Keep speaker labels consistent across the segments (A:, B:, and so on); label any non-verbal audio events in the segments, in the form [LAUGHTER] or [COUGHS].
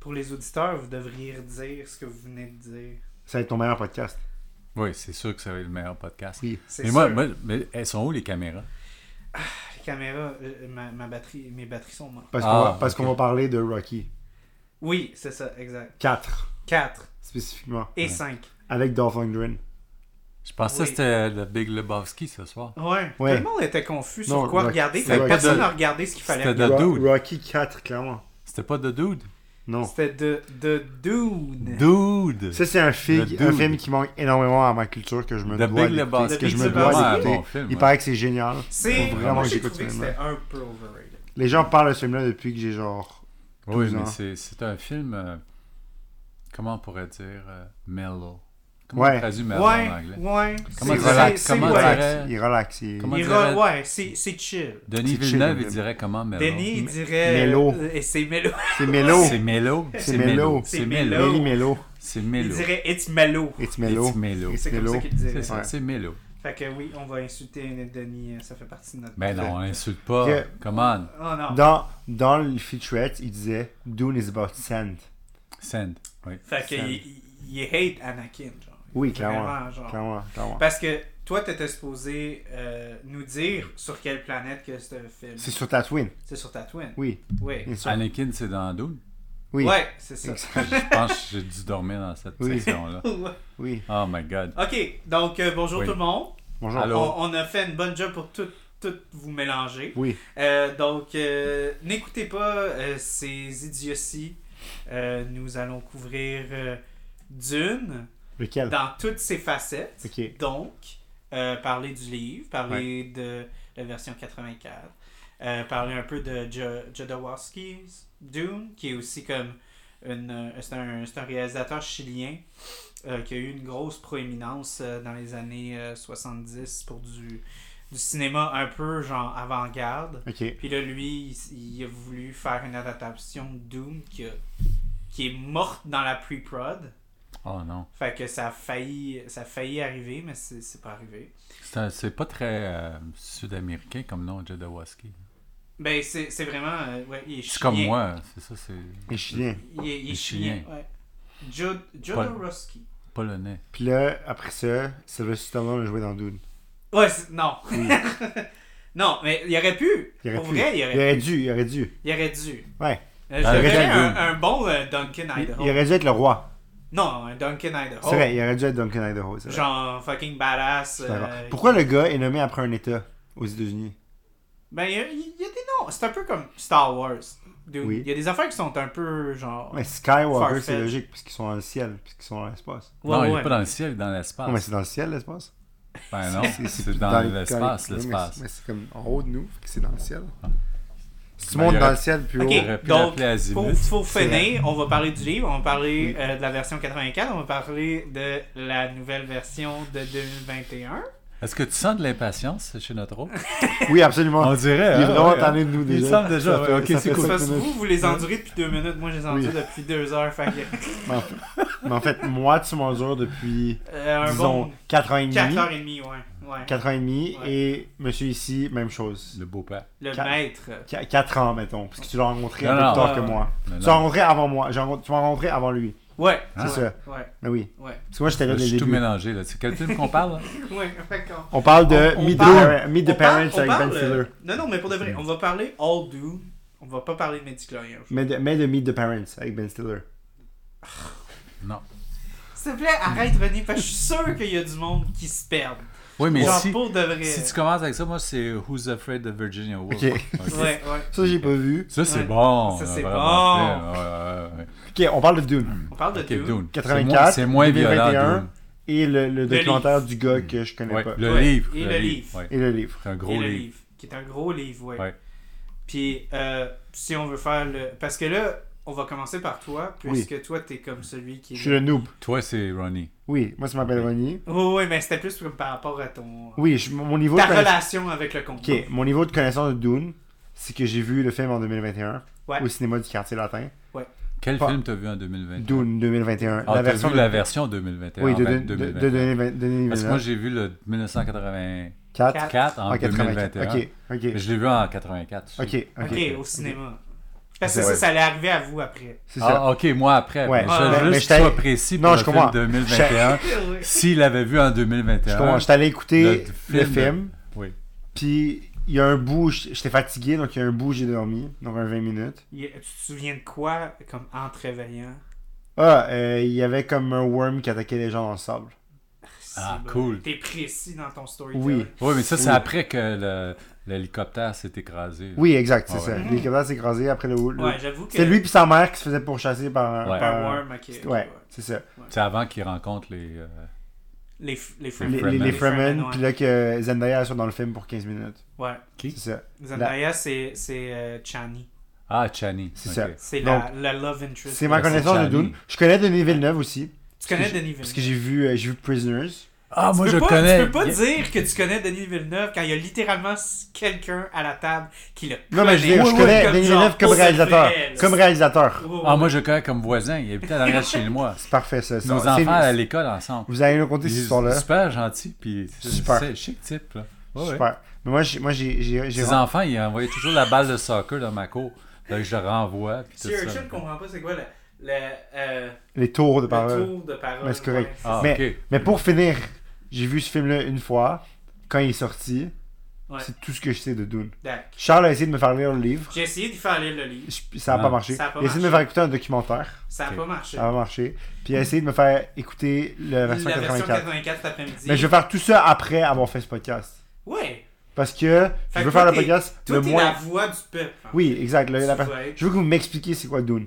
A: Pour les auditeurs, vous devriez redire ce que vous venez de dire.
B: Ça va être ton meilleur podcast.
C: Oui, c'est sûr que ça va être le meilleur podcast.
B: Oui.
A: C'est
C: Mais moi,
A: sûr.
C: moi, mais elles sont où les caméras?
A: Les caméras, euh, ma, ma batterie, mes batteries sont mortes.
B: Parce qu'on
C: Ah,
B: va, parce
C: ok.
B: qu'on va parler de Rocky
A: Oui, c'est ça, exact.
B: 4,
A: 4
B: spécifiquement.
A: et 5.
B: Avec Dolph Lundgren.
C: Je pensais
A: Oui.
C: que c'était euh, le Big Lebowski ce soir.
A: Ouais.
B: Ouais.
A: Tout le monde était confus
B: Non,
A: sur quoi
B: Rocky-
A: regarder.
B: c'est
A: Fait que
B: Rocky.
A: personne n'a regardé ce qu'il fallait
C: C'était
A: regarder.
C: The Dude.
B: Rocky 4, clairement.
C: C'était pas The Dude?
B: Non.
A: C'était de, de Dune.
C: Dude!
B: Ça, c'est un, fig-
C: The
B: un
C: Dude.
B: film qui manque énormément à ma culture que je me
C: The
B: dois
C: Big
B: d'écouter.
C: Lebowski.
B: que je
A: The
B: me
A: Big
B: dois
A: Lebowski.
B: d'écouter.
C: Ouais, bon film,
B: Il
C: ouais.
B: paraît que c'est génial.
A: C'est
B: Faut
A: vraiment
B: vraiment
A: moi,
B: que
A: j'ai
B: j'écoute ce
A: trouvé que
B: film-là.
A: c'était un peu overrated.
B: Les gens parlent de ce film-là depuis que j'ai genre...
C: Oui,
B: 12 ans.
C: mais c'est- c'est un film, euh, comment on pourrait dire, euh, mellow. Comment
B: Ouais.
C: on traduit mellow
A: Ouais,
C: en anglais?
A: ouais.
C: Comment
A: C'est-
C: dire la-
A: c'est-
C: comment
A: c'est- ouais.
C: dirais-
B: relax. Il relax. Il...
C: Comment-
A: Il
C: dirais-
A: re- Ouais, c'est c'est chill.
C: Denis
B: C'est chill,
C: Villeneuve,
B: le
C: il
B: film.
C: dirait comment mellow?
A: Denis, il dirait.
B: Mélo.
A: euh, Et c'est Mello.
B: C'est mélo.
C: C'est mellow.
B: C'est mellow.
C: C'est
A: C'est
C: mellow.
A: mellow.
B: Méli mélo.
C: C'est
A: Il
C: mellow.
A: dirait It's Mello.
B: It's mélo.
C: It's mellow.
B: It's
A: C'est comme
B: mellow.
A: ça qu'il dirait.
C: C'est ça,
B: Ouais.
C: c'est mellow.
A: Fait que oui, on va insulter Denis, euh, ça fait partie de notre.
C: Ben non, on insulte pas.
B: Yeah.
C: Come on.
A: Oh non.
B: Dans, dans le featurette, il disait « Dune is about sand
C: Send. Oui.
A: Fait que
B: Ça-
A: il- il il hate Anakin, genre. ».
B: Oui, clairement.
A: Vraiment, genre.
B: Clairement, clairement.
A: Parce que toi, t'étais supposé euh, nous dire sur quelle planète que c'est un film.
B: C'est sur Tatooine.
A: C'est sur Tatooine.
B: Oui,
A: Oui.
B: bien sûr.
C: Anakin, c'est dans Dune.
B: Oui,
A: Ouais, c'est ça.
C: Je pense que j'ai dû dormir dans cette
B: Oui.
C: section-là.
A: Ouais.
B: oui.
C: Oh my God.
A: [LAUGHS] ok, donc euh, bonjour
C: Oui.
A: tout le monde.
B: Bonjour.
C: Allô?
A: On,
C: Hello.
A: on a fait une bonne job pour tout, tout vous mélanger.
B: Oui,
A: Euh, donc, euh, n'écoutez pas euh, ces idioties. Euh, nous allons couvrir euh, Dune
B: lequel?
A: dans toutes ses facettes.
B: Ok.
A: Donc, euh, parler du livre, parler de la version 84, euh, parler un peu de Jo- Jodorowsky's Dune, qui est aussi comme une, euh, c'est un, c'est un réalisateur chilien euh, qui a eu une grosse proéminence euh, dans les années euh, 70 pour du, du cinéma un peu genre avant-garde.
B: Ok.
A: Puis là, lui, il, il a voulu faire une adaptation de Doom qui, a- qui est morte dans la pre-prod.
C: Oh non.
A: Fait que ça a failli, ça a failli arriver, mais c'est c'est pas arrivé.
C: C'est un- C'est pas très euh, sud-américain comme nom, Jadawaski.
A: Ben, c'est c'est vraiment. euh, ouais, il est
C: C'est
A: chilien.
C: comme moi, c'est ça, c'est
B: Les Chiliens.
A: Il est, il est
C: Il est
A: chilien.
C: chilien.
A: ouais. Jo- Jodorowsky.
C: polonais.
B: Puis là, après ça, Sylvester Stallone a joué dans Dune.
A: Ouais, c'est- non. [LAUGHS] non, mais il aurait pu.
B: Il aurait
A: Pour
B: pu.
A: vrai, il
B: Il
A: aurait,
B: aurait dû, il aurait dû.
A: il aurait dû.
B: Ouais.
A: Euh,
C: Ah,
A: Je
B: il
A: verrais
B: aurait dû.
A: un, un bon euh, Duncan
B: Il,
A: Idaho.
B: il aurait dû être le roi.
A: Non, un Duncan Idaho.
B: C'est
C: Oh.
B: vrai, il aurait dû être Duncan Idaho. c'est vrai.
A: Genre fucking badass.
B: Je suis d'accord.
A: euh,
B: Pourquoi le gars est nommé après un État aux États-Unis?
A: Ben, il y, a- il y a des noms. C'est un peu comme Star Wars. Dude,
B: Oui.
A: Il y a des affaires qui sont un peu genre.
B: Mais Skywalker, c'est
A: Farfetch.
B: logique, parce qu'ils sont dans le ciel, parce qu'ils sont dans l'espace.
A: Ouais,
C: non, il
A: ouais.
C: est pas dans le ciel, il est dans l'espace.
B: Non, mais c'est dans le ciel, l'espace?
C: Ben non, c'est
B: plus
C: Ah. dans, l'espace, Ah,
B: oui, mais c'est-
C: l'espace.
B: Mais c'est comme en haut de nous, fait que c'est dans le ciel. Si tu
C: Ben, il
B: montes
C: aurait-
B: dans le ciel, plus
A: Ok,
B: haut...
C: aurait pu
A: donc,
C: l'appeler Azimut.
A: faut, faut
B: C'est
A: finir. On va parler du livre, on va parler
B: Oui.
A: euh, de la version 84, on va parler de la nouvelle version de 2021.
C: Est-ce que tu sens de l'impatience chez notre hôte?
B: Oui, absolument.
C: On dirait.
B: Ah, Il est
C: hein,
B: vraiment
C: ouais.
B: tanné de nous
C: Il
B: déjà.
C: semble déjà,
B: Ça
C: ouais,
B: fait- ça
C: ok, c'est
B: fait
C: cool.
B: cinq
A: Parce que
B: minutes.
A: vous, vous les endurez depuis deux minutes. Moi, je les endure
B: Oui.
A: depuis deux heures. Fait que,
B: Mais en fait- mais en fait, moi, tu m'endures depuis,
A: euh, un
B: disons,
A: bon
B: 4 ans et
A: 4
B: demi.
A: heures et demie, ouais. ouais.
B: 4 ans et demi,
A: Ouais.
B: et monsieur ici, même chose.
C: Le beau-père.
A: Le
B: quatre-
A: maître.
B: 4 ans, mettons, parce que tu l'as rencontré
C: Non,
B: un peu
C: non.
B: plus tard
A: Ouais,
B: que
A: ouais.
B: moi.
C: Non,
B: Tu
C: non.
B: l'as rencontré avant moi, J'ai rencontré- tu m'as rencontré avant lui.
A: Ouais,
B: C'est
C: Ah.
A: ouais,
B: ça.
A: Ouais,
B: Mais oui.
A: ouais.
B: Parce que moi, j'étais là
C: Je
B: dès
C: suis
B: le
C: tout
B: début.
C: mélangé, là. C'est quel film qu'on parle? là?
A: Ouais, fait qu'on-
B: On parle de
A: On- on
B: Meet,
A: parle-
B: the, Meet the
A: On parle-
B: Parents
A: on
B: avec
A: parle,
B: Ben
A: euh,
B: Stiller.
A: Non, non, mais pour de vrai, on va parler All Do. On va pas parler de Mediclorian.
B: Mais de, mais de Meet the Parents avec Ben Stiller.
C: Non.
A: S'il te plaît, arrête,
C: Mm.
A: René, parce que je suis sûr qu'il y a du monde qui se perd.
C: Oui, mais
A: Genre,
C: si,
A: pour de vrai.
C: si tu commences avec ça, moi, c'est Who's Afraid of Virginia Woolf.
B: Ok.
C: Ok.
A: Ouais, ouais.
B: Ça, j'ai pas vu.
C: Ça, c'est
A: Ouais.
C: bon.
A: Ça,
C: là,
A: c'est
C: vraiment. Ouais, ouais, ouais.
B: Ok, on parle de Dune.
A: On parle de
C: Ok,
A: Dune.
C: Dune. C'est
B: 84,
C: moins- C'est moins,
B: 2021,
C: violent, Dune.
B: Et le, le documentaire
A: livre.
B: du gars que je connais
C: Hmm. Ouais,
B: pas.
C: Le
A: Ouais.
C: livre.
A: Et le livre.
C: ouais.
B: Et le livre.
C: C'est un
A: Et
C: gros
A: le
C: livre.
A: livre. Qui est un gros livre, ouais.
C: Ouais.
A: Puis, euh, si on veut faire le. Parce que là, on va commencer par toi,
B: Oui.
A: puisque toi, t'es comme celui qui.
B: Je suis le noob.
C: Toi, c'est Ronnie.
B: Oui, moi, ça m'appelle Ronnie.
A: Oui, oui, mais c'était plus comme par rapport à ton.
B: Oui, je- mon niveau
A: Ta
B: de connaissance...
A: relation avec le conte.
B: Ok, mon niveau de connaissance de Dune, c'est que j'ai vu le film en 2021
A: Ouais.
B: au cinéma du quartier latin.
C: Quel
B: Pas-
C: film t'as vu en 2020?
B: Dune 2021. la
C: Ah, t'as
B: version
C: vu
B: de-
C: la version 2021.
B: Oui, de,
C: ben,
B: de, de,
C: 2021.
B: de 2020
C: Parce que moi, j'ai vu le 1984
B: 2024
C: en
B: en 84.
C: 2021.
B: Ah, Ok, ok.
C: Mais je l'ai vu en 84. tu sais.
B: Ok, ok.
A: ok, au cinéma. Parce que
B: C'est
A: ça,
B: vrai.
A: ça allait arriver à vous
B: [LAUGHS]
A: après.
B: C'est ça.
C: Ah, ok, moi après.
B: Ouais.
C: mais
A: Ah,
C: je veux
A: mais-
B: mais
C: juste que
B: j'étais-
C: tu sois précis pour
B: Non,
C: le
B: je
C: film
B: comprends.
C: 2021. S'il l'avait vu en 2021.
B: Je comprends, J'étais allé écouter
C: Le
B: le
C: film.
B: film.
C: Oui.
B: Puis il y a un bout, j- j'étais fatigué, donc il y a un bout, j'ai dormi, donc un 20 minutes.
A: Il- Tu te souviens de quoi, comme en te réveillant?
B: Ah, euh, il y avait comme un worm qui attaquait les gens dans le sable.
C: Ah,
A: C'est bon.
C: cool.
A: ben, T'es précis dans ton storytelling.
B: Oui.
C: Oui, mais ça, c'est
B: Oui.
C: après que le- l'hélicoptère s'est écrasé.
B: Oui, exact, c'est
C: Ah
B: ça.
C: ouais.
B: L'hélicoptère s'est écrasé après le. le-
A: Ouais, j'avoue que.
B: C'était lui puis sa mère qui se faisaient pourchasser par un.
C: Ouais.
A: Par
B: par-
A: Worm, ok, ok,
B: Ouais,
A: ouais.
B: c'est ça.
C: C'est avant qu'il rencontre les. euh,
A: Les, f- les
B: Les,
A: Fremen.
B: les, les
C: Les
B: Fremen,
A: ouais.
B: puis là que euh, Zendaya soit dans le film pour 15 minutes.
A: Ouais.
C: Qui
B: C'est ça.
A: Zendaya, c'est c'est, euh, Chani.
C: Ah, Chani.
B: C'est
C: Ok.
B: ça.
A: C'est la, la love interest.
B: C'est ma
C: Ouais, c'est
B: connaissance de
C: Johnny.
B: Dune. Je connais Denis Villeneuve aussi,
A: Tu connais
B: que j'ai-
A: Denis Villeneuve.
B: parce que j'ai vu, euh, j'ai vu Prisoners.
C: Ah, moi,
A: tu
C: je
A: peux pas,
C: connais.
A: Tu peux pas
C: Il-
A: dire que tu connais Denis Villeneuve quand il y a littéralement s- quelqu'un à la table qui le
B: Non, mais je,
A: connaît.
B: veux dire, je
A: Oui,
B: connais
A: oui, comme
B: Denis
A: genre,
B: Villeneuve comme
A: pour ce
B: réalisateur.
A: fait, là. Oh,
B: Comme réalisateur.
A: Oui, oui,
C: Ah, moi,
A: oui.
C: je le connais comme voisin. Il habitait à l'arrière de
B: [LAUGHS]
C: chez moi.
B: C'est parfait, ça. ça.
C: Nos
B: C'est-
C: enfants allaient à l'école ensemble.
B: Vous allez nous raconter
C: Il
B: cette
C: est
B: histoire-là.
C: Super gentil, puis c'est-
B: Super.
C: c'est chic type. Là. Ouais, ouais.
B: Super. Mais moi, j'ai, moi, j'ai, j'ai, j'ai-
C: Ses enfants, ils envoyaient toujours la balle de soccer dans ma cour. Donc, je le renvoie. Puis tout
A: Si
C: ça.
A: Urchin comprend pas, c'est quoi le, le, euh,
B: les tours de
A: le
B: parole.
A: tour de parole?
B: Mais c'est correct.
A: ouais,
C: Ah,
B: Mais-
C: ok.
B: Mais pour finir, j'ai vu ce film-là une fois, quand il est sorti.
A: Ouais.
B: C'est tout ce que je sais de Dune.
A: D'accord.
B: Charles a essayé de me faire lire le livre.
A: J'ai essayé d'y faire lire le livre.
B: Je- ça n'a
C: Ah.
B: pas marché.
A: Ça a pas
B: il a essayé de me
A: marché.
B: faire écouter un documentaire.
A: Ça a
C: Ok.
A: pas marché.
B: Ça n'a pas marché. Puis il a essayé de me faire écouter Ah, la version
A: la
B: 84.
A: version 84 cet après-midi.
B: Mais je vais faire tout ça après avoir fait ce podcast.
A: Ouais.
B: Parce que
A: Fait
B: je
A: que
B: veux faire
A: toi,
B: le
A: t'es-
B: podcast
A: Toi,
B: le
A: t'es
B: moins.
A: la voix du peuple. en
B: Oui, exact. le-
A: fait.
B: la
A: Tu
B: per-
A: vas être-
B: Je veux que vous m'expliquiez c'est quoi Dune.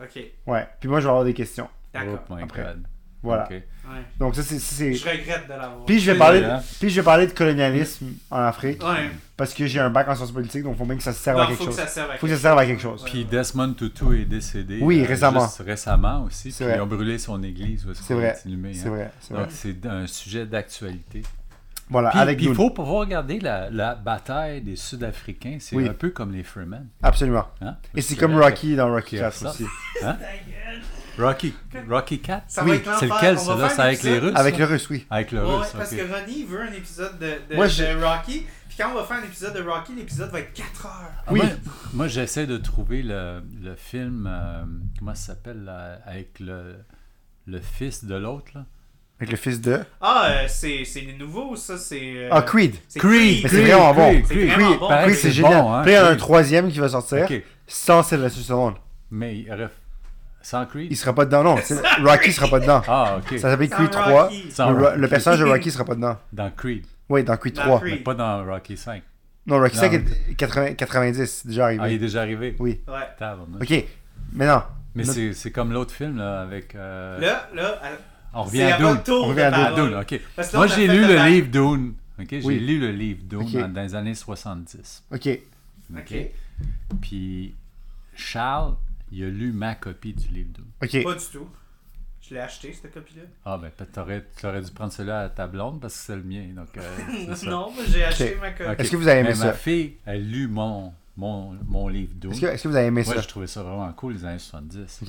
A: Ok,
B: Ouais. Puis moi, je vais avoir des questions.
A: d'accord.
C: Oh my
B: Après.
C: God.
B: Voilà.
C: Ok.
A: Ouais.
B: Donc ça, c'est. c'est-
A: Je regrette de l'avoir.
B: Puis je vais
C: C'est
B: parler.
C: vrai, hein?
B: Puis je vais parler de colonialisme en Afrique
A: Ouais.
B: parce que j'ai un bac en sciences politiques, donc faut bien que ça serve
A: Non,
B: à quelque
A: faut que
B: chose.
A: ça serve à
B: Faut que
A: quelque
B: ça serve à quelque chose.
A: Ouais.
C: Puis Desmond Tutu est décédé. euh,
B: Oui, récemment.
C: juste récemment aussi.
B: C'est
C: Puis
B: vrai.
C: ils ont brûlé son église où est-ce
B: C'est
C: qu'on
B: vrai.
C: est inhumé,
B: C'est
C: hein.
B: vrai, c'est vrai.
C: Donc, c'est un sujet d'actualité.
B: Voilà,
C: Puis,
B: avec
C: puis il
B: Dune.
C: faut pouvoir regarder la, la bataille des Sud-Africains. C'est
B: Oui.
C: un peu comme les Freemen.
B: Absolument.
C: hein.
B: Et c'est
C: Parce
B: comme
C: que-
B: Rocky dans Rocky
C: qui
B: 4
C: ressort.
B: aussi.
A: Ta gueule.
C: Rocky, Rocky 4?
A: Ça
B: Oui,
A: va être l'enfer.
C: C'est lequel,
A: On va
C: ça? là?
A: faire
C: C'est
A: un
C: avec les
A: épisode-
C: Russes?
B: Avec
C: ça?
B: le russe, oui.
C: Avec le
A: Ouais,
C: Russe,
A: parce
C: ok.
A: que Ronnie veut un épisode de, de,
B: Moi,
A: de
B: j'ai-
A: Rocky. Puis quand on va faire un épisode de Rocky, l'épisode va être 4 heures.
C: Ah,
B: Oui.
C: Moi, moi, j'essaie de trouver le, le film, euh, comment ça s'appelle, là, avec le, le fils de l'autre, là?
B: Avec le fils de.
A: Ah, euh, c'est c'est nouveau, ça. C'est. euh,
B: Ah, Creed.
A: c'est
C: Creed,
B: Mais c'est vraiment bon.
C: Creed,
A: C'est
C: Creed.
A: vraiment bon.
C: pareil,
B: Creed,
A: c'est
B: c'est
C: bon,
B: génial.
C: hein,
B: Puis il y en a un
C: Creed.
B: troisième qui va sortir
C: Ok.
B: sans Sylvester Stallone.
C: Mais, bref, sans Creed?
B: Il sera pas dedans, non. c'est- Rocky sera pas dedans.
C: Ah, ok.
B: Ça s'appelle
A: Sans
B: Creed
A: Rocky.
B: 3.
C: Sans
B: Le,
C: Rocky.
B: le personnage de Rocky sera pas dedans.
C: Dans Creed,
B: Oui, dans Creed
A: Dans
B: 3.
A: Creed.
C: mais pas dans Rocky 5.
B: Non, Rocky
C: Non.
B: 5 est 80 90, c'est déjà
C: Ah, il est
B: arrivé.
C: déjà arrivé.
B: Oui.
A: Ouais.
C: Tabarnak.
B: Ok, mais non.
C: Mais
B: Notre-
C: c'est c'est comme l'autre film, là, avec... euh,
A: Là, là, à-
C: on revient
A: c'est
C: à
A: à votre
C: Dune.
A: tour.
B: On
A: de
B: revient à
C: Ah,
A: parler.
C: Dune, ok.
A: Parce que là,
C: Moi,
A: on a
C: j'ai
A: fait
C: lu
A: le
C: le
A: bac.
C: livre Dune. Ok, j'ai
B: Oui.
C: lu le livre Dune
B: Ok.
C: dans, dans les années 70.
B: Ok,
C: Ok.
A: Ok.
C: Puis Charles, il a lu ma copie du livre Dune.
B: ok.
A: Pas du tout. Je l'ai acheté, cette copie-là.
C: Ah ben, peut-être t'aurais, t'aurais dû prendre celui-là à ta blonde parce que c'est le mien. Donc, euh,
A: [LAUGHS]
C: c'est ça.
A: non, mais j'ai acheté ma copie.
C: Ok.
B: Est-ce que vous avez aimé
C: Mais
B: ça?
C: Ma fille, elle lu mon, mon, mon livre Dune.
B: Est-ce que, est-ce que vous avez aimé
C: Moi,
B: ça?
C: je trouvais ça vraiment cool les années 70.
B: Ok,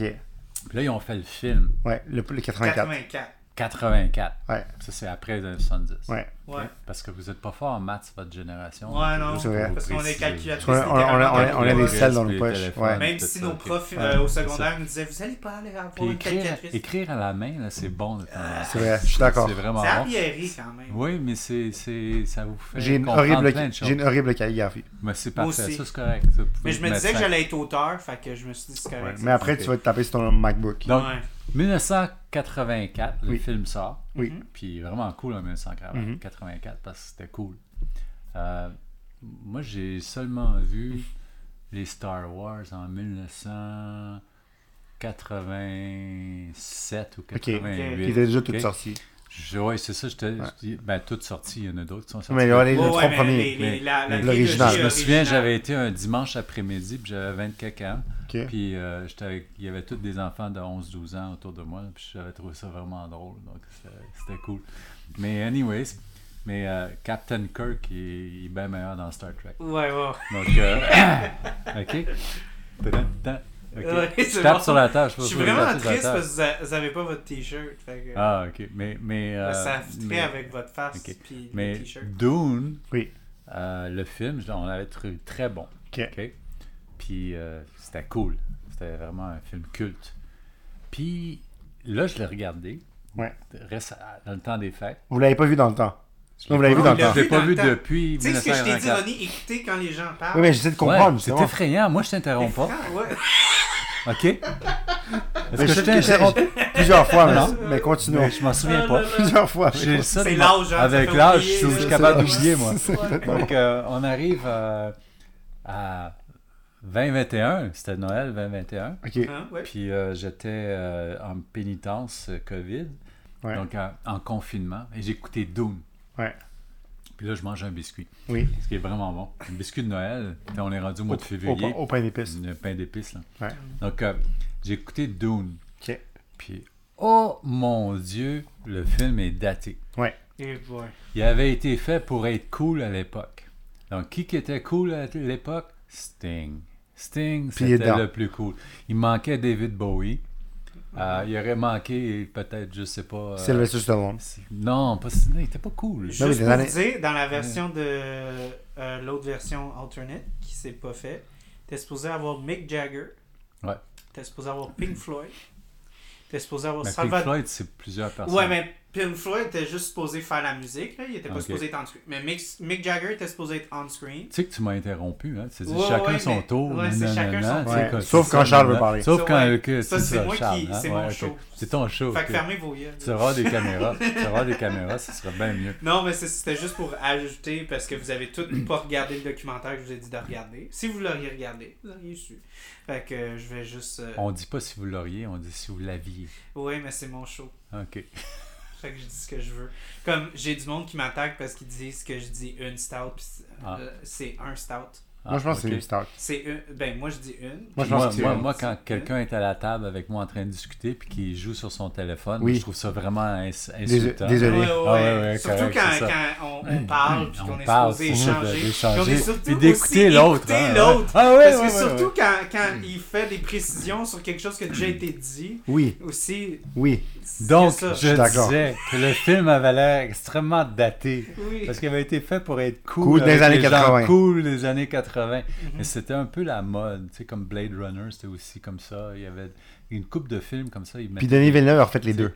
C: Puis là, ils ont fait le film
B: ouais, le, le 84.
A: 84.
C: 84.
B: Ouais.
C: Ça, c'est après les années 70.
B: Ouais.
A: Ouais.
C: Parce que vous êtes pas fort en maths, votre génération.
A: Ouais, non.
B: C'est vrai.
A: Parce qu'on est
C: calculateur.
A: calculatrice.
B: On a- on a-
A: littéralement,
B: on a- on a des
A: calculatrice.
B: selles dans nos
C: Les
B: poches,
C: téléphones,
B: ouais.
A: Même
C: tout
A: si
C: ça,
A: nos
C: ok.
A: profs
C: Ouais,
A: euh, au
C: c'est ça.
A: secondaire nous disaient Vous allez pas aller avoir
C: Puis
A: une
C: écrire,
A: calculatrice.
C: écrire à la main, là, c'est bon. de temps en temps.
B: C'est vrai, je suis d'accord.
C: C'est vraiment
A: C'est
C: bon.
A: arriéré quand même.
C: Oui, mais c'est, c'est, ça vous fait
B: J'ai une,
C: comprendre
B: horrible,
C: plein de choses.
B: j'ai une horrible calligraphie.
C: Mais c'est
A: Moi
C: parfait,
A: aussi.
C: ça c'est correct. Ça, vous pouvez
A: Mais je me
C: mettre
A: disais que
C: ça.
A: j'allais être auteur, fait que je me suis dit c'est correct.
B: Mais après,
C: Ok.
B: tu vas te taper sur ton MacBook.
C: Donc,
A: Ouais.
C: 1984, le
B: Oui.
C: film sort.
B: Oui.
A: Mhm.
C: Puis vraiment cool hein, en 1984 parce que c'était cool. Euh, moi, j'ai seulement vu les Star Wars en 1987 ou 88.
B: Il était déjà tout
C: Ok.
B: sorti.
C: Je- ouais, c'est ça. j'étais- j'étais- ben, toutes sorties, il y en a d'autres qui sont sorties.
B: Mais il y a les,
A: Ouais,
B: les
A: ouais,
B: trois
A: mais
B: premiers.
A: les- les- la- la
C: Mais-
A: trilogie
B: l'original.
C: Je me souviens,
A: originale.
C: j'avais été un dimanche après-midi, puis j'avais 20 quelques ans.
B: Ok.
C: Puis euh, j'étais avec- il y avait tous des enfants de 11-12 ans autour de moi, puis j'avais trouvé ça vraiment drôle, donc c'était- c'était cool. Mais anyways, mais euh, Captain Kirk il, il est bien meilleur dans Star Trek.
A: Ouais, ouais.
C: Donc, euh, [COUGHS] ok. Tadam, tadam. Ok.
A: [LAUGHS] Ouais,
C: Je
A: c'est
C: tape
A: bon.
C: sur la table, je sais
A: Je
C: pas
A: suis
C: pourquoi
A: vraiment
C: tape sur la
A: triste
C: table.
A: parce que vous a- vous avez pas votre t-shirt. fait que-
C: Ah, ok. Mais. mais euh,
A: Ça a fitté
C: mais-
A: avec votre face
C: Ok.
A: puis le
C: Mais
A: t-shirt.
C: Dune,
B: Oui.
C: euh, le film, je- on l'avait trouvé très bon.
B: Ok.
C: Ok. Puis Puis euh, c'était cool. C'était vraiment un film culte. Puis là, je l'ai regardé.
B: Ouais.
C: Réce- Dans le temps des fêtes.
B: Vous l'avez pas vu dans le temps. Non, vous l'avez vu dans le temps.
C: Je l'ai pas
A: Dans
C: vu
A: le temps.
C: depuis
A: Tu sais ce que je t'ai dit,
C: 1994.
A: Ronnie, écoutez quand les gens parlent.
B: Oui, mais j'essaie de
C: Ouais,
B: comprendre.
C: c'est
B: justement.
C: effrayant. Moi, je t'interromps pas.
A: Ah, ouais.
C: OK? Est-ce
B: Mais
C: que
B: je sais
C: je
B: que j'ai-
C: t'interromps?
B: [LAUGHS] Plusieurs fois,
C: Non.
B: mais, mais continuons.
C: Mais [LAUGHS] Je m'en souviens
A: Ah,
C: pas.
A: là, là.
B: Plusieurs fois. mais
C: J'ai
B: continuons.
C: ça
A: C'est
C: de moi.
A: l'âge, hein, ça
C: Avec
A: fait
C: l'âge,
A: oublier,
C: je suis
A: là.
C: capable
B: C'est-
C: d'oublier, moi.
B: c'est- [LAUGHS]
C: Donc, euh, on arrive euh, à 2021. C'était Noël 2021.
B: Ok.
A: Hein, ouais.
C: Puis euh, j'étais euh, en pénitence euh, COVID,
B: Ouais.
C: donc en, en confinement, et j'écoutais Dune.
B: Ouais.
C: Puis là, je mange un biscuit,
B: Oui.
C: ce qui est vraiment bon. Un biscuit de Noël, puis on est rendu au
B: Au,
C: mois de février,
B: au- au pain d'épices.
C: le pain d'épices. là.
B: Ouais.
C: Donc, euh, j'ai écouté Dune,
B: Ok.
C: puis oh mon Dieu, le film est daté.
A: Eh boy.
C: Il avait été fait pour être cool à l'époque. Donc, qui qui était cool à l'époque? Sting. Sting,
B: Puis il est
C: c'était
B: dedans.
C: le plus cool. Il manquait David Bowie. Euh, il aurait manqué peut-être, je sais pas... euh,
B: Sylvester Stallone.
C: si- Non, pas Sting, il était pas cool.
B: mais
A: Juste
B: des
A: pour
B: années-
A: vous dire, dans la version de euh, l'autre version alternate qui s'est pas fait, t'es supposé avoir Mick Jagger.
C: Ouais.
A: T'es supposé avoir Pink Floyd. T'es supposé avoir
C: Mais Pink
A: Salvador.
C: Floyd, c'est plusieurs personnes.
A: Ouais, mais Pink Floyd était juste supposé faire la musique, là. il était pas
C: Ok.
A: supposé être on screen. Mais Mick, Mick Jagger était supposé être on screen.
C: Tu sais que tu m'as interrompu, hein? Tu dis
A: Ouais,
C: chacun
A: ouais,
C: son
A: mais-
C: tour.
A: ouais, c'est
C: nanana,
A: chacun son
C: tu
A: tour.
C: sais,
B: Ouais.
C: comme-
B: Sauf
C: c'est
B: quand
C: ça,
B: Charles veut
C: nanana.
B: parler.
C: Sauf
A: Ça,
C: quand...
A: ouais.
C: que-
A: Ça, c'est moi qui-
C: Charles, hein?
A: c'est mon
C: Ouais, ok.
A: show.
C: C'est ton show.
A: Fait que
C: ok.
A: fermez vos yeux.
C: Tu auras des caméras. tu auras des caméras, ce serait bien mieux.
A: Non, mais c'est- c'était juste pour ajouter, parce que vous avez tous [COUGHS] pas regardé le documentaire que je vous ai dit de regarder. Si vous l'auriez regardé, vous auriez su. Fait que euh, je vais juste... euh,
C: On dit pas si vous l'auriez, on dit si vous l'aviez.
A: Ouais, mais c'est mon show.
C: OK.
A: Fait que je dis ce que je veux. Comme, j'ai du monde qui m'attaque parce qu'ils disent que je dis une stout, puis c'est-
C: Ah.
A: euh, c'est un stout.
B: Moi, je pense que c'est
C: ok.
B: une Stark.
A: C'est une... Ben, moi, je dis une.
B: Moi, je pense
C: moi,
B: que c'est
C: moi,
B: une.
C: moi, quand quelqu'un est à la table avec moi en train de discuter puis qu'il joue sur son téléphone,
B: Oui.
C: je trouve ça vraiment ins-
B: Désolé.
C: insultant.
B: désolé.
A: Ouais, ouais,
C: Ah ouais,
A: ouais.
C: ouais,
A: surtout
C: correct,
A: quand,
C: c'est ça.
A: quand on, on parle, puis
C: On
A: qu'on est
C: parle,
A: supposé
C: c'est ça,
A: échanger.
C: d'échanger,
A: Puis on est surtout
C: puis d'écouter
A: aussi
C: l'autre,
A: écouter
C: hein,
A: l'autre.
C: ouais. Ah ouais,
A: Parce que
C: ouais, ouais,
A: surtout
C: ouais.
A: quand, quand il fait des précisions sur quelque chose qui a déjà été dit,
B: Oui,
A: aussi.
B: oui.
A: c'est
C: Donc,
A: ça.
B: suis
C: je
B: d'accord.
C: disais que le film avait l'air extrêmement daté.
A: Oui.
C: Parce qu'il avait été fait pour être cool,
B: Cool des
C: avec
B: années
C: les gens
B: 80.
C: cool des années 80.
B: Mm-hmm.
C: Mais c'était un peu la mode, tu sais, comme Blade Runner, c'était aussi comme ça. Il y avait une coupe de films comme ça. Ils
B: Puis
C: mettaient-
B: Denis Villeneuve a refait les deux.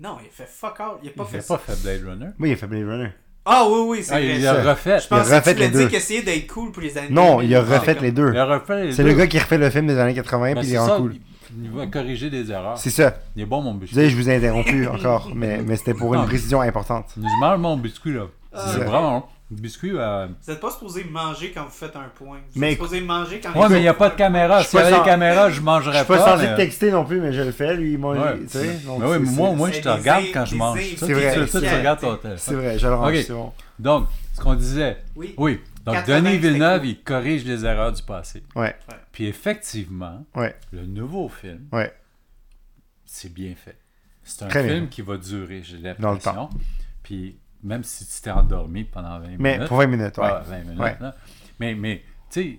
A: Non, il a fait fuck out. Il a pas
C: Il
A: fait
C: n'a
A: ça.
C: pas fait Blade Runner.
B: Oui, il a fait Blade Runner.
A: Ah oui, oui, c'est
C: Ah,
A: vrai.
C: il a
B: ça.
C: refait.
A: Je pense
B: il a
A: que tu
B: refait
A: l'as
B: les
A: dit
B: deux.
A: que essayer d'être cool pour les Ah, années.
B: Non, il a
A: 2000,
B: refait
A: c'est
B: les deux.
C: Il a refait les
B: C'est
C: deux.
B: le gars qui refait le film des années 80
C: Mais
B: puis il
C: c'est
B: est
C: ça,
B: en cool.
C: Il, il va corriger des erreurs.
B: C'est ça.
C: Il est bon, mon biscuit.
B: Désolé, je vous ai
C: [LAUGHS]
B: interrompu encore, mais, mais c'était pour
C: Ah.
B: une précision importante.
C: Je mange mon biscuit, là.
A: Ah,
C: c'est
B: ouais.
C: vraiment bon. Le biscuit,
B: Ah,
C: euh,
A: Vous n'êtes pas supposé manger quand vous faites un point. Vous
B: Mais
A: êtes supposé manger quand
C: Ouais, mais il n'y a pas de caméra.
B: Je suis
C: S'il y
B: pas
C: avait
B: sans-
C: des caméras, je
B: Je
C: mangerais
B: suis
C: pas.
B: pas censé
C: mais-
B: te texter non plus, mais je le fais, lui, il m'a...
C: Ouais.
B: tu sais, donc
C: Mais oui,
B: c'est-
C: mais moi,
B: c'est-
C: moi,
A: c'est
C: je te
A: des
C: regarde
A: in-
C: quand je
A: des
C: mange.
A: in-
C: Toi,
B: C'est
C: tu-
B: vrai.
C: toi, tu regardes ton téléphone.
B: C'est vrai, je le range,
C: Ok.
B: c'est bon.
C: Donc, ce qu'on disait,
A: Oui.
C: oui. Donc,
A: 80,
C: Denis
A: c'était
C: Villeneuve,
A: cool.
C: il corrige les erreurs du passé.
B: Ouais,
C: Puis effectivement,
B: ouais,
C: le nouveau film,
B: ouais.
C: c'est bien fait. C'est un
B: Très bien.
C: film qui va durer, j'ai
B: Dans le temps.
C: l'impression. Puis même si tu t'es endormi pendant 20
B: Mais
C: minutes.
B: pour 20 minutes, ouais.
C: Ouais, 20 minutes,
B: Ouais.
C: là. Mais, mais tu sais,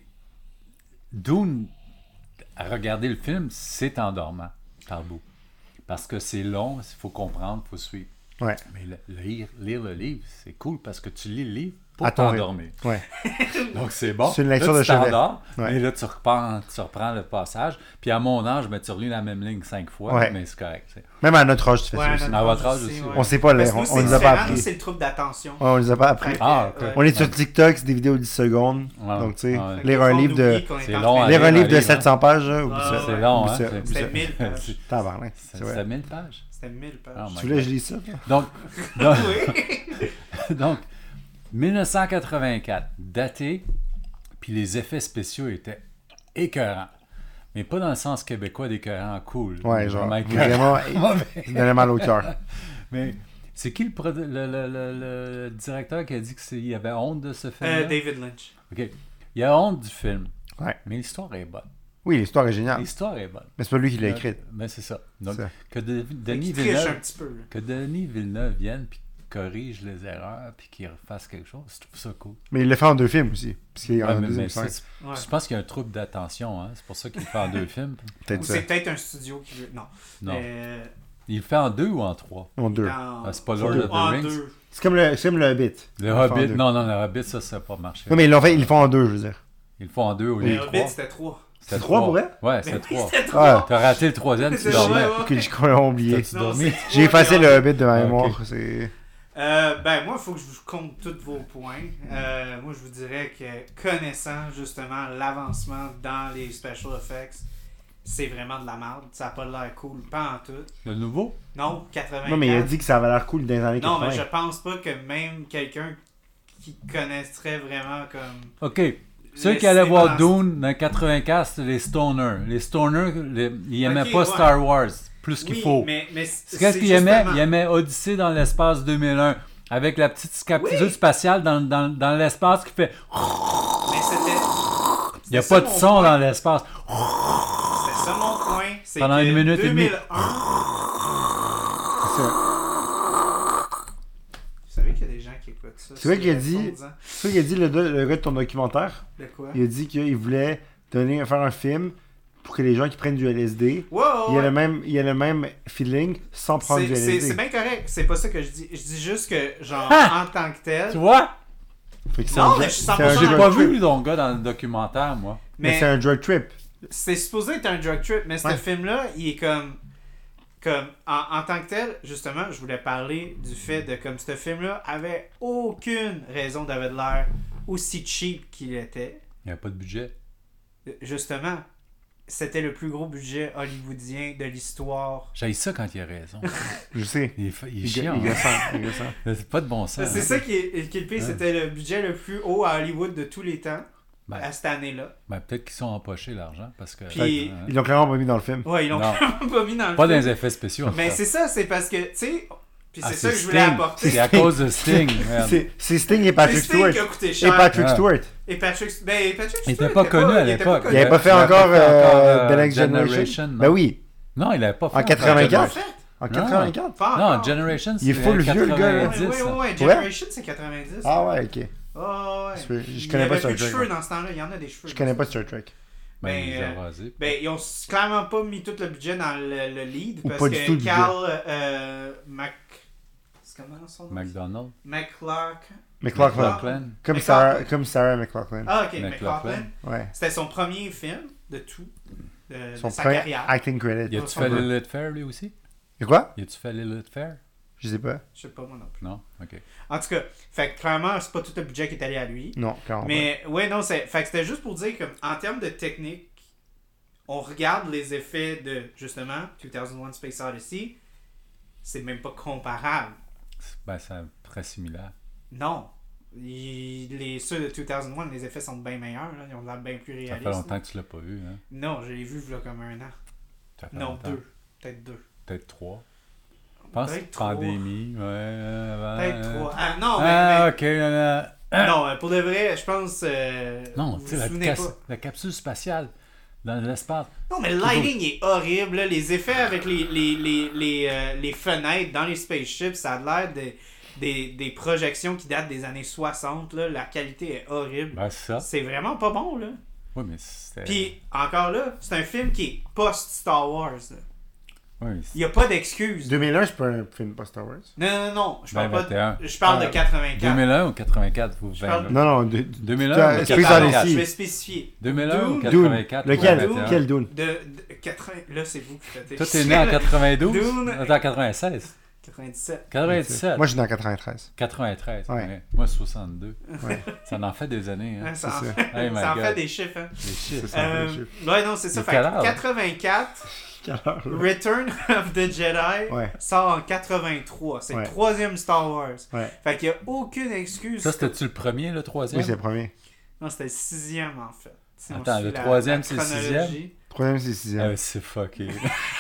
C: Dune, à regarder le film, c'est endormant par bout. Parce que c'est long, il faut comprendre, il faut suivre.
B: Ouais.
C: Mais le- lire, lire le livre, c'est cool parce que tu lis le livre pour
B: À ton rythme.
C: t'endormir.
B: Ouais.
C: Donc c'est bon.
B: C'est une lecture
C: là,
B: de
C: tu
B: chevet.
C: t'endors,
B: Ouais.
C: mais là tu reprends, tu reprends le passage. Puis à mon âge, ben, tu relis la même ligne cinq fois,
B: Ouais.
C: mais c'est correct. tu sais.
B: Même à notre âge, tu fais
A: Ouais,
B: ça
A: à
B: aussi.
A: notre
C: À votre âge aussi,
B: On sait pas,
A: Parce
B: là,
A: que
B: on,
A: nous,
B: on
A: c'est
B: nous a pas
A: différent, nous,
B: appris.
A: c'est le trouble d'attention.
B: Ouais, on nous a pas appris.
A: Fait que,
C: Ah, ok.
A: ouais.
B: On est sur TikTok, c'est des vidéos de 10 secondes.
C: Ouais.
B: Donc, tu sais,
C: Ouais.
A: Fait que
B: lire
A: on
B: un livre de...
A: oublie qu'on est
C: C'est
A: en
C: long
A: train
C: à
A: de-
B: Lire un livre de
C: livre, hein.
B: 700 pages, là, oublie
A: Ah,
B: ça.
A: ouais.
C: C'est long, hein?
B: Oublie ça,
C: c'est-
B: oublie
A: C'était
B: ça.
A: 1000 pages.
B: Tabarnak, c'est
C: C'est
B: vrai.
C: c'est 1000 pages.
A: C'était 1000
C: Oh
A: pages.
C: my
B: Tu voulais que je lise ça?
A: [LAUGHS]
C: Donc, donc, [LAUGHS]
A: Oui.
C: donc, 1984, daté, puis les effets spéciaux étaient écœurants. Mais pas dans le sens québécois d'écœurant cool.
B: Ouais, genre,
C: Vraiment écœurants. [LAUGHS]
B: vraiment,
C: Mauvais.
B: il me donnait mal au cœur.
C: Mais c'est qui le, produ- le- le- le- le directeur qui a dit qu'il y avait honte de ce film?
A: Euh, David Lynch.
C: OK. Il a honte du film.
B: Ouais.
C: Mais l'histoire est bonne.
B: Oui, l'histoire est géniale,
C: L'histoire est bonne. Euh,
B: mais c'est pas lui qui l'a écrite.
C: Mais c'est ça. Donc,
B: Ça.
C: que de- Denis
A: Il triche un
C: Villeneuve,
A: petit peu. là.
C: que Denis Villeneuve vienne puis corrige les erreurs puis qu'il refasse quelque chose, je trouve ça cool.
B: Mais il l'a fait en deux films aussi. Parce qu'il y en a
C: Ouais,
B: un
C: mais-
B: deuxième,
C: mais
B: c'est vrai.
C: c'est-
A: Ouais.
C: Je pense qu'il y a un trouble d'attention, hein? c'est pour ça qu'il le fait
B: [LAUGHS]
C: en deux films.
A: Ou
B: Peut-être ça.
A: c'est peut-être un studio qui veut. Non.
C: Non.
A: Euh,
C: Il le fait en deux ou en trois
B: Non, deux.
A: dans-
C: Ah, C'est pas Lord of the
A: en
C: Rings.
A: deux.
B: C'est comme le, c'est comme le Hobbit.
C: Le
B: Ils le font en
C: Hobbit,
B: deux.
C: non, non, le Hobbit, ça, ça n'a pas marché.
B: Non, mais ils l'ont fait, ils le font en deux, je veux dire.
C: Ils le font en deux au
A: Mais
C: lieu de
A: Hobbit,
C: trois.
A: Euh, c'était trois.
B: C'est trois pour vrai?
C: Ouais,
A: Mais [LAUGHS]
C: c'est
A: oui,
C: trois.
A: C'était
B: Ah.
A: trois.
C: T'as raté
A: [LAUGHS]
C: le troisième, tu
A: C'est
C: dormais.
A: vrai, ouais.
B: Que j'ai complètement oublié.
C: Tu
A: Non,
C: dormais.
A: c'est trois,
B: J'ai effacé
A: puis
B: le bit de ma
C: Ah, ok.
B: mémoire. C'est.
A: Euh, ben, moi, il faut que je vous compte tous vos points. Euh, moi, je vous dirais que connaissant justement l'avancement dans les special effects, c'est vraiment de la merde. Ça n'a pas l'air cool, pas en tout.
C: Le nouveau?
A: Non, 84.
B: Non, mais il a dit que ça avait l'air cool dans les années
A: Non, mais
B: 80.
A: je pense pas que même quelqu'un qui connaîtrait vraiment comme.
C: OK. Ceux
A: le
C: qui allaient
A: cinéma
C: voir
A: dans-
C: Dune dans 95, c'était les Stoners. Les Stoners, les- ils aimaient
A: Ok,
C: pas
A: ouais.
C: Star Wars plus qu'il
A: Oui,
C: faut.
A: mais, mais
C: C'est
A: c'est
C: Qu'est-ce qu'ils
A: justement-
C: aimaient? Ils aimaient Odyssée dans l'espace 2001 avec la petite capsule
A: Oui.
C: spatiale dans, dans, dans l'espace qui fait.
A: Mais c'était.
C: Il n'y
A: c'était
C: a
A: ça
C: pas de
A: mon
C: son
A: point.
C: dans l'espace.
A: C'était ça mon point. C'est
C: Pendant
A: que
C: une minute et demie.
A: 2001,
B: C'est
A: Vous savez qu'il y a des gens qui écoutent ça.
B: C'est vrai
A: sur
B: qu'il a
A: le
B: dit-
A: fond, disant,
B: ça qu'il a dit le, le gars de ton documentaire.
A: De quoi
B: Il a dit qu'il voulait donner, faire un film pour que les gens qui prennent du LSD.
A: Wow,
B: Il a
A: ouais.
B: le même, il a le même feeling sans prendre du
A: C'est- C'est c'est
B: LSD.
A: bien correct. C'est pas ça que je dis. Je dis juste que, genre,
C: Ah!
A: en tant que tel.
C: Tu vois?
B: Fait que c'est
A: Non,
B: un
A: mais
B: dr-
A: Euh, je suis
B: c'est un
A: 100%
C: J'ai
B: drug
C: pas
B: trip.
C: vu ton gars dans le documentaire, moi.
B: Mais,
A: Mais
B: c'est un drug trip.
A: c'est supposé être un drug trip, mais
B: Ouais.
A: ce film-là, il est comme. comme en, en tant que tel, justement, je voulais parler du fait de comme ce film-là avait aucune raison d'avoir de l'air aussi cheap qu'il était.
C: Il n'y a pas de budget.
A: Justement, c'était le plus gros budget hollywoodien de l'histoire.
C: J'ai ça quand il a raison.
B: Je sais.
C: Il est, fa- il est
B: Il
C: chiant.
B: il
C: hein.
B: ressent, il ressent.
C: C'est pas de bon sens.
A: C'est
C: hein.
A: ça qui est, qui est le pire, c'était le budget le plus haut à Hollywood de tous les temps,
C: Ben,
A: à cette année-là.
C: ben, peut-être qu'ils sont empochés l'argent parce que.
A: Puis-
C: Hein.
B: Ils l'ont clairement pas mis dans le film.
A: Ouais, ils l'ont
C: Non.
A: clairement pas mis dans le
C: Pas
A: film.
C: dans les effets spéciaux. en
A: Mais
C: fait.
A: c'est ça, c'est parce que, tu sais, puis
C: Ah,
A: c'est ça que je
C: Sting.
A: voulais apporter.
C: C'est à cause de
B: [LAUGHS]
C: Sting. merde.
B: C'est c'est Sting et
A: C'est
B: Patrick
A: Sting
B: Stewart.
A: qui a coûté
B: Et
A: cher.
B: Patrick
C: Ah.
B: Stewart.
A: Et Patrick, ben, Patrick
C: Il
A: Stewart
C: était pas connu à
A: il était pas
C: l'époque.
A: connu.
B: Il avait pas fait
C: avait
B: encore
C: pas fait
B: euh,
C: encore,
B: The
C: euh,
B: Next Generation.
C: Generation,
B: Ben
C: non.
B: oui,
C: Non, il l'avait pas fait.
B: En 84.
A: Pas fait.
B: en
C: Non.
B: 84.
A: Pas
C: Non,
A: encore.
C: Generation,
B: Il est full vieux, le gars,
A: Ouais,
B: là.
A: ouais, ouais, ouais,
B: ça.
A: Generation, c'est 90.
B: Ah ouais, ok.
A: Oh, ouais.
B: Je peux- je
A: Il
B: connais
A: y
B: pas
A: avait
B: Star
A: plus de
B: Trek,
A: cheveux
B: ouais.
A: dans ce temps-là, il y en a des cheveux.
B: Je connais pas Star Trek.
C: Ben, il les a
A: Ben, euh,
C: rasés.
A: Ben, ils ont s- clairement pas mis tout le budget dans le, le lead
B: Ou
A: parce
B: pas du tout le
A: que
B: budget.
A: Carl euh, Mac. C'est comment son nom
C: McDonald.
A: McClark.
B: McLaughlin.
A: McLaughlin.
C: McLaughlin.
B: Comme
A: McLaughlin.
B: Sarah, comme Sarah McLaughlin.
A: Ah, ok,
C: McLaughlin.
A: McLaughlin.
B: Ouais.
A: C'était son premier film de tout, de,
B: Son
A: de sa
B: premier
A: carrière.
B: acting credit.
C: Y a-tu fait Lilith Fair, lui aussi
B: Et quoi
C: Y a-tu fait Lilith Fair
B: Je sais pas.
A: Je sais pas, moi non plus.
C: Non Ok.
A: En tout cas, fait que clairement, c'est pas tout le budget qui est allé à lui.
B: Non, clairement. pas.
A: Mais ouais, non, c'est. Fait que c'était juste pour dire qu'en termes de technique, on regarde les effets de justement 2001 Space Odyssey, c'est même pas comparable.
C: Ben, c'est très similaire.
A: Non. Il- les, ceux de 2001, les effets sont bien meilleurs. là. Ils ont l'air bien plus
C: Ça
A: réalistes.
C: fait longtemps que tu l'as pas vu. Hein?
A: Non, je l'ai vu là, comme un an.
C: Ça fait
A: Non,
C: longtemps.
A: deux. Peut-être deux.
C: Peut-être trois. Je pense que
A: Peut-être trois.
C: pandémie. Ouais. euh,
A: Peut-être
C: euh,
A: trois. Ah non, mais,
C: Ah,
A: mais-
C: ok. euh,
A: non, euh, pour de vrai, je pense. euh,
C: Non,
A: vous
C: tu sais,
A: vous
C: la,
A: souvenez
C: cas-
A: pas.
C: la capsule spatiale dans l'espace.
A: Non, mais le lighting est horrible. là. Les effets avec les, les, les, les, euh, les fenêtres dans les spaceships, ça a l'air des, des, des projections qui datent des années 60. là. La qualité est horrible.
C: Ben, c'est ça.
A: C'est vraiment pas bon, là.
C: Oui, mais c'était.
A: Puis, encore là, c'est un film qui est post-Star Wars. là.
C: Oui, mais c'est-
A: Il n'y a pas d'excuse.
B: 2001, c'est pas un film pas Star Wars.
C: Euh,
A: Non, non, non, je parle, pas
C: 21.
A: de... je parle de
C: Ah,
A: 84.
C: 2001 ou 84 vous
A: Je parle-
C: ben,
B: Non, non, de-
C: 2001 ou
B: Space
A: Pardon,
C: 84
B: Odyssey.
A: je vais spécifier.
C: 2001 ou
A: Dune.
B: Dune.
C: 84
B: Lequel
C: 81.
B: Quel Dune
A: De, de 80... Là, c'est vous qui faites
C: Toi, t'es né en 92
A: Dune.
C: Attends, 96
A: 97.
C: 97
B: Moi, je suis dans 93.
C: 93
B: Ouais.
C: ouais. Moi, 62.
B: Ouais.
C: Ça en fait des années. Hein.
A: Hein, ça en
B: C'est ça.
A: fait,
C: Hey, my
A: ça en fait
C: God.
A: des chiffres. Hein.
C: Les chiffres.
B: Ça en fait des
A: Euh, ouais, non, c'est ça.
C: Il
A: Fait
C: est quelle heure,
A: que
C: là?
A: 84,
B: Quelle heure, là?
A: Return [LAUGHS] of the Jedi
B: Ouais.
A: sort en 83. C'est
B: Ouais.
A: le troisième Star Wars.
B: Ouais.
A: Fait qu'il n'y a aucune excuse.
C: Ça, c'était-tu le premier, le troisième
B: Oui, c'est le premier.
A: Non, c'était le sixième en fait. Si on
C: Attends,
A: suit
C: le
A: la-
C: troisième,
A: la
C: c'est le
A: chronologie.
B: Troisième, c'est le sixième.
C: Ah, c'est fucké.
B: [LAUGHS]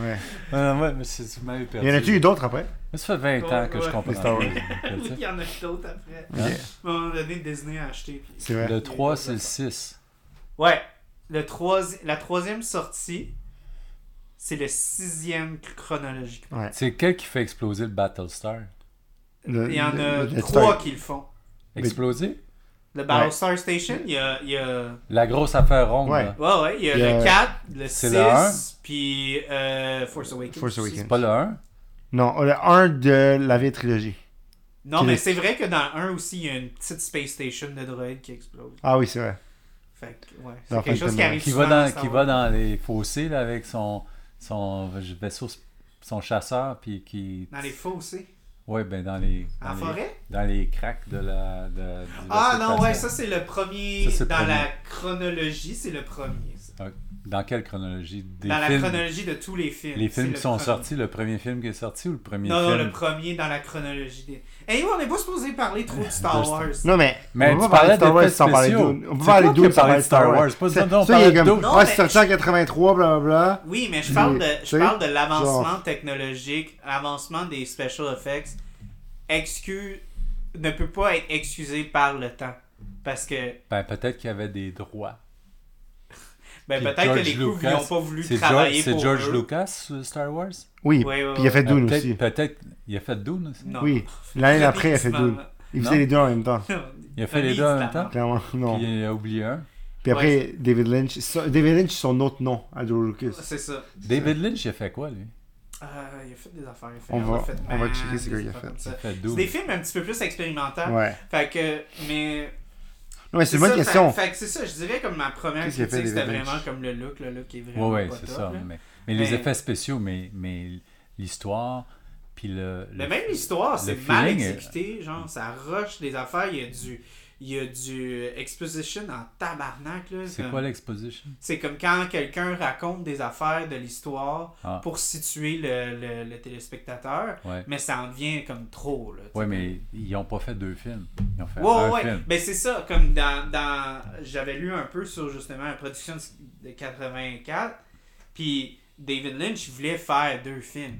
C: Ah,
B: Ouais.
C: non, moi, mais c'est- tu m'avais perdu.
B: Y en a-tu eu d'autres après
C: Mais Ça fait 20 ans que je
A: Ouais.
C: comprends
B: Les Star Wars.
A: [LAUGHS]
C: [LAUGHS]
A: Oui, il
C: Hein?
A: y en a d'autres après.
B: Ok,
A: À un moment donné, Disney a acheté. puis-
B: C'est vrai.
C: Le 3, c'est le 6.
A: Ouais. Le troisi- La troisième sortie, c'est le sixième chronologiquement.
B: Ouais.
C: C'est quel qui fait exploser le Battlestar
B: Le-
A: Il y en a
B: Euh, le- le-
A: trois qui le font.
B: Mais-
C: Exploser
A: Le Battlestar Station, il y a- il y a
C: La grosse affaire ronde.
B: Ouais.
C: là.
A: Ouais, ouais, il y a
B: Il y a-
A: le 4, le
C: C'est le un.
A: 6, puis euh, Force Awakens.
B: Force
A: aussi.
B: Awakens.
C: C'est pas le 1
B: Non, le 1 de la vieille trilogie.
A: Non,
B: Qui
A: mais
B: est-
A: c'est vrai que dans le 1 aussi, il y a une petite Space Station de droïde qui explose.
B: Ah oui, c'est vrai.
A: Fait que, ouais,
B: Dans
A: c'est quelque chose
B: Phantom
A: qui arrive
C: Qui
A: souvent
C: va dans,
A: Star
C: qui va
A: Wars.
C: dans les fossés là, avec son, son vaisseau, son chasseur, puis qui.
A: Dans les fossés.
C: Ouais, ben dans les.
A: En
C: dans les-
A: forêt?
C: Dans les cracks de la. de- du
A: Ah
C: vaisseau
A: non, ouais, ça
C: spatial.
A: c'est le premier.
C: Ça, c'est le
A: dans
C: premier.
A: la chronologie, c'est le premier. ça.
C: Dans quelle chronologie Des
A: dans la
C: films.
A: chronologie de tous les films.
C: les
A: c'est
C: films
A: le
C: qui sont
A: premier.
C: sortis, le premier film qui est sorti ou le premier
A: Non, non,
C: film
A: le premier dans la chronologie des. Eh ouais, on n'est pas supposé parler trop
C: [LAUGHS]
A: de
C: De
A: Star
C: Star-
A: Wars.
B: Non, mais.
C: Mais
B: on
C: tu
B: va parler
C: parlais
B: de Star Wars
C: d'effets
B: sans parler
C: spéciaux.
B: d'Oud. On peut
C: C'est
B: parler
C: toi qui
B: d'Oud
C: as
B: sans
C: parlé
B: parler
C: de
B: de Star
C: Star
B: Wars.
C: Wars. Pas
B: Ça,
C: de- non, on
B: ça, il est
C: parlait
B: comme.
A: d'Oud.
B: Ouais,
A: Non,
B: c'est sorti en 83, blablabla.
A: Oui, mais je parle de, je parle de l'avancement
B: Genre.
A: technologique, l'avancement des special effects. Excuse ne peut pas être excusé par le temps. Parce que
C: Ben, peut-être qu'il y avait des droits.
A: ben,
C: Puis
A: peut-être que
C: George
A: les coups
C: Lucas,
A: n'ont pas voulu
C: C'est
A: travailler
C: George, c'est
A: pour
C: George
A: eux.
C: Lucas, euh, Star Wars
B: Oui.
A: Ouais, ouais,
B: Puis il a fait
C: Ben,
B: Dune
C: peut-être,
B: aussi.
C: Peut-être. Il a fait Dune aussi
A: Non.
B: Oui. L'année d'après, il a fait Dune.
A: Définitivement.
B: Il
C: Non.
B: faisait les deux en même temps.
A: [LAUGHS]
C: Il a fait les deux en même temps
B: Clairement, non.
C: Puis il a oublié un.
B: Puis après, David Lynch. ça- David Lynch, c'est son autre nom à Joe Lucas.
A: C'est ça.
C: David Lynch, il a fait quoi, lui
A: Euh, il a fait des affaires. Il a fait
B: On
A: il a
B: va-
A: fait
B: on va
A: Man,
B: checker ce
A: des
B: qu'il a
A: affaires
B: fait.
A: comme
C: Il
A: ça.
C: a fait
A: C'est
C: Dune.
A: des films un petit peu plus expérimentaux.
B: Ouais.
A: Fait que, mais.
B: Non, mais c'est une bonne
A: ça,
B: question.
A: Fait, fait que c'est ça, je dirais comme ma première
B: Qu'est-ce qu'il a
A: critique,
B: fait,
A: c'était
B: David Lynch?
A: vraiment comme le look, le look est
C: Ouais,
A: vraiment.
C: ouais,
A: pas
C: c'est
A: top,
C: ça.
A: là.
C: Mais, mais les
A: Mais-
C: effets spéciaux, mais, mais l'histoire, puis le.
A: Mais
C: le-
A: même l'histoire,
C: le
A: c'est mal
C: feeling euh, est-
A: exécuté, genre, ça rush des affaires, il y a du. Il y a du exposition en tabarnak, là.
C: C'est
A: comme-
C: quoi l'exposition
A: C'est comme quand quelqu'un raconte des affaires de l'histoire
C: Ah.
A: pour situer le, le- le téléspectateur,
C: Ouais.
A: mais ça en devient comme trop, là. tu sais,
C: Ouais, mais ils n'ont pas fait deux films. Ils ont fait
A: Ouais,
C: un
A: ouais, ouais.
C: film.
A: Ben, c'est ça, comme dans, dans- J'avais lu un peu sur justement la production de 84, puis David Lynch voulait faire deux films.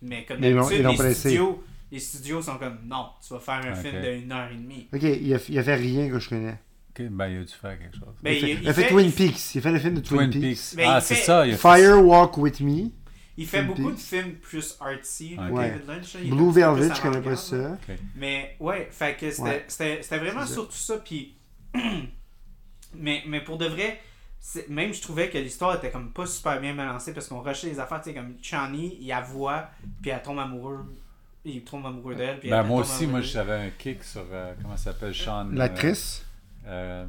A: Mais comme
B: Mais ils l'ont- ils
A: d'habitude,
B: l'ont
A: les,
B: pas laissé.
A: studios, les studios sont comme non, tu vas faire un
C: Ok.
A: film de une heure et demie.
B: Ok, il a, il a fait rien que je connais.
C: Ok, ben, il a dû faire quelque chose.
A: Ben,
B: il, fait,
A: il- il
B: il a fait
A: fait-
B: Twin
A: il-
B: Peaks. Il a fait le film de Twin,
C: Twin
B: Peaks.
C: Peaks.
A: Mais
C: ah,
A: il
C: c'est
A: fait-
C: ça. Il a fait-
B: Fire Walk With Me.
A: Il fait
B: Twin
A: beaucoup de
B: Peaks.
A: films plus artsy,
C: Ouais.
A: David Lynch. là, il est un
B: Blue
A: petit peu
B: Velvet,
A: plus
B: je connais pas
A: avant-garde, là.
B: ça.
A: Mais ouais, fait que c'était-
B: Ouais.
A: c'était c'était vraiment
B: C'est ça.
A: surtout ça. Puis, [CLEARS THROAT] mais, mais pour de vrai, c'est- même je trouvais que l'histoire était comme pas super bien balancée parce qu'on rushait les affaires, tu sais, comme Chani, il la voit, puis elle tombe amoureuse. Il tombe amoureux d'elle. puis
C: Ben,
A: elle
C: moi
A: tombe
C: aussi, moi,
A: amoureuse.
C: j'avais un kick sur. euh, comment ça s'appelle Sean. euh,
B: L'actrice.
C: euh,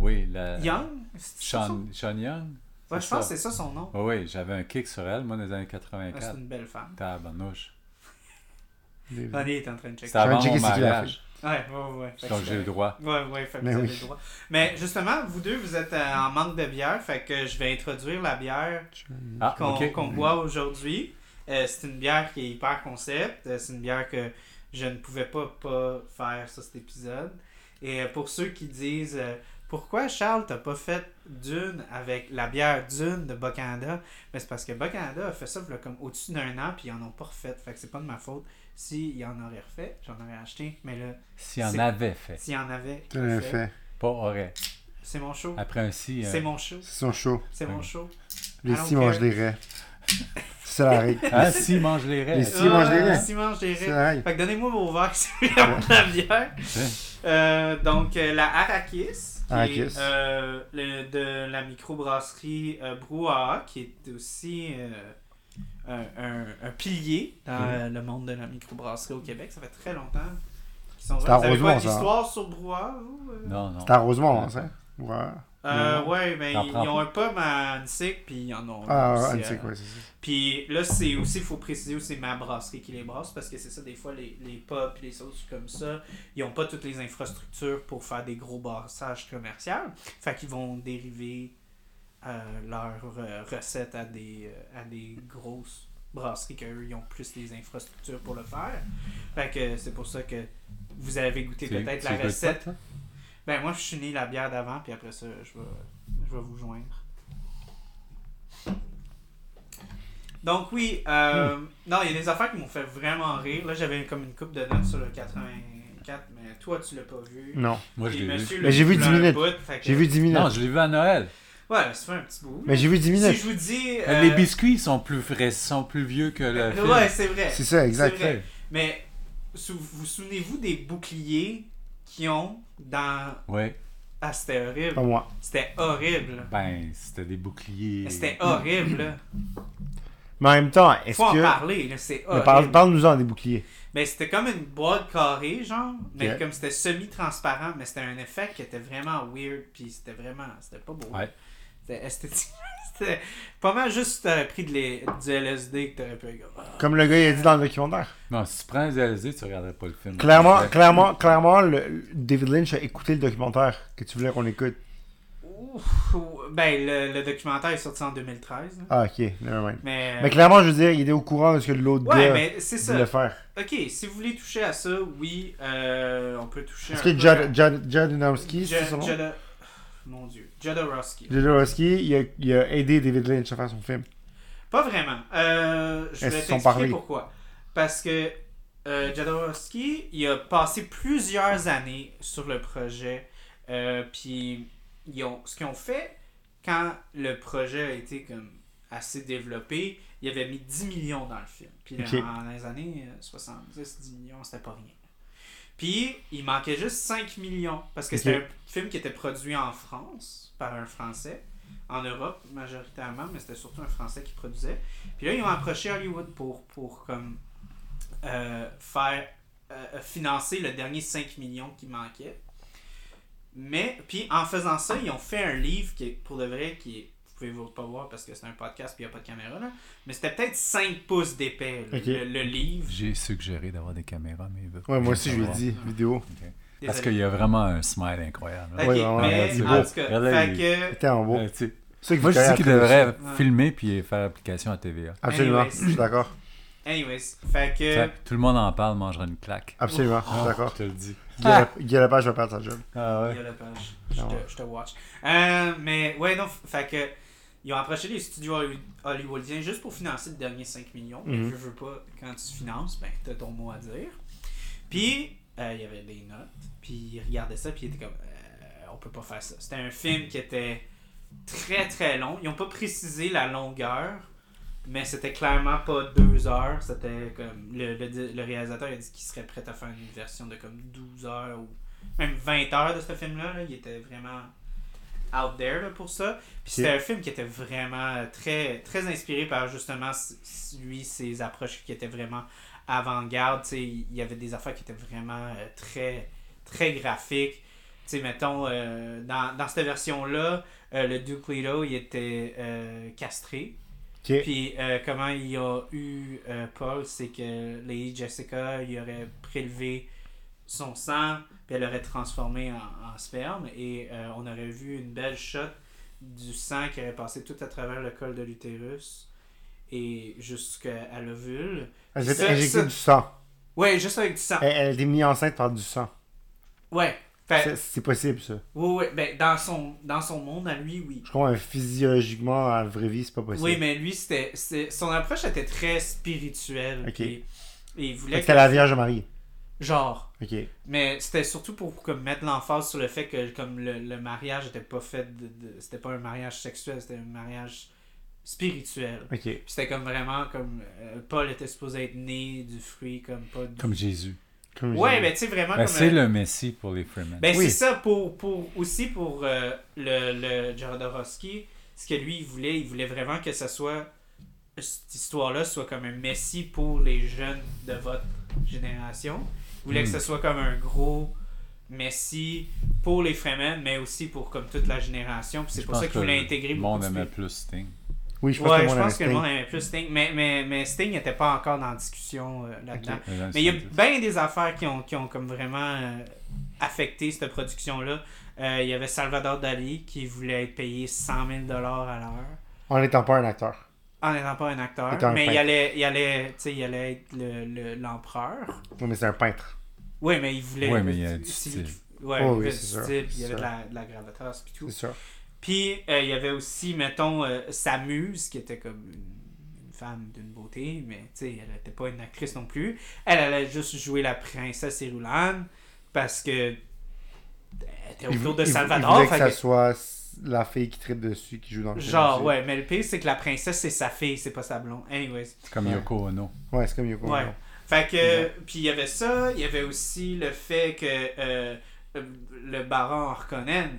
C: oui, la.
A: Young c'est ça son-
C: Sean, Sean Young.
A: Ouais,
C: c'est
A: je pense que
C: ça.
A: c'est ça son nom.
C: Oui, oui, j'avais un kick sur elle, moi, dans les années
A: Ah, c'est
C: 84.
A: une belle femme.
C: Tabarnouche.
A: Bonnie est en train de checker.
C: C'était avant
B: checker
C: mon
B: si tu l'as
C: mariage,
A: Ouais, ouais, ouais. Fait que
C: donc j'ai le droit.
A: Ouais, ouais, fait que
B: Mais
A: vous
B: oui.
A: avez le droit. Mais justement, vous deux, vous êtes euh, en manque de bière, fait que je vais introduire la bière
C: Ah,
A: qu'on
C: ok.
A: qu'on boit aujourd'hui. Euh, c'est une bière qui est hyper concept. Euh, c'est une bière que je ne pouvais pas, pas faire sur cet épisode. Et euh, pour ceux qui disent euh, pourquoi Charles t'as pas fait Dune avec la bière Dune de Bas-Canada, mais c'est parce que Bas-Canada a fait ça voilà, comme au-dessus d'un an puis ils en ont pas refait. Fait que c'est pas de ma faute. S'ils en auraient refait, j'en aurais acheté. Mais là,
C: S'il en
A: C'est-
C: avait fait,
A: s'il y en avait,
B: Tu l'as
A: refait,
B: fait.
C: pas aurait.
A: c'est mon show.
C: Après un si. euh,
A: C'est
C: [LAUGHS]
A: mon show.
B: C'est son show.
A: C'est mon show. I
B: Les
A: don't
B: six mangent
A: care.
B: des raies. C'est
A: [LAUGHS]
B: la règle.
C: Ah, si, mange les raies.
B: Les si- S'il mange des
A: Ah,
B: raies.
A: s'il mange des
B: C'est
A: raies.
B: la règle.
A: Fait que donnez-moi vos verres [LAUGHS] qui sont
B: Ah
A: de la bière. Euh, donc, euh, la Arrakis, qui
B: Arrakis.
A: est euh, le- de la microbrasserie euh, Brouhaha, qui est aussi euh, un, un- un pilier dans
B: Mhm.
A: euh, le monde de la microbrasserie au Québec. Ça fait très longtemps qu'ils sont
B: C'est
A: là. Vous avez
B: arrosement,
A: pas
B: ça. hein?
A: d'histoire sur Brouhaha, vous? euh?
C: Non, non.
B: C'est à Rosemont, hein, ça? Ouais.
A: Euh,
B: Non.
A: ouais, mais
C: T'en
A: ils,
C: prends
A: ils ont un pomme à Annecy, puis ils en ont un
B: Ah,
A: aussi
B: elle sait
A: à-
B: quoi, c'est ça.
A: Puis là, c'est aussi, il faut préciser où c'est ma brasserie qui les brasse, parce que c'est ça, des fois, les, les pubs et les sauces comme ça, ils n'ont pas toutes les infrastructures pour faire des gros brassages commerciaux. Fait qu'ils vont dériver euh, leurs euh, recettes à des, euh, à des grosses brasseries qu'eux, ils ont plus les infrastructures pour le faire. Fait que c'est pour ça que vous avez goûté
C: Tu-
A: peut-être
C: tu
A: la
C: goûtes pas,
A: recette.
C: toi?
A: Ben moi, je suis né la bière d'avant, puis après ça, je vais, je vais vous joindre. Donc oui, euh,
C: Hmm.
A: non, il y a des affaires qui m'ont fait vraiment rire. Là, j'avais comme une coupe de notes sur le 84, mais toi, tu l'as pas vu.
B: Non.
C: Hmm. Moi, je
A: Puis
C: l'ai
A: monsieur
C: vu.
A: l'a
B: Mais j'ai vu
A: pour
B: 10
A: un
B: minutes.
A: bout, fait que-
B: J'ai vu 10 minutes.
C: Non, je l'ai vu à Noël.
A: Ouais, ça fait un petit bout.
B: Mais j'ai vu 10
A: si
B: minutes.
A: je vous dis...
C: Euh,
A: euh,
C: Les biscuits sont plus frais, sont plus vieux que le film.
A: Ouais, c'est vrai.
B: C'est ça, exact.
A: c'est vrai. Mais sou- vous souvenez-vous des boucliers qui ont dans...
C: Ouais.
A: Ah, c'était horrible.
B: Pas moi.
A: C'était horrible.
C: Ben, c'était des boucliers.
A: C'était horrible, là.
B: Mais en même temps, est-ce
A: Faut en
B: que.
A: parler, là, c'est
B: Mais
A: horrible.
B: parle- Parle-nous-en des boucliers.
A: Mais c'était comme une boîte carrée, genre. Mais
B: Ok.
A: comme c'était semi-transparent, mais c'était un effet qui était vraiment weird, puis c'était vraiment. C'était pas beau.
C: Ouais.
A: C'était esthétique. [LAUGHS] c'était pas mal juste euh, pris de les, du LSD que t'aurais pu. Ah.
B: Comme le gars il a dit dans le documentaire.
C: Non, si tu prends ZLZ, tu regarderais pas le film.
B: Clairement,
C: Ouais.
B: clairement, clairement, le- David Lynch a écouté le documentaire que tu voulais qu'on écoute.
A: Ouf. Ben, le, le documentaire est sorti en 2013. là.
B: Ah, ok, nevermind.
A: Mais. euh,
B: Mais clairement, je veux dire, il était au courant de ce que l'autre
A: ouais,
B: gars
A: mais c'est ça.
B: voulait faire.
A: Ok, si vous voulez toucher à ça, oui, euh, on peut toucher
B: Est-ce
A: un
B: que
A: peu à-
B: Jad- Jad- Jadunowski,
A: Ja-
B: c'est son nom?
A: Jada- Mon dieu. Jodorowsky.
B: Jadunowski, il a, il a aidé David Lynch à faire son film.
A: Pas vraiment. Euh, je
B: Elles
A: vais
B: se sont
A: t'expliquer
B: parlé.
A: pourquoi. Parce que euh, Jodorowsky, il a passé plusieurs années sur le projet. euh, Puis, ils ont- ce qu'ils ont fait, quand le projet a été comme assez développé, il avait mis 10 millions dans le film. Puis là,
B: Ok.
A: en- dans les années euh, 70, 10 millions, c'était pas rien. Puis, il manquait juste 5 millions. Parce que
B: Ok.
A: c'était un film qui était produit en France, par un Français. En Europe, majoritairement, mais c'était surtout un Français qui produisait. Puis là, ils ont approché Hollywood pour, pour comme, euh, faire, euh, financer le dernier 5 millions qui manquait. Mais, puis en faisant ça, ils ont fait un livre qui est, pour de vrai, qui est, vous pouvez vous pas voir parce que c'est un podcast puis il n'y a pas de caméra, là. Mais c'était peut-être 5 pouces d'épais, là,
B: Ok.
A: le, le livre.
C: J'ai suggéré d'avoir des caméras, mais il veut pas.
B: Ouais, moi aussi, je lui ai dit, vidéo.
C: Parce
A: Désolé.
C: qu'il y a vraiment un smile incroyable.
A: Ok,
B: Ouais, ouais,
A: mais
B: c'est
A: en
B: beau.
A: tout cas,
C: Regarde,
A: fait
C: il-
A: que-
B: C'était en beau.
C: Euh, tu sais,
B: C'est ça que
C: moi, je
B: Victoria
C: dis qu'il
B: a fait
C: devrait
A: Ouais.
C: filmer puis faire application à TVA.
B: aussi. Absolument,
A: Anyways.
B: je suis d'accord.
A: anyways, fait que.
C: Ça, tout le monde en parle, mangera une claque.
B: Absolument, je suis d'accord.
C: te le dis.
A: Ah.
B: Guy Lap- Guy Lapage va perdre sa job.
C: Ah
A: Il y a la page. Je,
B: Ah ouais.
A: te, je te watch. Euh, mais ouais, non, f- fait que. Ils ont approché les studios holly- hollywoodiens juste pour financer le dernier 5 millions. Mais
B: Mhm.
A: je veux pas, quand tu finances, ben, t'as ton mot à dire. Puis, euh, il y avait des notes. Puis, ils regardaient ça, puis ils étaient comme, Euh, on peut pas faire ça. C'était un film qui était très très long. Ils ont pas précisé la longueur, mais c'était clairement pas deux heures. C'était comme. Le, le, di- le réalisateur il a dit qu'il serait prêt à faire une version de comme 12 heures ou même 20 heures de ce film-là. là. Il était vraiment out there là, pour ça. Puis c'était un film qui était vraiment très, très inspiré par justement s- s- lui, ses approches qui étaient vraiment avant-garde. Tu sais, Il y avait des affaires qui étaient vraiment euh, très, très graphiques. Tu sais, mettons, euh, dans, dans cette version-là, euh, le Duke Leto, il était euh, castré.
B: Ok.
A: Puis euh, comment il y a eu euh, Paul, c'est que Lady Jessica, il aurait prélevé son sang, puis elle aurait transformé en, en sperme, et euh, on aurait vu une belle shot du sang qui aurait passé tout à travers le col de l'utérus et jusqu'à l'ovule.
B: Elle s'est
A: Ça-
B: injectée
A: ça-
B: du sang.
A: Ouais, juste avec du sang.
B: Elle, elle a été mise enceinte par du sang.
A: Ouais. Fait,
B: Eh. C'est- C'est possible, ça.
A: oui, oui, ben, dans son, dans son monde, à lui, oui.
B: Je crois que physiologiquement, à la vraie vie, c'est pas possible.
A: Oui, mais lui, c'était, c'est- son approche était très spirituelle.
B: Ok.
A: puis- et il voulait
B: Fait que c'était la Vierge Marie.
A: Genre.
B: Ok.
A: Mais c'était surtout pour comme, mettre l'emphase sur le fait que comme le, le mariage était pas fait de, de- c'était pas un mariage sexuel, c'était un mariage spirituel.
B: Ok.
A: Puis C'était comme vraiment comme euh, Paul était supposé être né du fruit comme pas du-
C: Comme Jésus.
B: Comme
A: Ouais,
B: j'ai-
A: Ah, mais tu sais vraiment
C: Ben,
A: comme euh,
C: c'est le Messie pour les Freemen.
A: ben,
B: Oui.
A: c'est ça pour, pour aussi pour euh, le, le Jodorowsky, ce que lui il voulait, il voulait vraiment que ça soit cette histoire-là soit comme un messie pour les jeunes de votre génération. Il voulait que
C: Mm.
A: ce soit comme un gros messie pour les Fremen, mais aussi pour comme toute la génération. Puis C'est
C: Je
A: pour
C: pense
A: ça qu'il voulait intégrer
C: Le
A: beaucoup
C: monde
A: de
C: aimait
A: spé-
C: plus Sting.
B: Oui, je pense
A: Ouais,
B: que,
A: je
B: mon
A: pense que le
B: instinct-
A: monde aimait plus Sting, mais, mais, mais Sting n'était pas encore dans la discussion euh, là-dedans. Mais il y a ben- bien des affaires qui ont, qui ont comme vraiment euh, affecté cette production-là. Euh, il y avait Salvador Dali qui voulait être payé 100 000 à l'heure
B: En n'étant pas un acteur.
A: en n'étant pas un acteur.
B: Étant un
A: mais il
B: peintre.
A: allait, il, allait, tu sais, il allait être le- le- l'empereur.
B: Non, mais c'est un peintre.
A: oui, mais il voulait.
C: Ouais, mais il y a du
A: si-
C: style.
A: Ouais, il
B: Oh
A: y
B: oui,
A: avait du
B: c'est sûr,
A: style, puis il y
B: c'est
A: avait de
B: sûr.
A: la, de la gravitas, puis tout.
B: C'est sûr.
A: Puis euh, il y avait aussi, mettons, euh, sa muse, qui était comme une, une femme d'une beauté, mais tu sais, elle n'était pas une actrice non plus. Elle allait juste jouer la princesse Irulane parce que elle était
B: Il vou-
A: autour de
B: il vou-
A: Salvador.
B: Il voulait
A: fait
B: que ça
A: que-
B: soit s- la fille qui traite dessus qui joue dans le film
A: Genre,
B: aussi.
A: ouais, mais le pire, c'est que la princesse, c'est sa fille, c'est pas sa blonde. Anyways.
C: Comme Yoko Ono.
B: Ouais, c'est comme Yoko.
A: Ouais.
B: Ono.
A: Fait
B: Ouais.
A: que, puis il y avait ça, il y avait aussi le fait que euh, euh, le baron Harkonnen,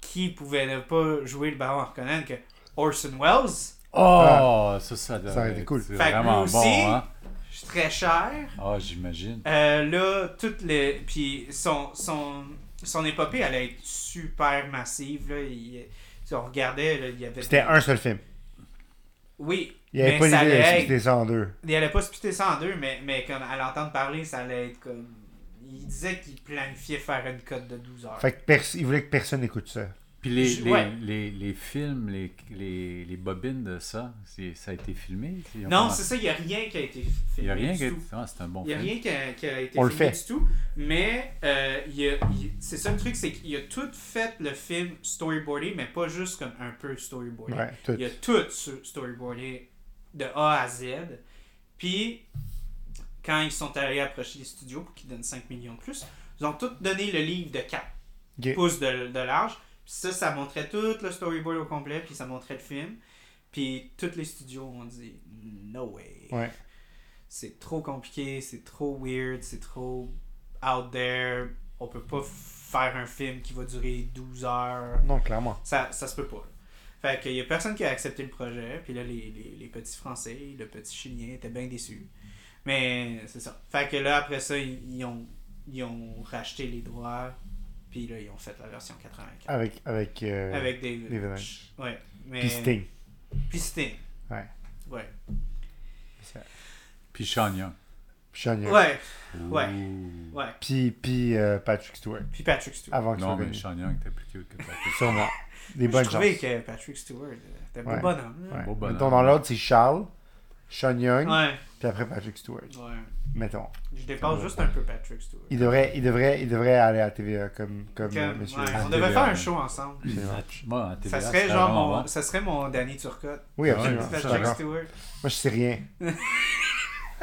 A: qui pouvait ne pas jouer le baron Harkonnen, que Orson Welles
C: Oh, ça, ça, doit
B: Ah! Ça aurait été
C: être
B: cool.
A: Fait que
C: vraiment
A: lui aussi-
C: bon, hein?
A: C'est très cher.
C: Ah, j'imagine.
A: Euh, là, toutes les. Puis son, son, son épopée allait être super massive. Là. Il- si on regardait, là, il y avait.
B: C'était un seul film.
A: Oui,
B: Il n'y avait
A: mais
B: pas
A: ça
B: l'idée
A: allait
B: de
A: être-
B: splitter ça en deux.
A: il allait pas splitter ça en deux, mais, mais comme à l'entendre parler, ça allait être comme. Il disait qu'il planifiait faire une cote de 12 heures.
B: Fait que pers- il voulait que personne n'écoute ça.
C: Puis les,
A: Je-
C: les,
A: ouais.
C: les, les films, les, les, les bobines de ça, c'est- ça a été filmé? Ils ont
A: non,
C: commencé-
A: c'est ça, il n'y a rien qui a été
C: Il n'y
A: filmé.
C: a rien
A: du
C: qui a
A: tout.
C: été... Ah, c'est un bon
A: Il n'y a
C: film.
A: rien qui a, qui a été
B: On le
A: filmé
B: fait.
A: du tout. Mais euh, il y a- il- c'est ça le truc, c'est qu'il a tout fait le film storyboardé, mais pas juste comme un peu storyboardé.
B: Ouais, tout.
A: Il a tout sur- storyboardé de A à Z. Puis, quand ils sont allés approcher les studios pour qu'ils donnent 5 millions de plus, ils ont tous donné le livre de 4
B: Ok.
A: pouces de, de large. Puis ça, ça montrait tout le storyboard au complet, puis ça montrait le film. Puis tous les studios ont dit « No way
B: Ouais.
A: C'est trop compliqué, c'est trop weird, c'est trop out there. On peut pas faire un film qui va durer 12 heures.
B: Non, clairement.
A: Ça, ça se peut pas. Fait qu'il y a personne qui a accepté le projet. Puis là, les, les, les petits Français, le petit Chilien étaient bien déçus. Mais c'est ça. Fait que là, après ça, ils, ils ont, ils ont racheté les droits. Puis là, ils ont fait la version 84.
B: Avec, avec, euh,
A: avec Ben. David.
B: David
A: Lynch. Ouais. Mais...
B: puis Sting.
A: Puis Sting.
B: Ouais.
A: Ouais.
C: Puis Sean Young.
B: Puis Sean Young.
A: Ouais. Ouais.
C: Ouh.
B: Ah,
A: Ouais.
B: Puis, puis euh, Patrick Stewart.
A: Puis Patrick Stewart.
B: Avant que
C: Non,
B: soit
C: mais
B: connu.
C: Sean Young était plus cute que Patrick.
B: Sûrement. Ah, Des
A: Je
B: bonnes chances.
A: trouvais que Patrick Stewart euh, était un
B: Ouais.
A: beau bonhomme. là.
B: Ouais.
C: Beau bonhomme.
B: Mettons dans l'ordre, c'est Charles, Sean Young,
A: Ouais.
B: puis après Patrick Stewart.
A: ouais.
B: Mettons.
A: Je dépasse juste un peu Patrick Stewart.
B: Il devrait, il devrait, il devrait aller à TVA comme, comme,
A: Comme-
B: euh, monsieur.
A: ouais, on
C: Absolument.
A: devait faire un show ensemble.
B: Absolument.
C: Moi, Ah, en TVA,
A: Ça serait
C: c'était
A: genre
C: vraiment
A: mon,
C: bon.
A: ça serait mon Danny Turcotte.
B: Oui, absolument.
C: Ouais,
B: Je suis
C: ça,
A: Patrick
B: d'accord.
A: Stewart. [LAUGHS]
B: Moi, je sais rien.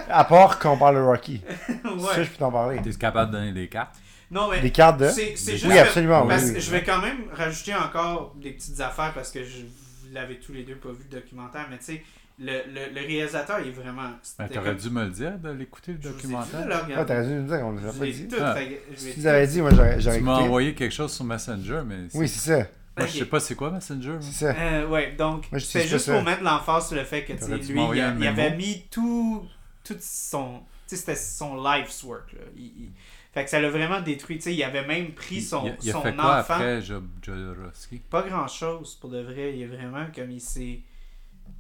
B: à part quand on parle de Rocky. Ça,
A: ouais.
B: je peux t'en parler.
C: T'es capable de donner des cartes?
A: Non mais
B: Des cartes de.
A: c'est c'est
C: des-
A: juste
B: Oui,
A: que-
B: absolument. Oui,
A: parce que
B: oui.
A: je vais quand même rajouter encore des petites affaires parce que je vous l'avez tous les deux pas vu le documentaire, mais tu sais le, le, le réalisateur il est vraiment
C: Ben,
A: c'était
C: T'aurais
A: comme-
C: dû me le dire de l'écouter, le
A: je vous ai dit de
C: documentaire.
A: le
B: Ah,
A: regarder.
B: t'as raison de nous dire, on ne
A: Je
B: l'a
A: vous
B: pas
A: ai
B: dit.
A: tout,
C: Ah.
A: fait que je
B: Si
A: vais
B: tu nous avais dit, moi, j'aurais j'aurais
C: Tu m'as
B: écouté.
C: envoyé quelque chose sur Messenger, mais c'est-
B: Oui, c'est ça.
C: moi, je sais
A: Ok.
C: pas c'est quoi Messenger. hein. moi.
B: C'est ça.
A: Euh, ouais, donc,
B: Moi, je
A: c'est
B: sais pas
A: juste
B: ça.
A: pour mettre l'emphase sur le fait que, tu sais,
C: T'aurais dû
A: lui, il,
C: m'envoyer un
A: il avait
C: mémo.
A: mis tout, tout son... Tu sais, c'était son life's work, là. Il- il- Fait que ça l'a vraiment détruit, tu sais, il avait même pris son,
C: il, il a
A: son
C: fait quoi
A: enfant.
C: après Jo- Jodorowsky?
A: Pas grand-chose, pour de vrai. Il est vraiment comme il s'est...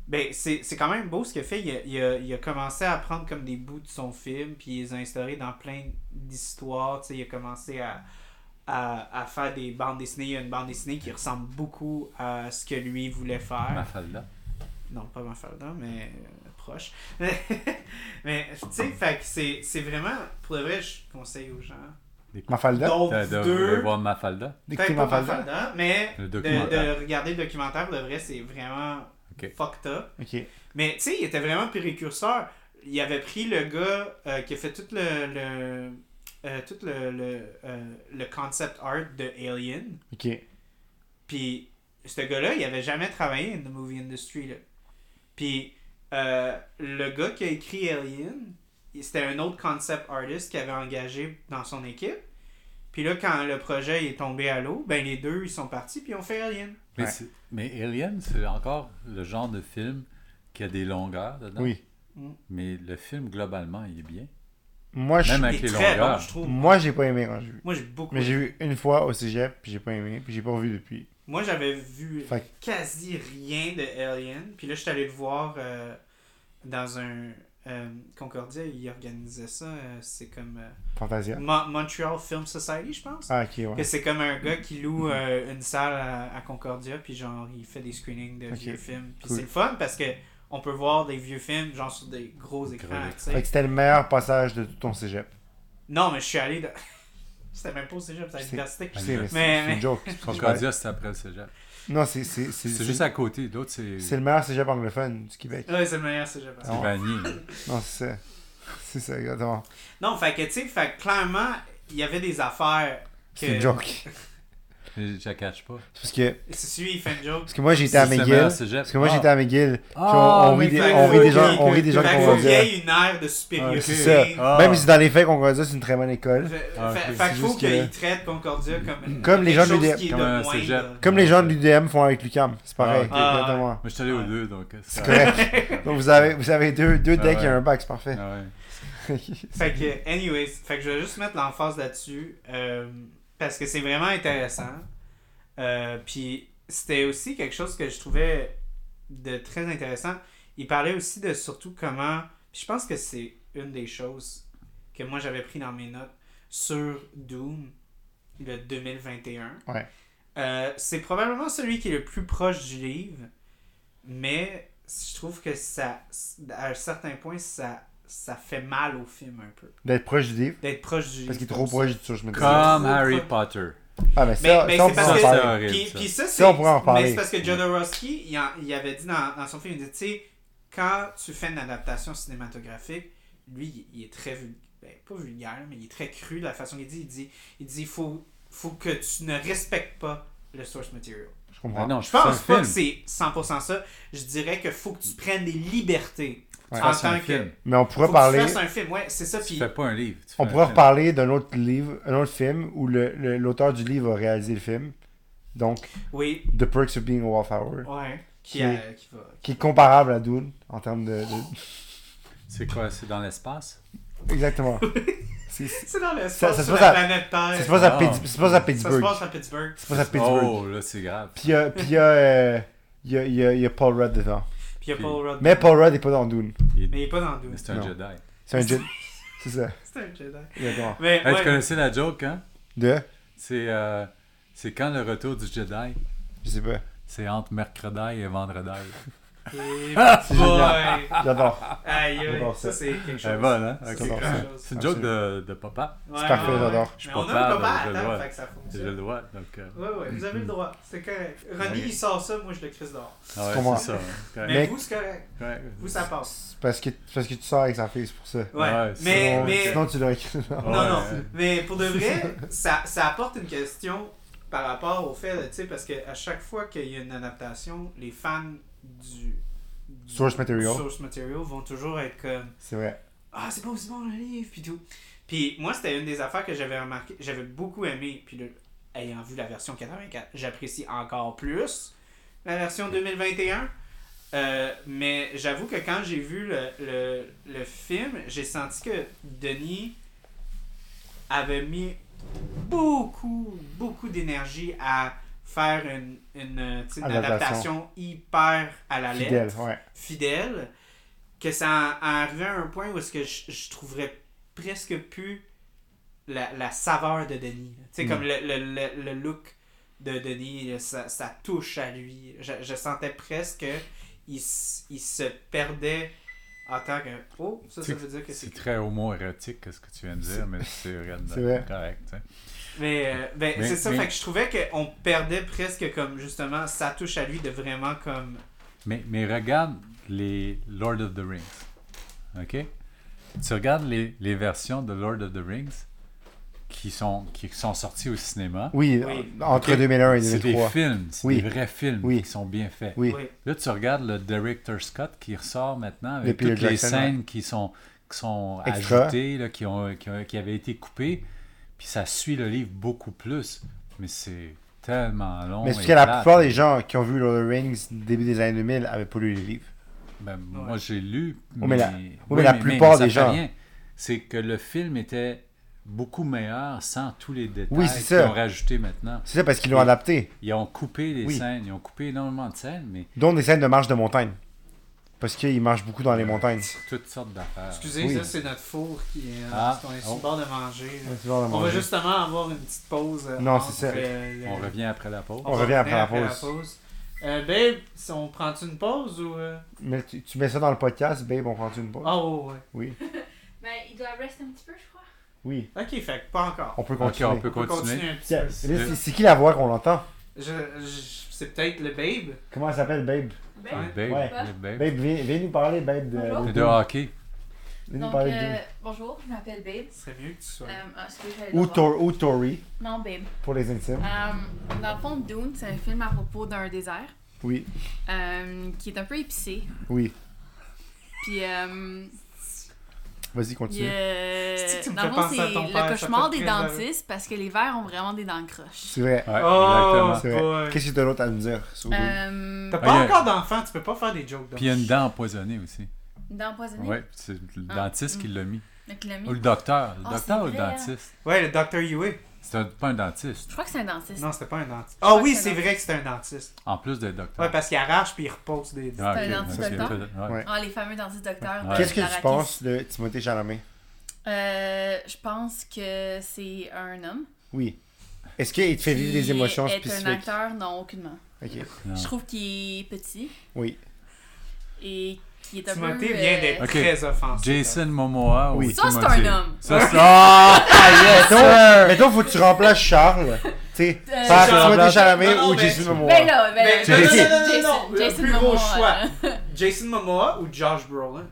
A: Ben, c'est c'est quand même beau ce qu'il a fait. Il a, il a- il a commencé à prendre comme des bouts de son film, puis il les a instaurés dans plein d'histoires, tu sais, il a commencé à... À, à faire des bandes dessinées. Il y a une bande dessinée qui ressemble beaucoup à ce que lui voulait faire.
C: Mafalda.
A: Non, pas Mafalda, mais euh, proche. [LAUGHS] mais tu sais, fait que c'est, c'est vraiment. Pour le vrai, je conseille aux gens.
B: Mafalda.
A: Donc,
C: T'as de
A: deux.
C: voir Mafalda.
A: Peut-être
B: D'écouter
A: pas
B: Mafalda.
A: Mafalda, mais
C: Le
A: de,
C: documentaire.
A: de regarder le documentaire, pour le vrai, c'est vraiment
C: Ok.
A: fucked up.
B: Ok.
A: Mais tu sais, il était vraiment précurseur. Il avait pris le gars euh, qui a fait tout le. le euh, tout le, le, euh, le concept art de Alien.
B: Ok.
A: Puis, ce gars-là, il avait jamais travaillé in the movie industry. Là. Puis, euh, le gars qui a écrit Alien, il- c'était un autre concept artist qu'il avait engagé dans son équipe. Puis là, quand le projet est tombé à l'eau, ben les deux, ils sont partis, puis ils ont fait Alien.
C: Mais,
B: Ouais.
C: c'est- mais Alien, c'est encore le genre de film qui a des longueurs dedans.
B: Oui.
C: Mais le film, globalement, il est bien.
B: Moi, je.
C: Même
A: Il
C: avec
A: est
C: les
A: très bon,
C: longueurs.
A: je trouve.
B: Moi, j'ai pas aimé quand j'ai vu.
A: Moi, j'ai beaucoup.
B: Mais j'ai vu une fois au cégep, puis j'ai pas aimé, puis j'ai pas revu depuis.
A: Moi, j'avais vu
B: Fait que-
A: quasi rien de Alien. Puis là, je suis allé le voir euh, dans un. euh, Concordia, il organisait ça. euh, c'est comme. euh,
B: Fantasia.
A: Mon- Montreal Film Society, je pense.
B: Ah, ok,
A: Que
B: ouais. Mm-hmm.
A: c'est comme un gars qui loue euh, une salle à, à Concordia, puis genre, il fait des screenings de
B: Ok.
A: vieux films. Puis
B: Cool.
A: c'est le fun parce que on peut voir des vieux films, genre sur des gros
C: Gros
A: écrans,
C: écran.
A: tu
B: Fait
A: sais.
B: que c'était le meilleur passage de tout ton cégep.
A: Non, mais je suis allé. dans- [LAUGHS] C'était même pas au cégep, c'était à
B: C'est-
A: l'université.
B: Je sais, mais c'est
A: Mais-
B: c'est une joke. c'est pour ça que je parlais.
C: Concordia, c'est après le cégep.
B: Non, c'est c'est- c'est-
C: C'est juste à côté. D'autres, c'est
B: c'est le meilleur cégep anglophone du Québec.
A: Ouais, c'est le meilleur cégep.
B: Ah ouais.
C: Vanier.
B: Non, c'est ça. C'est ça, exactement.
A: Non, fait que, tu sais, fait que clairement, il y avait des affaires que.
B: C'est une joke.
C: Je je la catch pas.
B: C'est parce que,
A: C'est celui, il fait une joke.
B: parce que moi j'étais à
C: C'est semaine
B: McGill.
C: au cégep.
B: Parce que moi
C: Ah.
B: j'étais à McGill. Puis on,
C: Ah,
B: on rit
C: mais
B: des,
C: fait
B: on rit
C: que-
B: des gens, on rit des
C: que-
B: gens
A: Fait
B: qui
A: qu'il faut
B: vont
C: qu'on
A: qu'il y
B: dire.
A: ait une aire de supériorité.
B: Ouais, c'est ça.
C: Ah.
B: Même si dans les faits, Concordia c'est une très bonne école.
A: Fait-
C: Ah,
A: fait-
C: ok,
A: fait
B: c'est
A: qu'il faut
B: juste que-
A: qu'il traite Concordia comme.
B: Comme les
A: quelque
B: gens de
A: chose
B: l'UDM.
A: qui est
C: Comme
A: de
C: un
A: moins
C: cégep.
A: de-
B: Comme les gens de l'UDM font avec Lucam. C'est pareil.
A: Ah, ok.
B: exactement.
C: Moi, je suis allé aux deux, donc. euh,
B: C'est correct. Donc vous avez, vous avez deux, deux
C: Ah
B: decks
C: ouais.
B: et un bac, c'est parfait.
C: Ah ouais.
A: Fait que, anyways, fait que je vais juste mettre l'emphase là-dessus euh, parce que c'est vraiment intéressant. Euh, Puis c'était aussi quelque chose que je trouvais de très intéressant. Il parlait aussi de surtout comment. puis je pense que c'est une des choses que moi j'avais pris dans mes notes sur Doom le 2021.
B: Ouais.
A: Euh, c'est probablement celui qui est le plus proche du livre, mais je trouve que ça, à un certain point, ça, ça fait mal au film un peu.
B: D'être proche du livre.
A: D'être proche du livre.
B: Parce qu'il est
A: comme
B: trop
A: ça.
B: proche du tout, je me dis. Ah,
C: Comme Harry Potter.
B: mais
A: Mais,
B: ça,
A: mais
B: ça, on
A: c'est
B: peut
A: parce
B: en
A: que.
B: parler.
C: parler.
A: puis, puis ça, c'est.
B: Ça, on pourrait en
A: Mais
B: parler.
A: c'est parce que Jodorowsky, il, en- il avait dit dans, dans son film, il dit, tu sais, quand tu fais une adaptation cinématographique, lui, il, il est très. vul- ben, pas vulgaire, mais il est très cru de la façon qu'il dit. Il dit, il dit faut, faut que tu ne respectes pas le source material.
B: Je
C: Ah
B: comprends.
C: non,
A: Je
C: fais un
A: pense pas
C: film.
A: que c'est 100% ça. Je dirais que faut que tu prennes des libertés
B: Ouais.
A: en
C: Fais un
A: tant que.
C: film.
B: Mais on
A: Faut
B: pourrait
A: que tu
B: parler.
A: fasses un film, ouais, c'est ça.
C: Tu
A: Puis
C: fais pas un livre. tu fais
B: On
C: un
B: pourrait
C: film.
B: reparler d'un autre livre, un autre film où le- le- l'auteur du livre a réalisé le film. Donc,
A: oui,
B: The Perks of Being a Wallflower.
A: ouais, qui,
B: Qui-
A: euh, qui va.
B: Qui est comparable à Dune en termes de.
A: [LAUGHS]
B: de-
C: C'est quoi C'est dans l'espace
B: Exactement. C'est- c'est-
A: C'est dans l'espace,
B: Ça- ça se
A: sur
B: passe
A: la
B: à-
A: planète Terre.
B: Ça se passe à,
C: Ah.
B: Pitts- ça se passe à
A: Ça se
B: Pittsburgh.
A: passe à Pittsburgh.
B: Ça se passe à Pittsburgh.
C: Oh, là, c'est grave.
B: Puis il y a- puis il y a, euh, il y a- il y a- il y a Paul Rudd dedans.
A: Puis il y a
C: Puis-
A: Paul Rudd.
B: Mais Paul Rudd n'est pas dans Dune.
C: Il-
A: Mais il est pas dans Dune.
C: C'est un
B: Non.
C: Jedi.
B: C'est un Jedi. C'est ça.
A: C'est un Jedi.
B: Exactement.
A: Mais,
C: Hey,
A: ouais,
C: Ah, Tu connaissais la joke, hein
B: De
C: C'est euh, c'est quand le retour du Jedi
B: Je sais pas.
C: C'est entre mercredi et vendredi.
A: et- Eh,
B: C'est
A: boy.
B: J'adore.
A: Aïe, aïe,
B: J'adore
A: ça
B: ça.
A: c'est quelque chose.
C: C'est bon, hein Ok.
A: C'est
B: j'adore
A: quelque
B: ça.
A: chose.
C: C'est une joke de, de papa.
A: Ouais,
B: parfait,
A: ouais, ouais.
B: j'adore.
A: Mais
C: suis
A: on a
C: pas
A: le papa
C: capable, j'ai le
A: à
C: droit.
A: temps, fait que ça
C: J'ai le
A: fonctionne.
C: droit. Donc, euh,
A: Ouais, ouais, vous avez le droit. C'est correct. Ronnie,
C: Ouais.
A: il sort ça, moi je le crisse dehors.
C: ah ouais,
B: comprends.
C: c'est ça.
A: Mais,
B: Mais-
A: vous, c'est correct.
C: Ouais.
A: Vous, ça passe.
B: C'est Parce que, c'est parce que tu sors avec sa fille, c'est pour ça.
A: Ouais.
C: Ouais,
A: mais,
B: sinon,
A: mais,
B: sinon, tu l'aurais écrit. non.
A: Non, non.
C: Ouais.
A: Mais pour de
B: [LAUGHS]
A: vrai, ça, ça apporte une question par rapport au fait, tu sais, parce que à chaque fois qu'il y a une adaptation, les fans du, du
B: Source material.
A: source material vont toujours être comme
B: [LAUGHS] C'est vrai.
A: ah, c'est pas aussi bon le livre, puis tout. Puis moi, c'était une des affaires que j'avais remarqué, j'avais beaucoup aimé, puis là, ayant vu la version 84, j'apprécie encore plus la version 2021. Euh, mais j'avoue que quand j'ai vu le, le, le film, j'ai senti que Denis avait mis beaucoup, beaucoup d'énergie à faire une, une, euh, tu sais, une
B: Adaptation.
A: adaptation hyper à la lettre
B: Fidèle, ouais.
A: fidèle que ça en- en arrivait à un point où est-ce que je, je trouverais presque plus la, la saveur de Denis. là. Tu sais,
B: Mm.
A: comme le, le- le- le look de Denis, là, ça, ça touche à lui. Je, je sentais presque il, s- il se perdait en tant que... Oh, ça, ça
C: Tu-
A: veut dire que c'est...
C: C'est très homo-érotique, ce que tu viens de dire, mais c'est vrai.
B: c'est vrai.
C: correct. tu sais.
A: Mais, euh, ben,
C: Mais-
A: c'est ça,
C: mais-
A: fait que je trouvais qu'on perdait presque comme, justement, ça touche à lui de vraiment comme...
C: Mais, mais regarde les Lord of the Rings. OK? Tu regardes les, les versions de Lord of the Rings qui sont, qui sont sorties au cinéma.
B: Oui,
A: Oui.
B: en- entre
C: Ok.
B: 2001 et
C: C'est des
B: 2003.
C: films, c'est
B: Oui.
C: des vrais films
B: Oui.
C: qui sont bien faits.
B: Oui.
A: Oui.
C: Là, tu regardes le director Scott qui ressort maintenant avec
B: Depuis le
C: toutes les
B: Jackson,
C: scènes qui sont, qui sont
B: Extra.
C: ajoutées, là, qui, ont, qui, ont- qui avaient été coupées, puis ça suit le livre beaucoup plus. Mais c'est tellement long.
B: Mais
C: et
B: c'est parce que la
C: plate.
B: plupart des gens qui ont vu Lord of the Rings début des années 2000 avaient pas lu les livres.
C: Ben,
A: Ouais.
C: Moi, j'ai lu.
B: mais la- mais la plupart
C: ça
B: des
C: fait
B: gens.
C: rien. C'est que le film était beaucoup meilleur sans tous les détails
B: Oui, c'est
C: qu'ils
B: ça.
C: ont rajoutés maintenant.
B: C'est ça parce qu'ils l'ont
C: Oui.
B: adapté.
C: Ils ont coupé les
B: Oui.
C: scènes, ils ont coupé énormément de scènes, mais
B: Dont des scènes de marche de montagne. Parce qu'ils marchent beaucoup dans les montagnes.
C: toutes sortes d'affaires.
A: Excusez,
B: Oui.
A: ça, c'est notre four qui est...
C: Ah.
A: on est sur
C: Oh.
A: le bord de manger. là.
B: C'est genre de
A: On va
B: manger.
A: justement avoir une petite pause. euh,
B: Non,
A: entre,
B: c'est ça.
A: euh,
C: On revient après la pause.
B: On revient après la pause.
A: Euh, babe, si on prend une pause ou. euh?
B: Mais tu, tu mets ça dans le podcast, babe, on prend une pause.
A: Ah, ouais, ouais.
B: Oui.
D: Mais Ben, il doit rester un petit peu, je crois.
B: Oui.
A: Ok, fait que pas encore.
B: On peut
C: Ok,
B: continuer.
C: on peut
A: On peut
C: continuer.
A: un petit
B: Tiens, là,
A: peu.
B: C'est c'est qui la voix qu'on entend
A: Je, je- c'est peut-être le babe.
B: Comment elle s'appelle, babe
D: Ben,
A: Ouais.
C: Le babe,
B: Ouais.
C: le babe.
B: Babe, viens, viens nous parler, babe, de,
D: Bonjour.
B: de
C: De
B: Doom.
C: hockey.
B: Venez nous
D: Donc,
B: parler de
D: euh,
B: Dune.
D: bonjour, je m'appelle Babe.
A: Ce serait mieux que tu sois.
D: Euh, ah, excusez, j'allais
B: Ou,
D: le voir.
B: Tor- ou Tori,
D: Non, Babe.
B: pour les intimes.
D: Euh, dans le fond, Dune, c'est un film à propos d'un désert
B: Oui,
D: euh, qui est un peu épicé.
B: oui.
D: Puis, euh,
B: Vas-y,
D: il y
B: continue.
D: a-
A: C'est-tu que tu me
D: dans le
A: fais
D: fond,
A: penser à
D: c'est
A: ton
D: le
A: père, ça
D: cauchemar
A: fait
D: des
A: très
D: dentistes parce que les verts ont vraiment des dents croches.
B: C'est vrai.
C: Ouais,
A: oh,
C: exactement.
B: C'est vrai.
A: boy.
B: Qu'est-ce que t'as d'autre à nous dire sur Dune?
D: Euh,
A: T'as
C: Ah,
A: pas
C: il y a-
A: encore d'enfant, tu peux pas faire des jokes. donc.
C: Puis il y a une dent empoisonnée aussi.
D: D'empoisonner
C: Ouais, c'est le
D: Ah.
C: dentiste qui
D: Mm.
C: l'a mis.
D: avec le
C: Ou
D: mien.
C: le docteur. Le
D: Ah,
C: docteur
D: c'est
C: ou le
D: vrai, hein.
C: dentiste
A: Ouais, le Dr. Yue.
C: C'est un- pas un dentiste.
D: Je crois que c'est un dentiste.
A: Non, c'était pas un dentiste.
D: crois
A: Ah
D: que
A: oui,
D: c'est
A: c'est
D: un
A: vrai que c'était un dentiste.
C: En plus d'être docteur.
A: Ouais, parce qu'il arrache puis il repose des.
C: Ah,
D: C'est un
C: ok,
D: dentiste
C: parce que-
D: docteur.
C: ouais.
B: Ouais.
D: Ah, les fameux dentistes docteurs.
C: Ouais.
B: Qu'est-ce
D: de la
B: que tu
D: raquette.
B: penses de Timothée Chalamet?
D: Euh, je pense que c'est un homme.
B: Oui. Est-ce qu'il te fait vivre des
D: qui
B: émotions
D: est un
B: spécifiques?
D: acteur, non, aucunement.
B: Ok.
C: Non.
D: Je trouve qu'il est petit
B: Oui.
D: et qu'il est un
A: Timothée
D: peu...
A: vient
D: euh,
A: d'être
C: Ok.
A: très offensif.
C: Jason Momoa
B: Oui.
C: ou
D: Ça, c'est
C: Timothée.
D: un homme.
C: Ça, c'est...
D: [LAUGHS]
C: Ah!
B: Mettons, mettons, faut que tu remplaces Charles. Tu sais,
D: Euh,
B: par
A: Charles
B: Timothée
A: Blanc.
B: Chalamet
A: Non, non,
B: ou
A: mais-
B: Jason Momoa.
D: Ben là, ben
A: Mais-
D: là,
B: Ah non,
D: Jason-
A: non, non, non, non, le
D: Jason,
A: plus
D: Jason
A: gros
D: Momoa,
A: choix.
D: là.
A: [LAUGHS] Jason Momoa ou Josh Brolin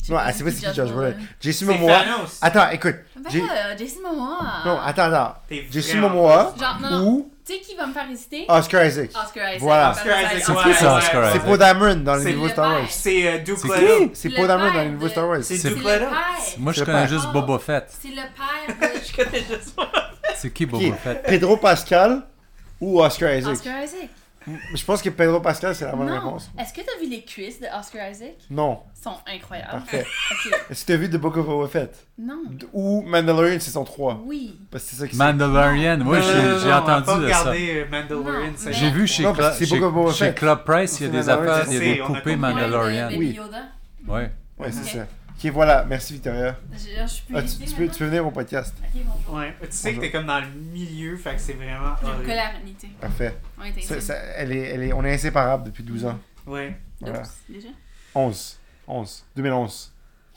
D: Je sais
B: Non,
D: pas
B: elle sait pas ah, c'est qui Josh Brolin. Jason
A: C'est
B: Momoa.
A: Thanos.
B: Attends, écoute.
D: Ben
B: J'ai-
D: là, Jason Momoa.
B: Non, attends, attends.
A: T'es
B: Jason
A: vraiment-
B: Momoa
D: Genre, non, non.
B: ou
D: Tu sais qui va me faire hésiter?
B: Oscar Isaac.
D: Oscar Isaac.
B: Voilà.
A: Oscar Isaac.
C: C'est qui,
A: Ouais,
C: ça,
A: ouais,
C: Oscar
A: ouais.
B: C'est
C: Isaac?
B: Paul Dameron dans les
A: C'est
B: nouveaux
D: le
B: Star Wars.
D: père.
A: C'est euh, Duke
C: C'est
A: Leto.
B: C'est
D: Le
B: Paul Dameron dans les
D: père
B: nouveaux
D: de-
B: Star Wars.
A: C'est
D: C'est
A: Duke
D: le
A: Leto.
D: père.
C: Moi, je
B: C'est
C: connais
B: pas-
C: juste
D: Oh.
C: Boba Fett.
D: C'est le
B: [LAUGHS]
D: père
A: [LAUGHS] Je connais juste pas.
C: C'est qui Boba
B: Ok,
D: [LAUGHS]
C: Fett?
B: Pedro Pascal ou Oscar
D: de
B: Isaac?
D: Oscar Isaac.
B: Je pense que Pedro Pascal, c'est la bonne
D: Non.
B: réponse.
D: Est-ce que t'as vu les cuisses de Oscar Isaac?
B: Non.
D: Elles sont incroyables.
B: Parfait.
D: [LAUGHS] Ok.
B: Est-ce que t'as vu The Book of Boba Fett?
D: Non.
B: Ou Mandalorian saison 3?
D: Oui.
B: Parce que c'est ça qui
C: Mandalorian, moi
A: Non, non, non,
C: j'ai, j'ai
A: Euh, on a pas
C: entendu de ça.
A: regardé, euh, Mandalorian.
D: Non,
A: saison
C: J'ai vu chez,
B: Non, parce
C: Cla-
B: que c'est
C: chez-
B: Boba
C: chez
B: Fett.
C: Club Price, il y a
B: C'est
C: des
B: Mandalorian,
C: affaires, il y a
A: c'est-
C: des
A: on a compris.
C: poupées Mandalorian.
D: Ouais, le- le
B: Oui.
D: baby Yoda.
C: Ouais.
B: Ouais, c'est
D: Ok.
B: ça. Ok, voilà. Merci, Victoria.
D: Je, je peux
B: Ah, tu,
D: hésiter
B: tu peux, tu peux venir au podcast.
D: maintenant? Ok, bonjour.
A: Ouais. Tu sais que t'es comme dans le milieu, fait que c'est vraiment.
D: Je me
A: horrible.
D: colle à Renité.
B: Parfait.
D: On est
B: Ça-
D: intimes.
B: ça- elle est, elle est, on est inséparables depuis 12 ans.
A: Ouais.
B: Voilà.
D: Oups, déjà.
B: 11. 11. 2011.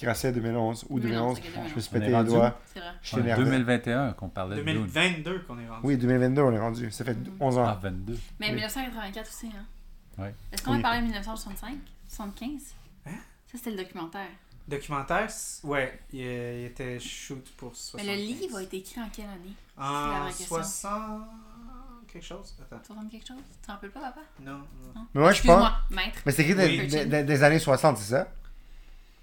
B: Grasset 2011 ou 2011.
D: 2011, ok,
B: Je me suis
C: On est
B: pété les
C: rendu
B: doigts.
D: C'est vrai.
B: Je
C: En
B: suis énervé.
C: 2021 qu'on parlait de Dune.
A: 2022 qu'on est rendu.
B: Oui, 2022, on est rendu. Ça fait 11
C: Ah,
B: ans.
C: 22.
D: Mais
B: Oui.
D: 1984 aussi, hein?
C: Ouais.
D: Est-ce qu'on
B: Oui.
D: a parlé de 1965? 75?
A: Hein?
D: Ça, c'était le documentaire.
A: Documentaire, c- ouais, il, euh, il était shoot pour 60.
D: Mais le livre a été écrit en quelle année? c'est la
A: En
D: vraie question.
A: 60. quelque chose Attends.
D: 60 quelque chose? Tu t'en rappelles pas, papa?
A: Non. non.
B: Mais moi, je pense.
D: Excuse-moi, maître.
B: Mais c'est écrit des-
A: Oui.
B: des- des- des années 60, c'est ça?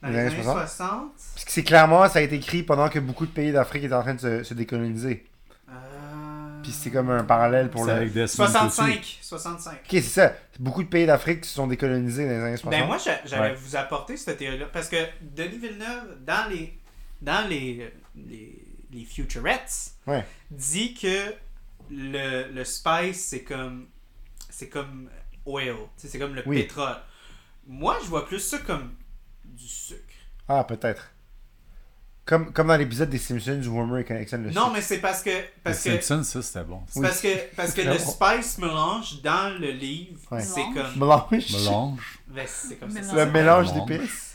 A: Dans
B: Les
A: les
B: années
A: années
B: 60?
A: 60.
B: Parce que c'est clairement, ça a été écrit pendant que beaucoup de pays d'Afrique étaient en train de se, se décoloniser.
A: euh,
B: Puis c'est comme un parallèle pour
C: C'est
B: le.
C: avec Desmond
A: 65. 65.
B: Ok, c'est ça. Beaucoup de pays d'Afrique se sont décolonisés dans les années 60.
A: Ben moi, j'a- j'allais
C: Ouais.
A: vous apporter cette théorie-là. Parce que Denis Villeneuve, dans les, dans les, les, les Futurettes,
B: Ouais.
A: dit que le, le spice, c'est comme, c'est comme oil. Tu sais, C'est comme le
B: Oui.
A: pétrole. Moi, je vois plus ça comme du sucre.
B: Ah, peut-être. Comme, comme dans l'épisode des Simpsons où Homer et collectionne le
A: non,
B: sucre.
A: mais c'est parce que...
C: Les
A: Parce que
C: Simpsons, ça c'était bon.
A: c'est parce que, parce que
B: [LAUGHS]
A: le spice mélange dans le livre,
B: Ouais.
A: c'est comme...
B: Mélange.
C: Mélange.
A: Ben, c'est comme ça.
D: Mélange.
B: Le mélange
C: Mélange.
B: d'épices.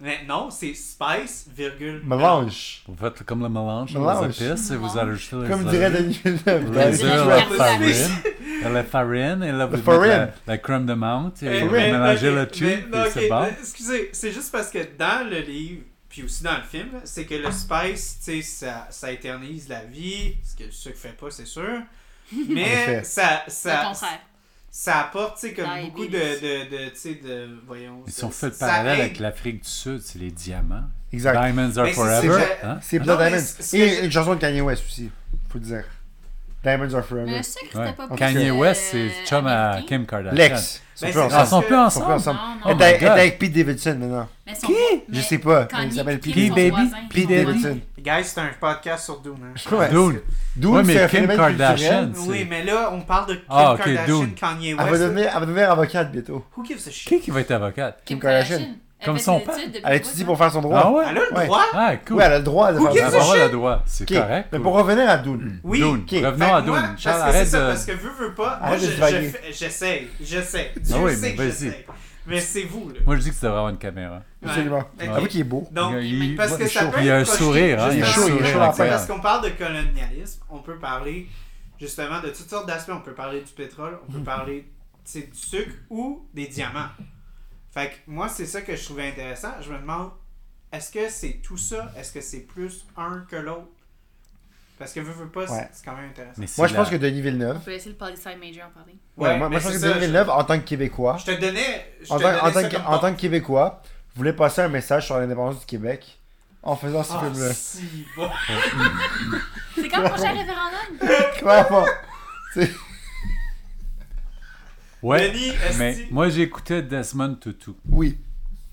A: Mais non, c'est spice, virgule.
B: Mélange.
C: Vous faites comme le mélange,
B: Mélange.
C: les épices et vous ajoutez les
B: Comme dirait
C: oreilles.
B: Denis Villeneuve. dans
C: Les
B: les
D: Denis
C: œufs,
D: Villeneuve.
B: Futurettes.
A: Futurettes.
C: la farine, et la farine, et là, vous
B: La
C: mettez
B: farine.
C: la, la crème de menthe, et
A: Mais-
C: vous
A: Eh, Euh, mais-
C: mélangez
A: ok,
C: le
A: mais-
C: tube,
A: non,
C: et
A: ok,
C: c'est bon.
A: mais Excusez, c'est juste parce que dans le livre, puis aussi dans le film, là, c'est que le spice, tu sais, ça, ça éternise la vie, ce que le sucre fait pas, c'est sûr.
B: En
A: Mais
B: effet.
A: ça,
D: Le
A: ça,
D: contraire.
A: ça apporte, tu sais, comme
D: Diabetes.
A: beaucoup de, de, de tu sais, de, voyons.
C: Ils
A: de-
C: sont fait le
A: ça
C: parallèle
A: aide-
C: avec l'Afrique du Sud, c'est les diamants.
B: Exact.
C: Diamonds are
A: Mais c'est-
C: forever.
A: c'est-
C: hein?
B: C'est
A: Non,
B: Blood
A: mais
B: Diamonds.
A: c'est- c'est-
B: Et une chanson de Kanye West aussi. Faut le dire. Diamonds are
D: Mais
B: forever.
D: le sucre,
C: Ouais.
D: c'était pas plus,
C: Kanye
D: euh,
C: West, c'est chum à
D: américain?
C: Kim Kardashian.
B: Lex. Ils
A: Ben,
B: sont plus
A: c'est
C: Ah, ils
B: ensemble.
C: sont plus
B: Ils sont plus
C: ensemble.
B: ensemble.
D: Non, non.
B: Elle
C: Oh
B: est
C: my
B: avec- elle est
C: God.
B: avec Pete Davidson maintenant.
D: Mais son-
C: Qui?
B: Je
D: mais
B: sais pas.
D: Kanye
B: il s'appelle
D: puis
B: Pete
D: Kim
C: P.
D: sont
B: Davidson.
C: Baby.
D: voisins.
B: Pete
D: Ils sont
B: Davidson.
A: Guys, c'est un podcast sur Dune. hein.
B: Ouais.
C: Dune.
B: D'où
C: Ouais,
B: c'est
C: mais
B: un
C: Kim
B: phénomène
C: Kardashian,
B: culturel.
A: Oui,
C: c'est.
A: mais là, on parle de Kim
C: Ah, ok,
A: Kardashian,
C: Dune.
A: Kanye
B: Elle
A: West.
B: va devenir, elle va devenir avocate bientôt.
A: Who gives a shit?
C: Qui qui va être avocate?
B: Kim
D: Kim
B: Kardashian.
D: Kardashian. Elle
C: Comme
D: fait
C: son
D: des
C: père.
D: études depuis
B: Elle a
D: beaucoup de
B: étudié
D: temps.
B: pour faire son droit.
C: Ah ouais?
A: Elle a le
B: Ouais.
A: droit?
C: Ah, cool.
B: Oui, elle a le droit de
A: Who
B: faire
A: gives
B: son
A: a
B: droit.
A: shit?
C: Avoir le droit, c'est
B: Ok,
C: correct.
B: Mais
C: cool.
B: pour revenir à Dune.
A: Oui.
C: Dune.
B: Ok.
C: Revenons à
A: Fait que Ben, moi,
C: Dune.
A: parce que
C: Charles,
A: c'est
C: arrête
A: ça,
C: de. Ah
A: parce que veux, veux pas, moi,
B: Arrête de
A: je- je
B: divaguer.
A: fais- j'essaye, j'essaye. Dieu
C: oui,
A: sait
C: mais
A: que
C: vas-y.
A: j'essaye. Mais c'est vous, là.
C: Moi, je dis que tu devrais avoir une caméra.
A: Ouais.
B: Absolument.
A: Ok.
B: Avoue qu'il est beau.
A: Donc,
C: il,
A: parce
C: il-
A: que
C: il-
A: ça peut
C: il y a un
A: être projeté
C: sourire, hein?
A: juste
C: Il y
B: dans- Il est
C: a un
B: chaud
C: sourire
B: dans
C: en
B: la
A: C'est
C: terre.
A: parce qu'on parle de colonialisme, on peut parler justement de toutes sortes d'aspects. On peut parler du pétrole, on
C: Hmm.
A: peut parler tu sais, du sucre ou des diamants. Fait que moi, c'est ça que je trouvais intéressant. Je me demande, Est-ce que c'est tout ça? Est-ce que c'est plus un que l'autre? Parce que veux, veux pas, c'est-
B: Ouais.
A: c'est quand même intéressant.
C: Mais c'est
B: Moi, je
C: la-
B: pense que Denis
D: On
B: Villeneuve.
D: peut laisser le Polyside Major en parler.
B: Ouais, moi, moi,
A: mais
B: je pense que
A: c'est ça,
B: Denis Villeneuve, en tant que Québécois,
A: Ah, Je te donnais. Je
B: en
A: te
B: tant,
A: donnais
B: en tant
A: ça
B: que,
A: comme
B: en tant que Québécois, voulait passer un message sur l'indépendance du Québec en faisant ce
A: Ah,
B: film-là.
A: si bon.
D: C'est quand le prochain référendum?
B: Clairement.
C: Ouais,
A: Denis, est-ce
C: mais
A: que-
C: moi, j'écoutais Desmond Tutu.
B: Oui,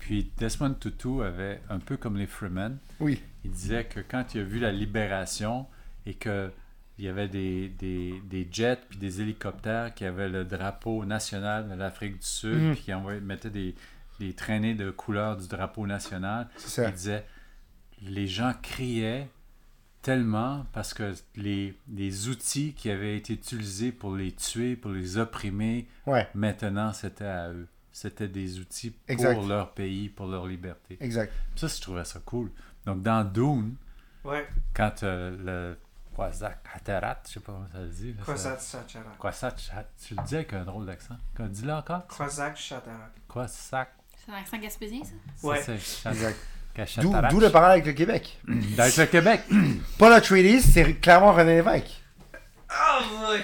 C: Puis Desmond Tutu avait, un peu comme les Freemen,
B: oui.
C: il disait que quand il a vu la libération et que il y avait des, des, des jets puis des hélicoptères qui avaient le drapeau national de l'Afrique du Sud
B: Mhm.
C: puis qui envoyaient- mettaient des, des traînées de couleurs du drapeau national,
B: C'est ça.
C: il disait les gens criaient tellement parce que les, les outils qui avaient été utilisés pour les tuer, pour les opprimer,
B: Ouais,
C: maintenant c'était à eux. C'était des outils pour
B: Exact.
C: leur pays, pour leur liberté.
B: exact.
C: Ça, je trouvais ça cool. Donc, dans Dune,
A: Ouais,
C: quand euh, le Quasac Atarat, je sais pas comment ça se dit. là, ça-
A: Croissac Chatarak.
C: Quassac Chat- tu le dis avec un drôle d'accent. Quand- Dis-le encore.
A: Croissac Chatarak.
C: Quasac.
D: C'est un accent gaspésien, ça?
A: Ouais.
C: Ça, c'est Chat-
B: Exact. D'où
C: Cachatarat.
B: d'où le parallèle avec le Québec.
C: Dans le Québec.
B: Paul Atreides, c'est clairement René Lévesque.
A: Ah, ouais!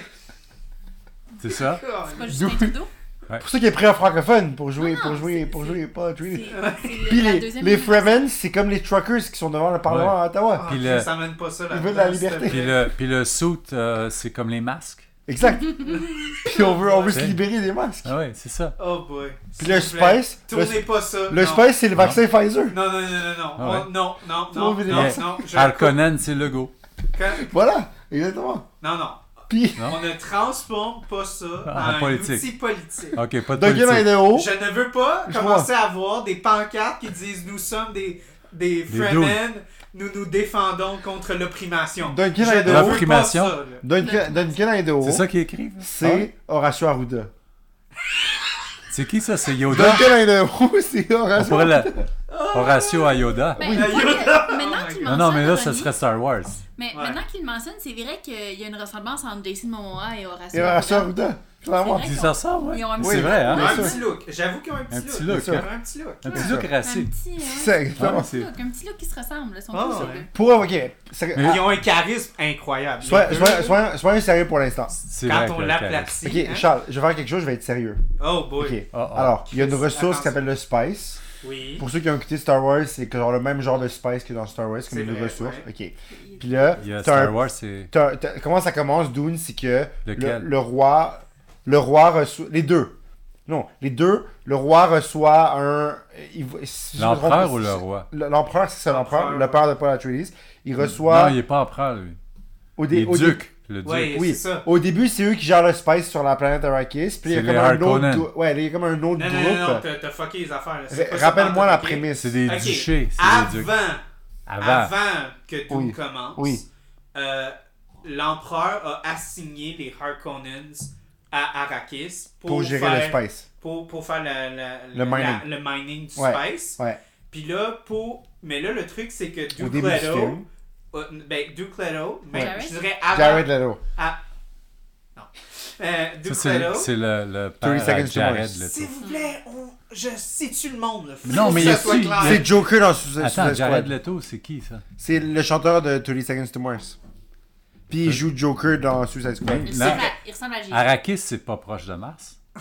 C: C'est ça.
D: C'est pas Justin
B: [LAUGHS]
D: Trudeau?
B: Pour ça qu'il est prêt en francophone pour jouer,
D: Non,
B: pour
D: non,
B: jouer,
D: c'est-
B: pour
D: c'est-
B: jouer Paul
D: C'est
B: Atreides.
D: c'est
B: Puis
D: la
B: les,
D: deuxième
B: les
D: génération.
B: Fremen, c'est comme les truckers qui sont devant le Parlement à Ottawa.
A: Ah,
C: Puis
A: Puis
C: le-
A: ça mène pas ça là
B: Ils veulent la liberté.
C: Puis le, puis le suit, euh, c'est comme les masques.
D: [LAUGHS]
B: Exact. Puis on veut, on veut se
C: Ouais.
B: libérer des masques.
C: Ah ouais, c'est ça.
A: Oh boy.
B: Puis
A: S'il vous
B: le
A: plaît,
B: Space,
A: Tournez pas ça.
B: le, le
A: non.
B: Space, c'est le vaccin Pfizer.
A: Non, non, non, non, non.
C: Ah ouais.
A: Oh, non, non, non,
B: Tournez
A: non,
C: les-
A: non. je-
C: Harkonnen, c'est le go.
A: quand-
B: Voilà, exactement.
A: Non, non.
B: Puis
C: Non.
A: On ne transforme pas ça en
C: Ah,
A: un
C: politique.
A: outil politique.
C: Ok, pas de
B: Document
C: Ah. politique.
B: Idaho,
A: Je ne veux pas
B: Oh. Je
A: commencer à avoir des pancartes qui disent nous sommes des, des
C: Des
A: Fremen, nous nous défendons contre l'opprimation.
B: Duncan
A: Je ne
B: Idaho.
A: veux pas
C: L'opprimation.
A: ça, là.
B: Duncan Duncan Idaho,
C: C'est ça Ah. qu'ils écrivent.
B: c'est Horatio Arruda.
C: Ah, C'est qui ça? C'est Yoda.
B: Duncan Idaho, [LAUGHS] c'est
C: On
B: Horatio
C: pourrait le... Horatio à Yoda.
D: Ben,
B: Oui.
A: [LAUGHS]
D: quoi que-
A: Oh
D: Maintenant qu'il
A: my
D: le
C: Non,
D: mentionne,
C: non, mais là, ce
D: Ronnie,
C: serait Star Wars.
D: Mais
A: Ouais.
D: maintenant qu'il le mentionne, c'est vrai qu'il y a une ressemblance entre Jason Momoa et Horacio.
B: Et Horatio
D: Arruda.
B: Arruda, clairement.
D: C'est
C: Tu dis ça, ça, ouais.
D: Ils ont un
C: Mais
D: petit-
C: C'est vrai,
A: Ils ont
C: hein?
A: un
B: c'est
A: petit look. J'avoue qu'ils ont un petit
C: Un
A: look.
C: petit look.
A: Ils ont
B: C'est
C: hein.
A: un petit look.
C: Un petit look
D: Un
C: raciste.
D: petit, hein.
B: C'est exactement.
C: Ouais,
D: Un petit
C: c'est-
D: look, un petit look qui se ressemble. Ils sont
A: Ah,
D: tous sur
A: ouais.
D: deux.
B: Pour, ok. c'est-
C: Mais-
A: Ils ont un charisme incroyable. Les
B: Soyons
A: deux,
B: soyons- soyons- soyons sérieux pour l'instant.
C: C'est
A: quand
C: vrai
A: on
C: que le
A: l'aplatit.
B: Ok,
A: hein.
B: Charles, je vais faire quelque chose, je vais être sérieux.
A: Oh boy.
B: Ok.
C: Ah, ah.
B: Alors, il y a une
A: Chris,
B: ressource qui
A: attention.
B: s'appelle le Spice.
A: Oui.
B: Pour ceux qui ont écouté Star Wars, c'est genre le même genre de Spice que dans Star Wars, comme
A: C'est
B: une
A: vrai,
B: ressource.
A: ouais.
B: Ok. Puis là,
C: Il y a
B: t'as un-
C: Star Wars, c'est
B: t'as- t'as- comment ça commence, Dune, c'est que le,
C: lequel?
B: le roi, le roi reçoit, les deux. Non, les deux, le roi reçoit un. il- si je me trompe pas,
C: L'empereur ou
B: si-
C: le roi?
B: le- L'empereur, c'est ça, l'empereur,
A: L'empereur.
B: le père de Paul Atreides. Il reçoit.
C: Non, il est pas empereur, lui.
B: au,
C: Il
B: dé-
C: est
B: au dé-
C: duc. Le
A: Ouais,
C: duc.
B: Oui,
A: c'est ça.
B: au début, c'est eux qui gèrent le space sur la planète Arrakis. Puis il y a
C: C'est
B: comme
C: les
B: un autre.
C: Harkonnen.
B: grou- Ouais, il y a comme un autre
A: Non, non, non, non,
B: groupe.
A: t'as t'as fucké les affaires. là. C'est
B: Ra-
A: pas ça,
B: Rappelle-moi la
A: ok?
B: prémisse.
C: C'est des
A: Ok.
C: duchés. C'est des ducs.
A: Avant,
C: Avant.
A: avant que tout
B: Oui.
A: commence,
B: Oui.
A: euh, l'empereur a assigné les Harkonnens à Arrakis pour,
B: Pour, gérer
A: faire,
B: le space.
A: Pour, pour faire la- la-
B: Le
A: la-
B: mining.
A: le mining du
B: Ouais,
A: space.
B: ouais.
A: Puis là, pour... Mais là, le truc, c'est que
B: Au
A: Duke
B: début du
A: Leto...
B: film,
A: euh, ben, Duke Leto, ben,
D: Ouais.
A: je dirais avant...
B: Jared Leto.
A: euh,
C: Ça,
A: Duke
C: c'est-
A: Leto,
C: C'est le, le père
B: 30 seconds
C: à
B: to
C: Jared,
B: Mars.
C: le
A: S'il
C: truc.
A: vous plaît, on... je situe le monde. Là. Faut
C: Non, mais
A: que
C: il y a
A: ça soit
C: aussi-
A: clair.
C: il y a-
B: C'est Joker dans Suicide
C: Attends, Jared
B: Squad.
C: Leto, c'est qui, ça?
B: C'est le chanteur de 30 Seconds to Mars.
C: Euh.
B: Puis il joue Joker dans Suicide Squad.
D: Il
C: Non.
D: ressemble à- il ressemble à Jason.
C: Arrakis, c'est pas proche de Mars.
A: [LAUGHS]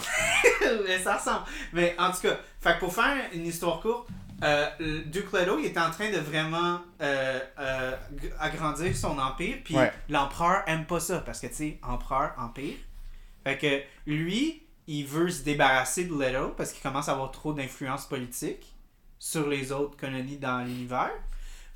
A: Mais ça ressemble. Mais en tout cas, fait que pour faire une histoire courte, euh, le- Duke Leto il est en train de vraiment euh, euh, g- agrandir son empire, puis
B: Ouais.
A: l'empereur aime pas ça, parce que tu sais, empereur, empire. Fait que lui, il veut se débarrasser de Leto parce qu'il commence à avoir trop d'influence politique sur les autres colonies dans l'univers.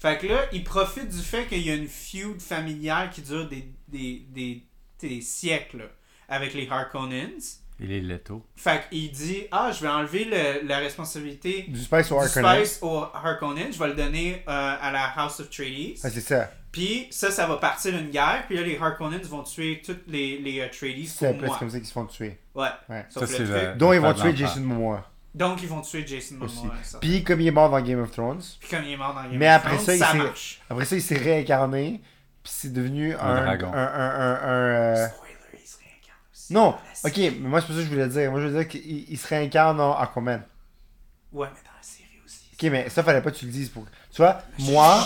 A: Fait que là, il profite du fait qu'il y a une feud familiale qui dure des, des, des, des siècles là, avec les Harkonnens.
C: Il est Leto.
A: Fait qu'il dit Ah, je vais enlever le- la responsabilité
B: Du space au
A: du
B: Harkonnen.
A: Spice au Harkonnen, je vais le donner euh, à la House of Trades.
B: Ah, c'est ça.
A: Puis ça, ça va partir une guerre. Puis là, les Harkonnens vont tuer toutes les, les euh, Atreides
B: C'est
A: pour
B: presque
A: moi.
B: comme ça qu'ils se font tuer.
A: Ouais.
B: Ouais.
A: Sauf
C: Ça,
A: le
C: c'est
A: truc.
C: le-
B: Dont ils vont
C: Pas de
B: tuer
C: l'enfer.
B: Jason Momoa.
A: Donc, ils vont tuer Jason
B: Aussi.
A: Momoa. ça. Puis,
B: Puis comme il est mort dans Game of Thrones,
A: comme il est mort dans Game
B: Mais
A: of
B: après
A: Thrones,
B: ça, il s'est-
A: marche.
B: après ça, il s'est réincarné. Puis c'est devenu un.
C: dragon.
B: un- un- un- un, euh,
A: Spoiler, il se réincarne aussi.
B: Non,
A: Dans la
B: ok,
A: série.
B: mais moi c'est pour ça que je voulais dire. Moi je voulais dire qu'il il se réincarne en Aquaman.
A: Ouais, mais dans la série aussi.
B: Ok, mais ça, fallait pas que tu le dises. Pour... Tu vois, moi,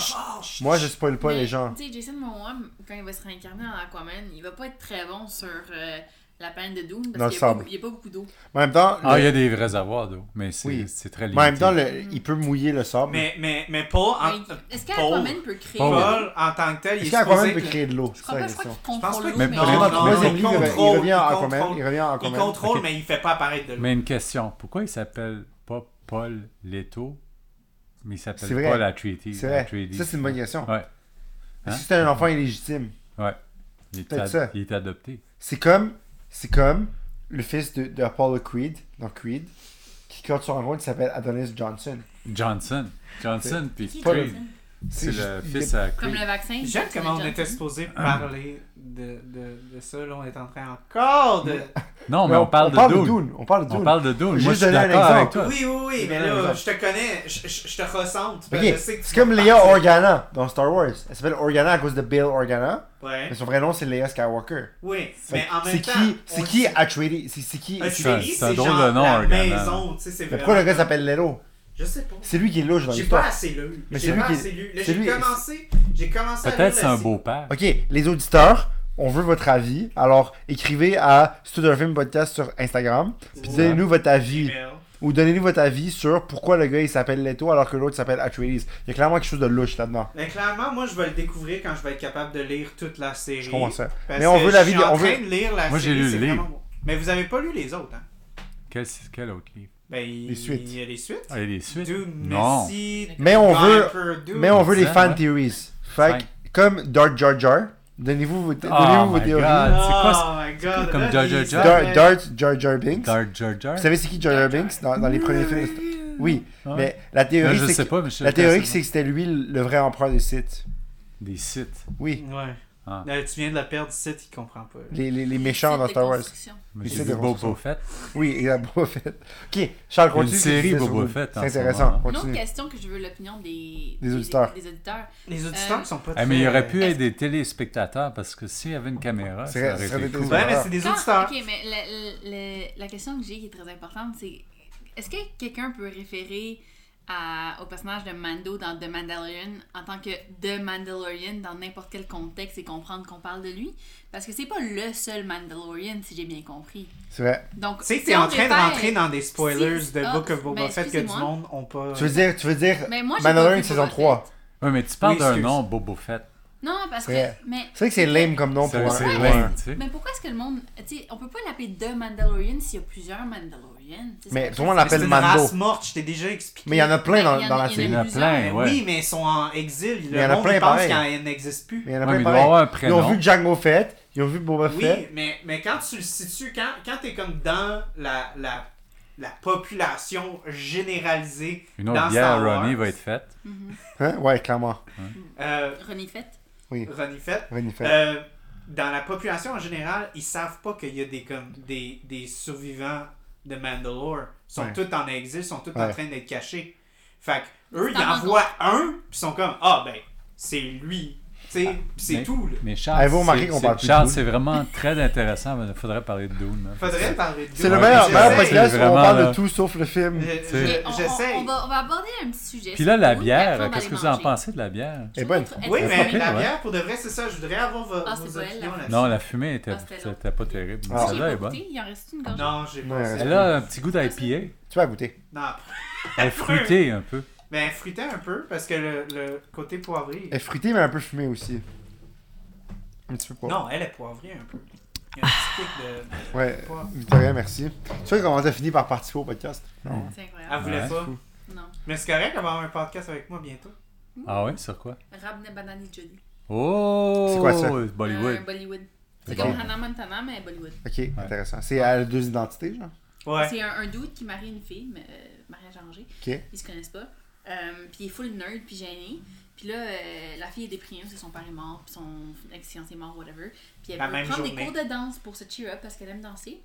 B: moi, je spoil pas
D: Mais,
B: les gens.
D: Tu sais, Jason Momoa, quand il va se réincarner en Aquaman, il va pas être très bon sur euh, la planète de Dune
B: Dans le
D: parce qu'il y a
B: sable.
D: beaucoup- il y a pas beaucoup d'eau.
B: Mais en même temps,
C: Ah,
B: le-
C: il y a des réservoirs d'eau, mais c'est
B: Oui.
C: c'est très
B: mais en
C: limité.
B: même temps le- il peut mouiller le sable.
A: Hmm. Mais, mais, mais Ah, Paul, en,
D: Mais Est-ce qu'Aquaman peut créer
C: Paul.
D: l'eau?
A: Paul, en tant que tel, il
B: Oh. Est-ce
A: est
B: qu'Aquaman
A: supposé...
B: peut
A: que-
B: créer de l'eau
D: Je
B: C'est
D: crois
B: ça
D: pas,
B: la
D: je crois
B: question.
D: qu'il
A: Je pense
D: contrôle
A: pas
D: l'eau,
A: que-
D: mais...
C: Mais
A: Non,
B: Parce que dans
A: non,
B: le
A: non,
B: troisième
A: il
B: livre, il revient- il
A: contrôle,
B: revient en
A: il
B: Aquaman.
A: contrôle.
B: Il revient en
A: Il
B: Aquaman.
A: contrôle, mais il fait pas apparaître de l'eau.
C: Mais une question, pourquoi il s'appelle pas Paul Leto, mais il
B: C'est
C: s'appelle
B: vrai.
C: Paul Atreides?
B: C'est vrai.
C: Atreides.
B: Ça, c'est une bonne question.
C: Ouais,
B: Est-ce
C: Hein?
B: que c'est un enfant illégitime
C: ouais. Il est,
B: Peut-être
C: ad-
B: ça.
C: il est adopté.
B: C'est comme, c'est comme le fils de, de Apollo Creed, dans Creed, qui compte sur un rôle qui s'appelle Adonis Johnson.
C: Johnson. Johnson, puis
D: Qui est
B: Paul.
C: Creed.
D: Jason?
C: C'est le
B: juste-
C: fils à
D: Comme
C: Creed.
D: le vaccin.
A: J'aime comment on
D: Johnson.
A: était supposé
B: Ah.
A: parler de, de, de ça. Là, on est en train encore de.
C: Non, mais on, parle de
B: de
C: Dune.
B: Dune. On parle de Dune.
C: On parle de Dune. Moi,
B: Juste
C: je suis
B: donner un
C: d'accord avec
B: exemple.
C: toi.
A: Oui, oui, oui, mais là, je te connais, je, je- je te ressens. tu vois,
B: Ok,
A: je sais que
B: c'est
A: tu
B: comme
A: vas
B: Leia
A: partir.
B: Organa dans Star Wars. Elle s'appelle Organa à cause de Bill Organa,
A: Ouais.
B: mais son vrai nom c'est Leia Skywalker.
A: Oui,
B: Fait
A: mais
B: que
A: en
B: C'est
A: même temps.
B: qui,
A: on
B: c'est
A: le
B: qui
A: sait.
B: Atreides C'est c'est qui
A: Un
B: Atreides?
A: Atreides,
C: C'est un
A: c'est
C: drôle
A: genre
C: de nom,
A: la
C: Organa.
A: maison, tu sais, c'est
B: Mais pourquoi le
A: vraiment-
B: gars s'appelle Lero
A: Je sais pas.
B: C'est lui qui est louche dans
A: J'ai pas
B: l'histoire.
A: assez lu.
B: Mais
A: J'ai
B: c'est lui
A: pas
B: qui-
A: assez lu. Là,
B: c'est
A: J'ai
B: lui-
A: commencé, j'ai commencé à lire
C: Peut-être
A: la
C: c'est un
A: sé-
C: beau-père.
B: Ok, les auditeurs, on veut votre avis. Alors écrivez à Studio Film Podcast sur Instagram, puis
A: Ouais.
B: donnez-nous votre avis.
A: email.
B: Ou donnez-nous votre avis sur pourquoi le gars il s'appelle Leto alors que l'autre s'appelle Atreides. Il y a clairement quelque chose de louche là-dedans.
A: Mais clairement, moi, je vais le découvrir quand je vais être capable de lire toute la série.
B: Je comprends ça.
A: Parce
B: Mais on
A: que
B: veut la
A: je suis
B: vidéo-
A: en
B: on
A: train
B: veut-
A: de lire la
C: Moi, j'ai
A: série,
C: lu le
A: c'est
C: livre.
A: vraiment bon. Mais vous avez pas lu les autres, hein?
C: Quel, quel autre livre?
A: Ben, les
B: suites.
A: Il y a les suites.
C: Ah, il y a des suites?
A: Dune,
C: non.
A: Messi,
B: Mais on veut-
A: Viper, Dune.
B: Mais on veut les
C: Ça,
B: fan
C: ouais.
B: theories. Fait que,
C: Ouais.
B: comme Dark Jar Jar, donnez-vous vos, donnez-vous
C: Oh
B: vos
C: my
B: théories.
A: Oh
C: God. C'est quoi,
A: my god.
C: comme
A: là,
C: Jar Jar
A: les
C: Jar?
B: Dar-
A: appels.
B: Darth Jar Jar Binks.
C: Dark Jar Jar?
B: Vous savez c'est qui Jar Jar Binks dans, dans les premiers films de Star- Oui,
C: Ouais.
B: mais la
C: Là,
B: théorie
C: Ben, je
B: c'est
C: sais
B: que-
C: pas, mais je sais
B: la
C: pas
B: théorie
C: ça.
B: c'est que c'était lui le le vrai empereur des Sith.
C: Des sites.
B: Oui,
A: Ouais.
C: Ah.
A: Là, tu viens de la perdre du site, il comprend pas.
B: les, les, les méchants
D: Site
B: dans
D: de
B: Star Wars.
D: construction.
C: Mais
B: Des
C: J'ai
B: sites
C: vu
B: de
C: Boba
B: construction.
C: Fett.
B: Oui, exact, Boba Fett. Ok, Charles
C: Il y a une
B: continue. ce que tu
C: série
B: disais sur
C: Boba
B: Dune.
C: Fett hein, en
B: C'est
C: ce
B: intéressant.
C: moment.
D: Une autre
B: Continue.
D: question que je veux l'opinion des...
B: auditeurs.
D: Des, auditeurs.
A: Les auditeurs
D: Euh,
A: sont pas
C: Ah, mais il y
A: très-
C: aurait pu être des téléspectateurs parce que s'il y avait une caméra,
B: C'est
C: ça
B: vrai,
C: aurait
B: ça aurait été
C: été cool.
B: ça.
A: Ouais, mais c'est des
D: Quand-
A: auditeurs.
D: Ok, mais la, la- la- la question que j'ai qui est très importante, c'est est-ce que quelqu'un peut référer à- au personnage de Mando dans The Mandalorian en tant que The Mandalorian dans n'importe quel contexte et comprendre qu'on parle de lui? Parce que c'est pas le seul Mandalorian, si j'ai bien compris.
B: C'est vrai.
D: Donc,
A: Tu sais que
D: si
A: t'es
D: on
A: en train de
D: réfère-
A: rentrer dans des spoilers
D: Si-
A: de
D: ah,
A: Book of Boba
D: ben,
A: Fett que du
D: excusez-moi.
A: monde ont pas.
B: Tu veux dire, tu veux dire
D: Mais moi, j'ai pas
B: Mandalorian
D: vu
B: saison
D: Boba
B: 3.
C: Ouais, mais tu parles
A: Oui,
C: d'un
A: excuse.
C: nom, Boba Fett.
D: Non, parce que.
B: C'est vrai.
D: Mais,
B: C'est vrai que c'est lame comme nom pour
C: C'est
B: un.
C: c'est
B: pour un-
C: lame, tu sais.
D: mais pourquoi est-ce que le monde. Tu sais, on peut pas l'appeler The Mandalorian s'il y a plusieurs Mandalorians. tu sais, c'est
B: Mais
D: pas
B: tout le monde
A: Mais c'est
B: l'appelle
A: une
B: Mando.
A: race morte, je t'ai déjà expliqué.
B: Mais il y en a plein
D: Il y
B: dans,
D: en
B: dans
D: a-
B: la
D: il y en a
C: Il y
B: série.
C: en a plein,
A: Ben
C: ouais.
A: Oui, mais ils sont en exil.
B: y en a
A: Le monde
B: plein
A: il pense
B: pareil.
A: qu'ils n'existent plus.
B: Mais il y en a
C: Ouais,
B: plein
C: mais il doit
B: pareil.
C: avoir un
B: Ils
C: prénom.
B: ont vu Django Fett, ils ont vu Boba
A: Oui,
B: Fett.
A: mais, mais quand tu le situes, quand, quand t'es comme dans la, la, la population généralisée
C: Une
A: dans
C: autre bière à
A: Star Wars,
C: Ronnie va être faite.
B: Hein? Ouais, clairement.
A: euh,
D: René Fett.
A: Ronnie Fett,
B: Ronnie Fett.
A: euh, dans la population en général, ils savent pas qu'il y a des, comme, des, des survivants de Mandalore. Ils sont
B: Ouais.
A: tous en exil, sont tous en
B: Ouais.
A: train d'être cachés. Fait que eux,
D: C'est
A: ils
D: un
A: en
D: bon
A: voient un, puis ils sont comme Ah ben, c'est lui. Tu sais, puis c'est
C: Ah, mais-
A: tout. Là.
C: Mais
B: Avez-vous
C: Charles,
B: remarqué
C: c'est-
B: qu'on
C: c'est-
B: parle plus de
C: Charles,
B: Dune?
C: c'est vraiment très intéressant. mais Il faudrait parler de Dune. hein.
A: Faudrait parler de
B: C'est le
A: Dune.
C: Ouais,
B: meilleur,
C: c'est-
B: meilleur
A: J'essaie.
C: c'est
B: podcast où on
C: vraiment,
B: parle
C: là.
B: de tout sauf le film.
A: Je-
C: C'est-
A: je-
D: On- on-
A: J'essaie.
D: On, va, on va aborder un petit sujet.
C: Puis là, la
D: Dune, puis après,
C: bière,
D: on va
C: qu'est-ce que
D: aller
C: vous en
D: manger.
C: pensez Ah, de la bière?
B: Elle est bonne.
D: Être- être
A: Oui, mais
D: informé.
A: la
C: ouais.
A: bière, pour de vrai, c'est ça. Je voudrais avoir vo-
D: Ah, c'est
A: vos
D: pas elle, la
A: opinions
D: fumée.
A: là-dessus.
C: Non, la fumée était,
D: Ah, c'était long.
C: c'était pas terrible.
B: Ah.
D: J'ai
C: Celle-là
D: pas
C: est bonne.
D: goûté, il en reste une gorgée.
A: Non, j'ai
B: Ouais,
A: pas.
B: reste-
C: Elle a un petit goût d'IPA.
B: Tu vas goûter.
A: Non,
C: Elle est fruitée un peu.
A: mais fruité un peu parce que le, le côté poivré.
B: Elle est fruitée, mais un peu fumée aussi. Un petit peu pas.
A: Non, elle est poivrée un peu. Il y a un petit pic de. de
B: Ouais,
A: poivre.
B: Victoria, merci. Tu sais comment t'as fini par participer au podcast? Non.
D: C'est
A: Elle
D: incroyable.
A: voulait
C: Ouais.
A: pas.
D: Non.
A: Mais c'est correct, elle va avoir un podcast avec moi bientôt.
C: Ah ouais, sur quoi?
D: Rabne Banani Jolly.
C: Oh!
B: C'est quoi ça?
C: Bollywood.
D: Euh, Bollywood. C'est
B: C'est
D: comme
B: bon.
D: Hannah Montana, mais Bollywood.
B: Ok, intéressant. C'est elle a deux identités, genre?
A: Ouais.
D: C'est un, un dude qui marie une fille, mais, euh, mariage arrangé.
B: Ok.
D: Ils se connaissent pas. Euh, puis il est full nerd, puis gêné. Puis là, euh, la fille est déprimée parce que son père est mort, puis son ex-fiancé est mort, whatever. Puis elle
A: La
D: veut
A: même
D: prendre des
A: journée.
D: cours de danse pour se cheer up parce qu'elle aime danser.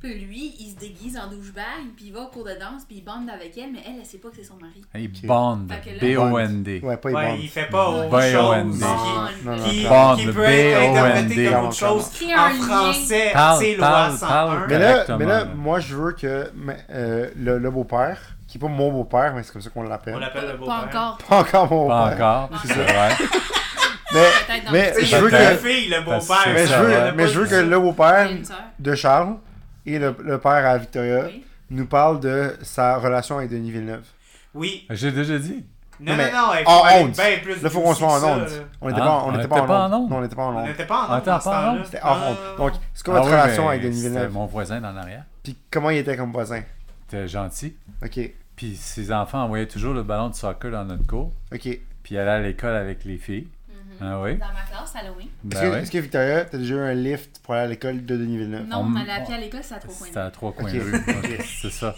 D: Puis lui, il se déguise en douchebag, puis il va au cours de danse, puis il bande avec elle, mais elle, elle sait pas que c'est son mari.
C: Hey, Bond.
D: Fait que là-
C: B-O-N-D.
B: Ouais, pas
A: Ouais,
B: Yvonne.
A: il fait pas autre
C: Bye, Owen.
A: chose.
C: Non,
A: qui-
B: non, non,
A: Qui,
C: Bond,
A: qui
C: le
A: peut être interprété comme
B: B.O.N.D..
A: autre chose
D: Crée
A: en
D: un lien.
A: français,
C: Parle,
A: c'est loi
C: parle,
A: 101.
C: parle.
B: Mais là,
C: Exactement,
B: mais là,
C: là.
B: moi, je veux que mais, euh, le, le beau-père qui est pas mon beau-père, mais c'est comme ça qu'on
A: On
B: l'appelle.
A: l'appelle le
D: Pas
A: beau-père.
D: encore.
B: Pas encore mon
C: Pas
B: beau-père.
C: encore,
D: Ouais.
C: c'est vrai.
B: Mais,
D: Peut-être dans
B: mais
D: le
B: je
A: Je
B: veux
A: la
B: que,
A: fille, le
C: Parce que
A: beau-père.
B: mais je
C: Ça va.
B: veux, mais je veux que le beau-père
D: J'ai une sœur.
B: de Charles et le, le père à Victoria
D: Oui.
B: nous parle de sa relation avec Denis Villeneuve.
A: Oui.
C: Ben, J'ai déjà dit.
B: Non,
A: Non,
B: mais
A: non, non. elle
B: en
A: faut aller
B: ondes.
A: bien plus
B: Là, faut qu'on
A: juicy
B: soit en
A: que ça,
B: onde.
A: là.
B: On n'était
C: Ah,
B: pas,
C: on
B: on n'était
C: était
B: pas,
C: pas en
B: en onde.
C: onde.
B: Non, on n'était pas en
A: On
B: onde.
A: n'était pas en
C: On
A: onde
C: était
A: dans ce
C: pas Ah, en
A: temps-là.
C: onde.
B: C'était hors
A: Non,
B: onde. Donc, c'est quoi
C: Ah
B: votre
C: oui,
B: relation
C: mais
B: avec Denis
C: c'était
B: Villeneuve?
C: mon voisin dans l'arrière.
B: Puis comment il était comme voisin?
C: C'était gentil.
B: Ok,
C: Puis ses enfants envoyaient toujours le ballon de soccer dans notre cour.
B: ok. Est-ce
C: Puis allait à l'école avec les filles.
D: Mhm.
C: Ah oui.
D: Dans ma classe, Halloween.
C: Ben
B: que,
C: oui.
B: est-ce que Victoria, t'as déjà eu un lift pour aller à l'école de Denis Villeneuve?
D: Non,
C: On-
D: on allait à pied à l'école, c'est à trois coins
C: C'était
D: de
C: à trois coins
B: Ok.
C: de rue. Ouais, C'est ça.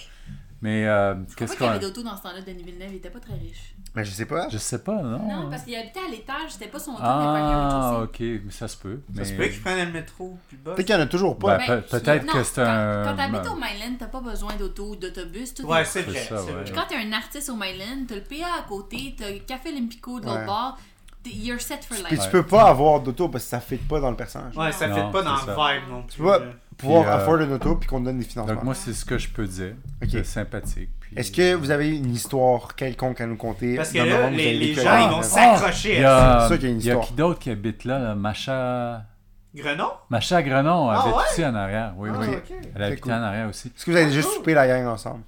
C: Mais euh,
D: Qu'est-ce
C: qu'est-ce
D: qu'il y avait
C: qu'on.
D: d'auto dans ce temps-là? Denis Villeneuve, il était pas très riche.
B: Mais Ben, je sais pas.
C: Je sais pas, non?
D: Non, parce qu'il habitait à l'étage, c'était pas son temps
C: Ah, ok, mais ça se peut. Mais...
A: Ça se peut qu'ils prennent le métro puis le bus.
B: Peut-être qu'il y en a toujours pas.
C: Ben, peut- peut-être que c'est un-
D: Quand t'habites
C: ben-
D: au Myland, t'as pas besoin d'auto, ou d'autobus, tout
A: Ouais,
D: est-
A: c'est
C: C'est
A: vrai.
C: ça,
A: c'est
C: ouais.
A: vrai.
D: Puis quand t'es un artiste au Myland, t'as le PA à côté, t'as le Café Limpico de
B: Ouais.
D: l'autre bord, t'es- you're set for
B: Puis
D: life.
B: tu peux pas avoir d'auto parce que ça fit pas dans le personnage.
A: Ouais, ça
C: Non,
A: fait pas dans
C: c'est
A: le
C: ça.
A: vibe non plus.
B: vois,
A: là.
B: Pouvoir
C: Puis, euh,
B: afford une auto puis qu'on te donne des financements.
C: Donc, moi, c'est ce que je peux dire.
B: Ok.
C: C'est sympathique. puis-
B: Est-ce que vous avez une histoire quelconque à nous conter?
A: Parce que
B: dans le
A: là,
B: moment où vous
A: les,
B: avez
A: les
B: vécu
A: gens,
B: à
A: ils
B: Villeneuve?
A: vont
C: Il
A: s'accrocher
C: y
A: à ça.
C: a,
B: Ah, C'est sûr qu'il y a une
C: il y a
B: histoire.
C: qui d'autre qui habite là, là Macha...
A: Grenon?
C: Macha Grenon
A: Ah
C: habite
A: ouais?
C: ici en arrière. Oui,
A: Ah,
C: oui.
A: ok.
C: Elle habitait
B: cool.
C: en arrière aussi.
B: Est-ce que vous avez déjà
A: Ah, cool.
B: soupé la gang ensemble?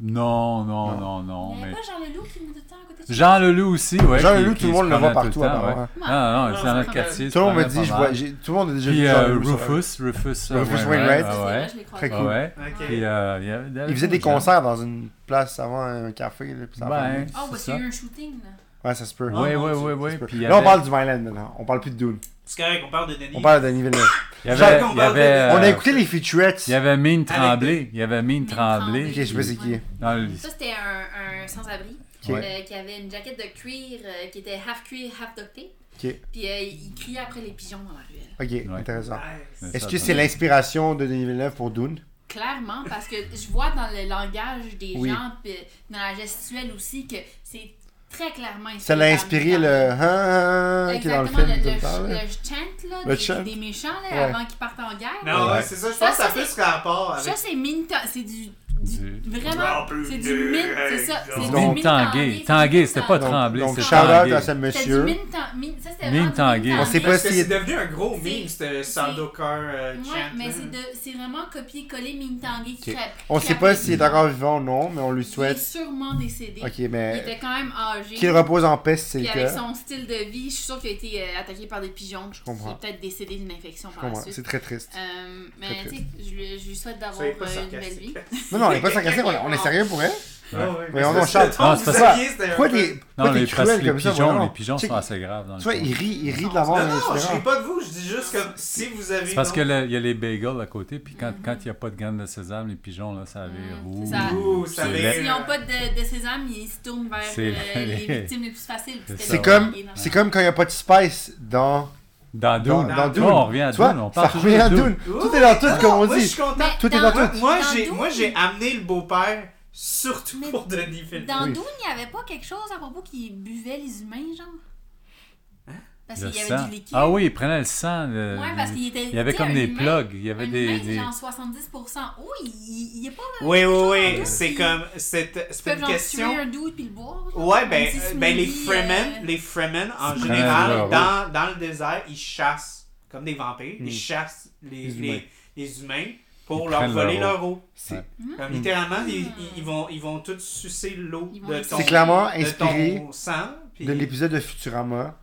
C: Non, non,
B: Non.
C: non, non.
D: Il y avait
C: mais...
D: pas Jean Leloup qui venait tout le temps à côté de toi?
C: Jean Leloup aussi, ouais.
B: Jean
C: qui-
B: Leloup,
C: qui
B: tout le
C: se
B: monde le
C: promenait
B: voit
C: tout
B: partout.
C: temps,
B: apparemment.
C: ouais. Non, non, c'est dans notre quartier.
B: Tout le monde
C: se
B: me dit,
C: promenait
B: je
C: pas
B: vois,
C: mal.
B: j'ai- tout le monde a déjà vu
C: Puis
B: Jean
C: euh,
B: Leloup sur la rue.
C: Rufus, Rufus, euh,
B: Rufus
C: Wainwright,
B: Wainwright.
C: ah ouais.
D: je l'ai croisé.
B: Très cool.
C: Ouais.
A: Ok.
C: Puis, euh, il y avait-
B: Il faisait des
C: Jean-
B: concerts dans une place avant un café. Là, puis ça
C: Ben,
D: Oh,
C: c'est
D: parce qu'il
C: ça.
D: y a eu un shooting, là.
B: ouais, ça se peut.
C: Ouais,
A: Ah,
C: ouais,
A: mon Dieu,
C: ouais,
B: Ça
C: ouais.
B: se peut.
C: Puis il y
B: Là, on
C: avait-
B: parle du Myland maintenant. On parle plus de Dune.
A: C'est correct, on parle de Denis.
B: On parle de Denis Villeneuve.
C: Il y avait,
A: Jacques, on
C: il y
A: parle de-
C: avait,
B: On a
C: euh,
B: écouté les featurettes.
C: Il y avait Mine
A: Avec-
C: Tremblay. Il y avait Mine Tremblay.
D: Tremblay.
B: Ok, je sais pas c'est qui.
C: Dans le-
D: Ça, c'était un, un sans-abri
B: Ok.
D: euh, qui avait une jaquette de cuir euh, qui était half cuir, half duct tape.
B: Ok,
D: Puis euh, il criait après les pigeons dans la ruelle.
B: ok, intéressant.
A: Nice.
B: Est-ce
C: Ça,
B: que
C: ça.
B: c'est l'inspiration de Denis Villeneuve pour Dune
D: Clairement, parce que je vois dans le langage des
B: Oui.
D: gens, puis dans la gestuelle aussi, que c'est très clairement inspiré.
B: Ça l'a inspiré
D: par-
B: le. hein, hein, qui est dans le
D: Exactement,
B: film.
D: le,
B: tout
D: le
B: le temps,
D: ch-
B: là.
D: le chant là,
B: Le
D: des,
B: chant.
D: des méchants là,
B: Ouais.
D: avant qu'ils partent en guerre. là.
A: Non, ouais,
B: Ouais.
A: c'est ça, je
D: Ça,
A: pense que ça
D: ça,
A: fait
D: c'est-
A: ce rapport avec.
D: Ça, c'est mine c'est du, du-
C: Du-
D: Vraiment, c'est du mine, c'est ça. C'est
B: Donc-
D: du mine
C: Tanguay.
D: tanguay.
C: Tanguay, c'était pas
B: Donc,
C: Tremblay,
B: donc
C: c'est
B: shout out
C: Tanguay.
B: à ce
D: C'est du
B: monsieur.
D: mine tan- mine- ça, c'était
C: Mine
D: vraiment du
C: Tanguay. On
B: On sait pas
A: Parce que
B: si.
A: c'est devenu un gros meme,
D: C'est-
A: ce Sandokan euh, chant.
D: Ouais, mais
A: là.
D: c'est de- c'est vraiment copier-coller Mintangi qui
B: Ok.
D: crée-
B: On
D: qui
B: sait
D: crée-
B: pas s'il est encore vivant ou non, mais on lui
D: Il est
B: souhaite.
D: sûrement décédé.
B: Ok,
D: Il
B: mais.
D: était quand même âgé.
B: Qu'il repose en paix si c'est
D: Puis
B: le
D: avec
B: cas.
D: son style de vie, je suis sûre qu'il a été euh, attaqué par des pigeons. Je
B: comprends.
D: Il est peut-être décédé d'une infection
B: Je
D: par la
B: comprends,
D: suite.
B: Ah, C'est très triste.
D: Euh, mais
B: Très
D: tu sais, je, lui- je lui souhaite d'avoir
A: Soyez pas
D: euh, une belle vie.
A: sarcastique.
B: [LAUGHS] Non, non, on est pas sarcastique, on est- on est sérieux pour elle.
A: Mais
B: Voyons donc, Charles,
C: non, c'est
A: vous
C: pas
B: ça.
A: aviez, c'était un
B: Pourquoi
A: peu-
B: t'es
C: Non,
B: pourquoi t'es
C: les, parce que
B: cruel
C: les
B: comme ça?
C: pigeons,
B: voyons?
C: les pigeons
B: Tu sais,
C: sont assez graves dans le
B: Tu vois,
C: fond.
B: il rit, il rit de
D: Non,
B: la mort
A: Non,
B: d'un
A: non, je
B: différent.
A: ris pas de vous, je dis juste que si vous avez.
C: C'est parce que le- il y a les bagels à côté, puis quand quand il n'y a pas de graines de sésame, les pigeons, là, ça vire.
D: Mm,
C: Ouh,
D: c'est ça.
A: Ouh, ça
C: c'est
A: vire.
C: laid.
D: S'ils n'ont pas de, de sésame, ils se tournent vers
C: C'est
D: euh, les
C: les-
D: victimes les plus faciles. puis
C: C'est
D: c'était
B: C'est
D: les
B: comme,
D: Tanguay dans-
B: c'est comme quand il n'y a pas de spice dans.
C: Dans Dune.
B: Dans- dans
C: Tu vois,
B: Dune.
C: on revient à
B: Tu vois,
C: Dune, on
B: ça
C: parle toujours
B: revient à
C: de Dune.
B: Dune. Tout est dans tout, comme on
A: Moi, je
B: dit.
A: suis content.
D: Mais
B: Tout est dans
A: Moi,
B: tout.
A: moi,
D: Dans
A: j'ai-
D: Dune.
A: moi, j'ai amené le beau-père surtout
D: Mais
A: pour Denis Villeneuve.
D: Dans
B: Oui.
D: Dune, il n'y avait pas quelque chose à propos qui buvait les humains, genre
A: Hein?
D: Parce
C: Le
D: qu'il y avait
C: sang.
D: du liquide.
C: Ah oui, ils prenaient le sang. le-
D: Ouais, parce qu'il était.
C: Il y avait
D: tu sais,
C: comme
D: un
C: des
D: humain-
C: plugs. Il y avait
D: un
C: des.
D: humain,
C: des-
D: genre 70%. Oh, il- il il est pas.
A: Oui, oui, oui.
D: Genre,
A: C'est
D: ils-
A: comme. C'est
D: Tu
A: c'est
D: peux
A: une
D: genre
A: question.
D: tuer un dude puis le boire. genre,
A: Ouais,
D: un
A: ben,
D: petit
A: euh,
D: smoothie,
A: ben les
D: euh,
A: Fremen, les Fremen, en
C: Fremen,
A: général,
C: ouais, ouais.
A: Dans, dans le désert, ils chassent, comme des vampires,
B: Mm.
A: ils chassent les,
B: Les humains.
A: les, les humains pour
C: Ils
A: leur
C: prennent
A: voler
C: leur
A: leur eau.
B: C'est-
A: Comme, littéralement, ils, ils- ils vont, ils vont tous sucer l'eau
D: Hmm. Ah. Ils vont
A: de
D: les
A: ton,
B: C'est clairement
A: de
B: inspiré
A: ton sang. puis-
B: de l'épisode de Futurama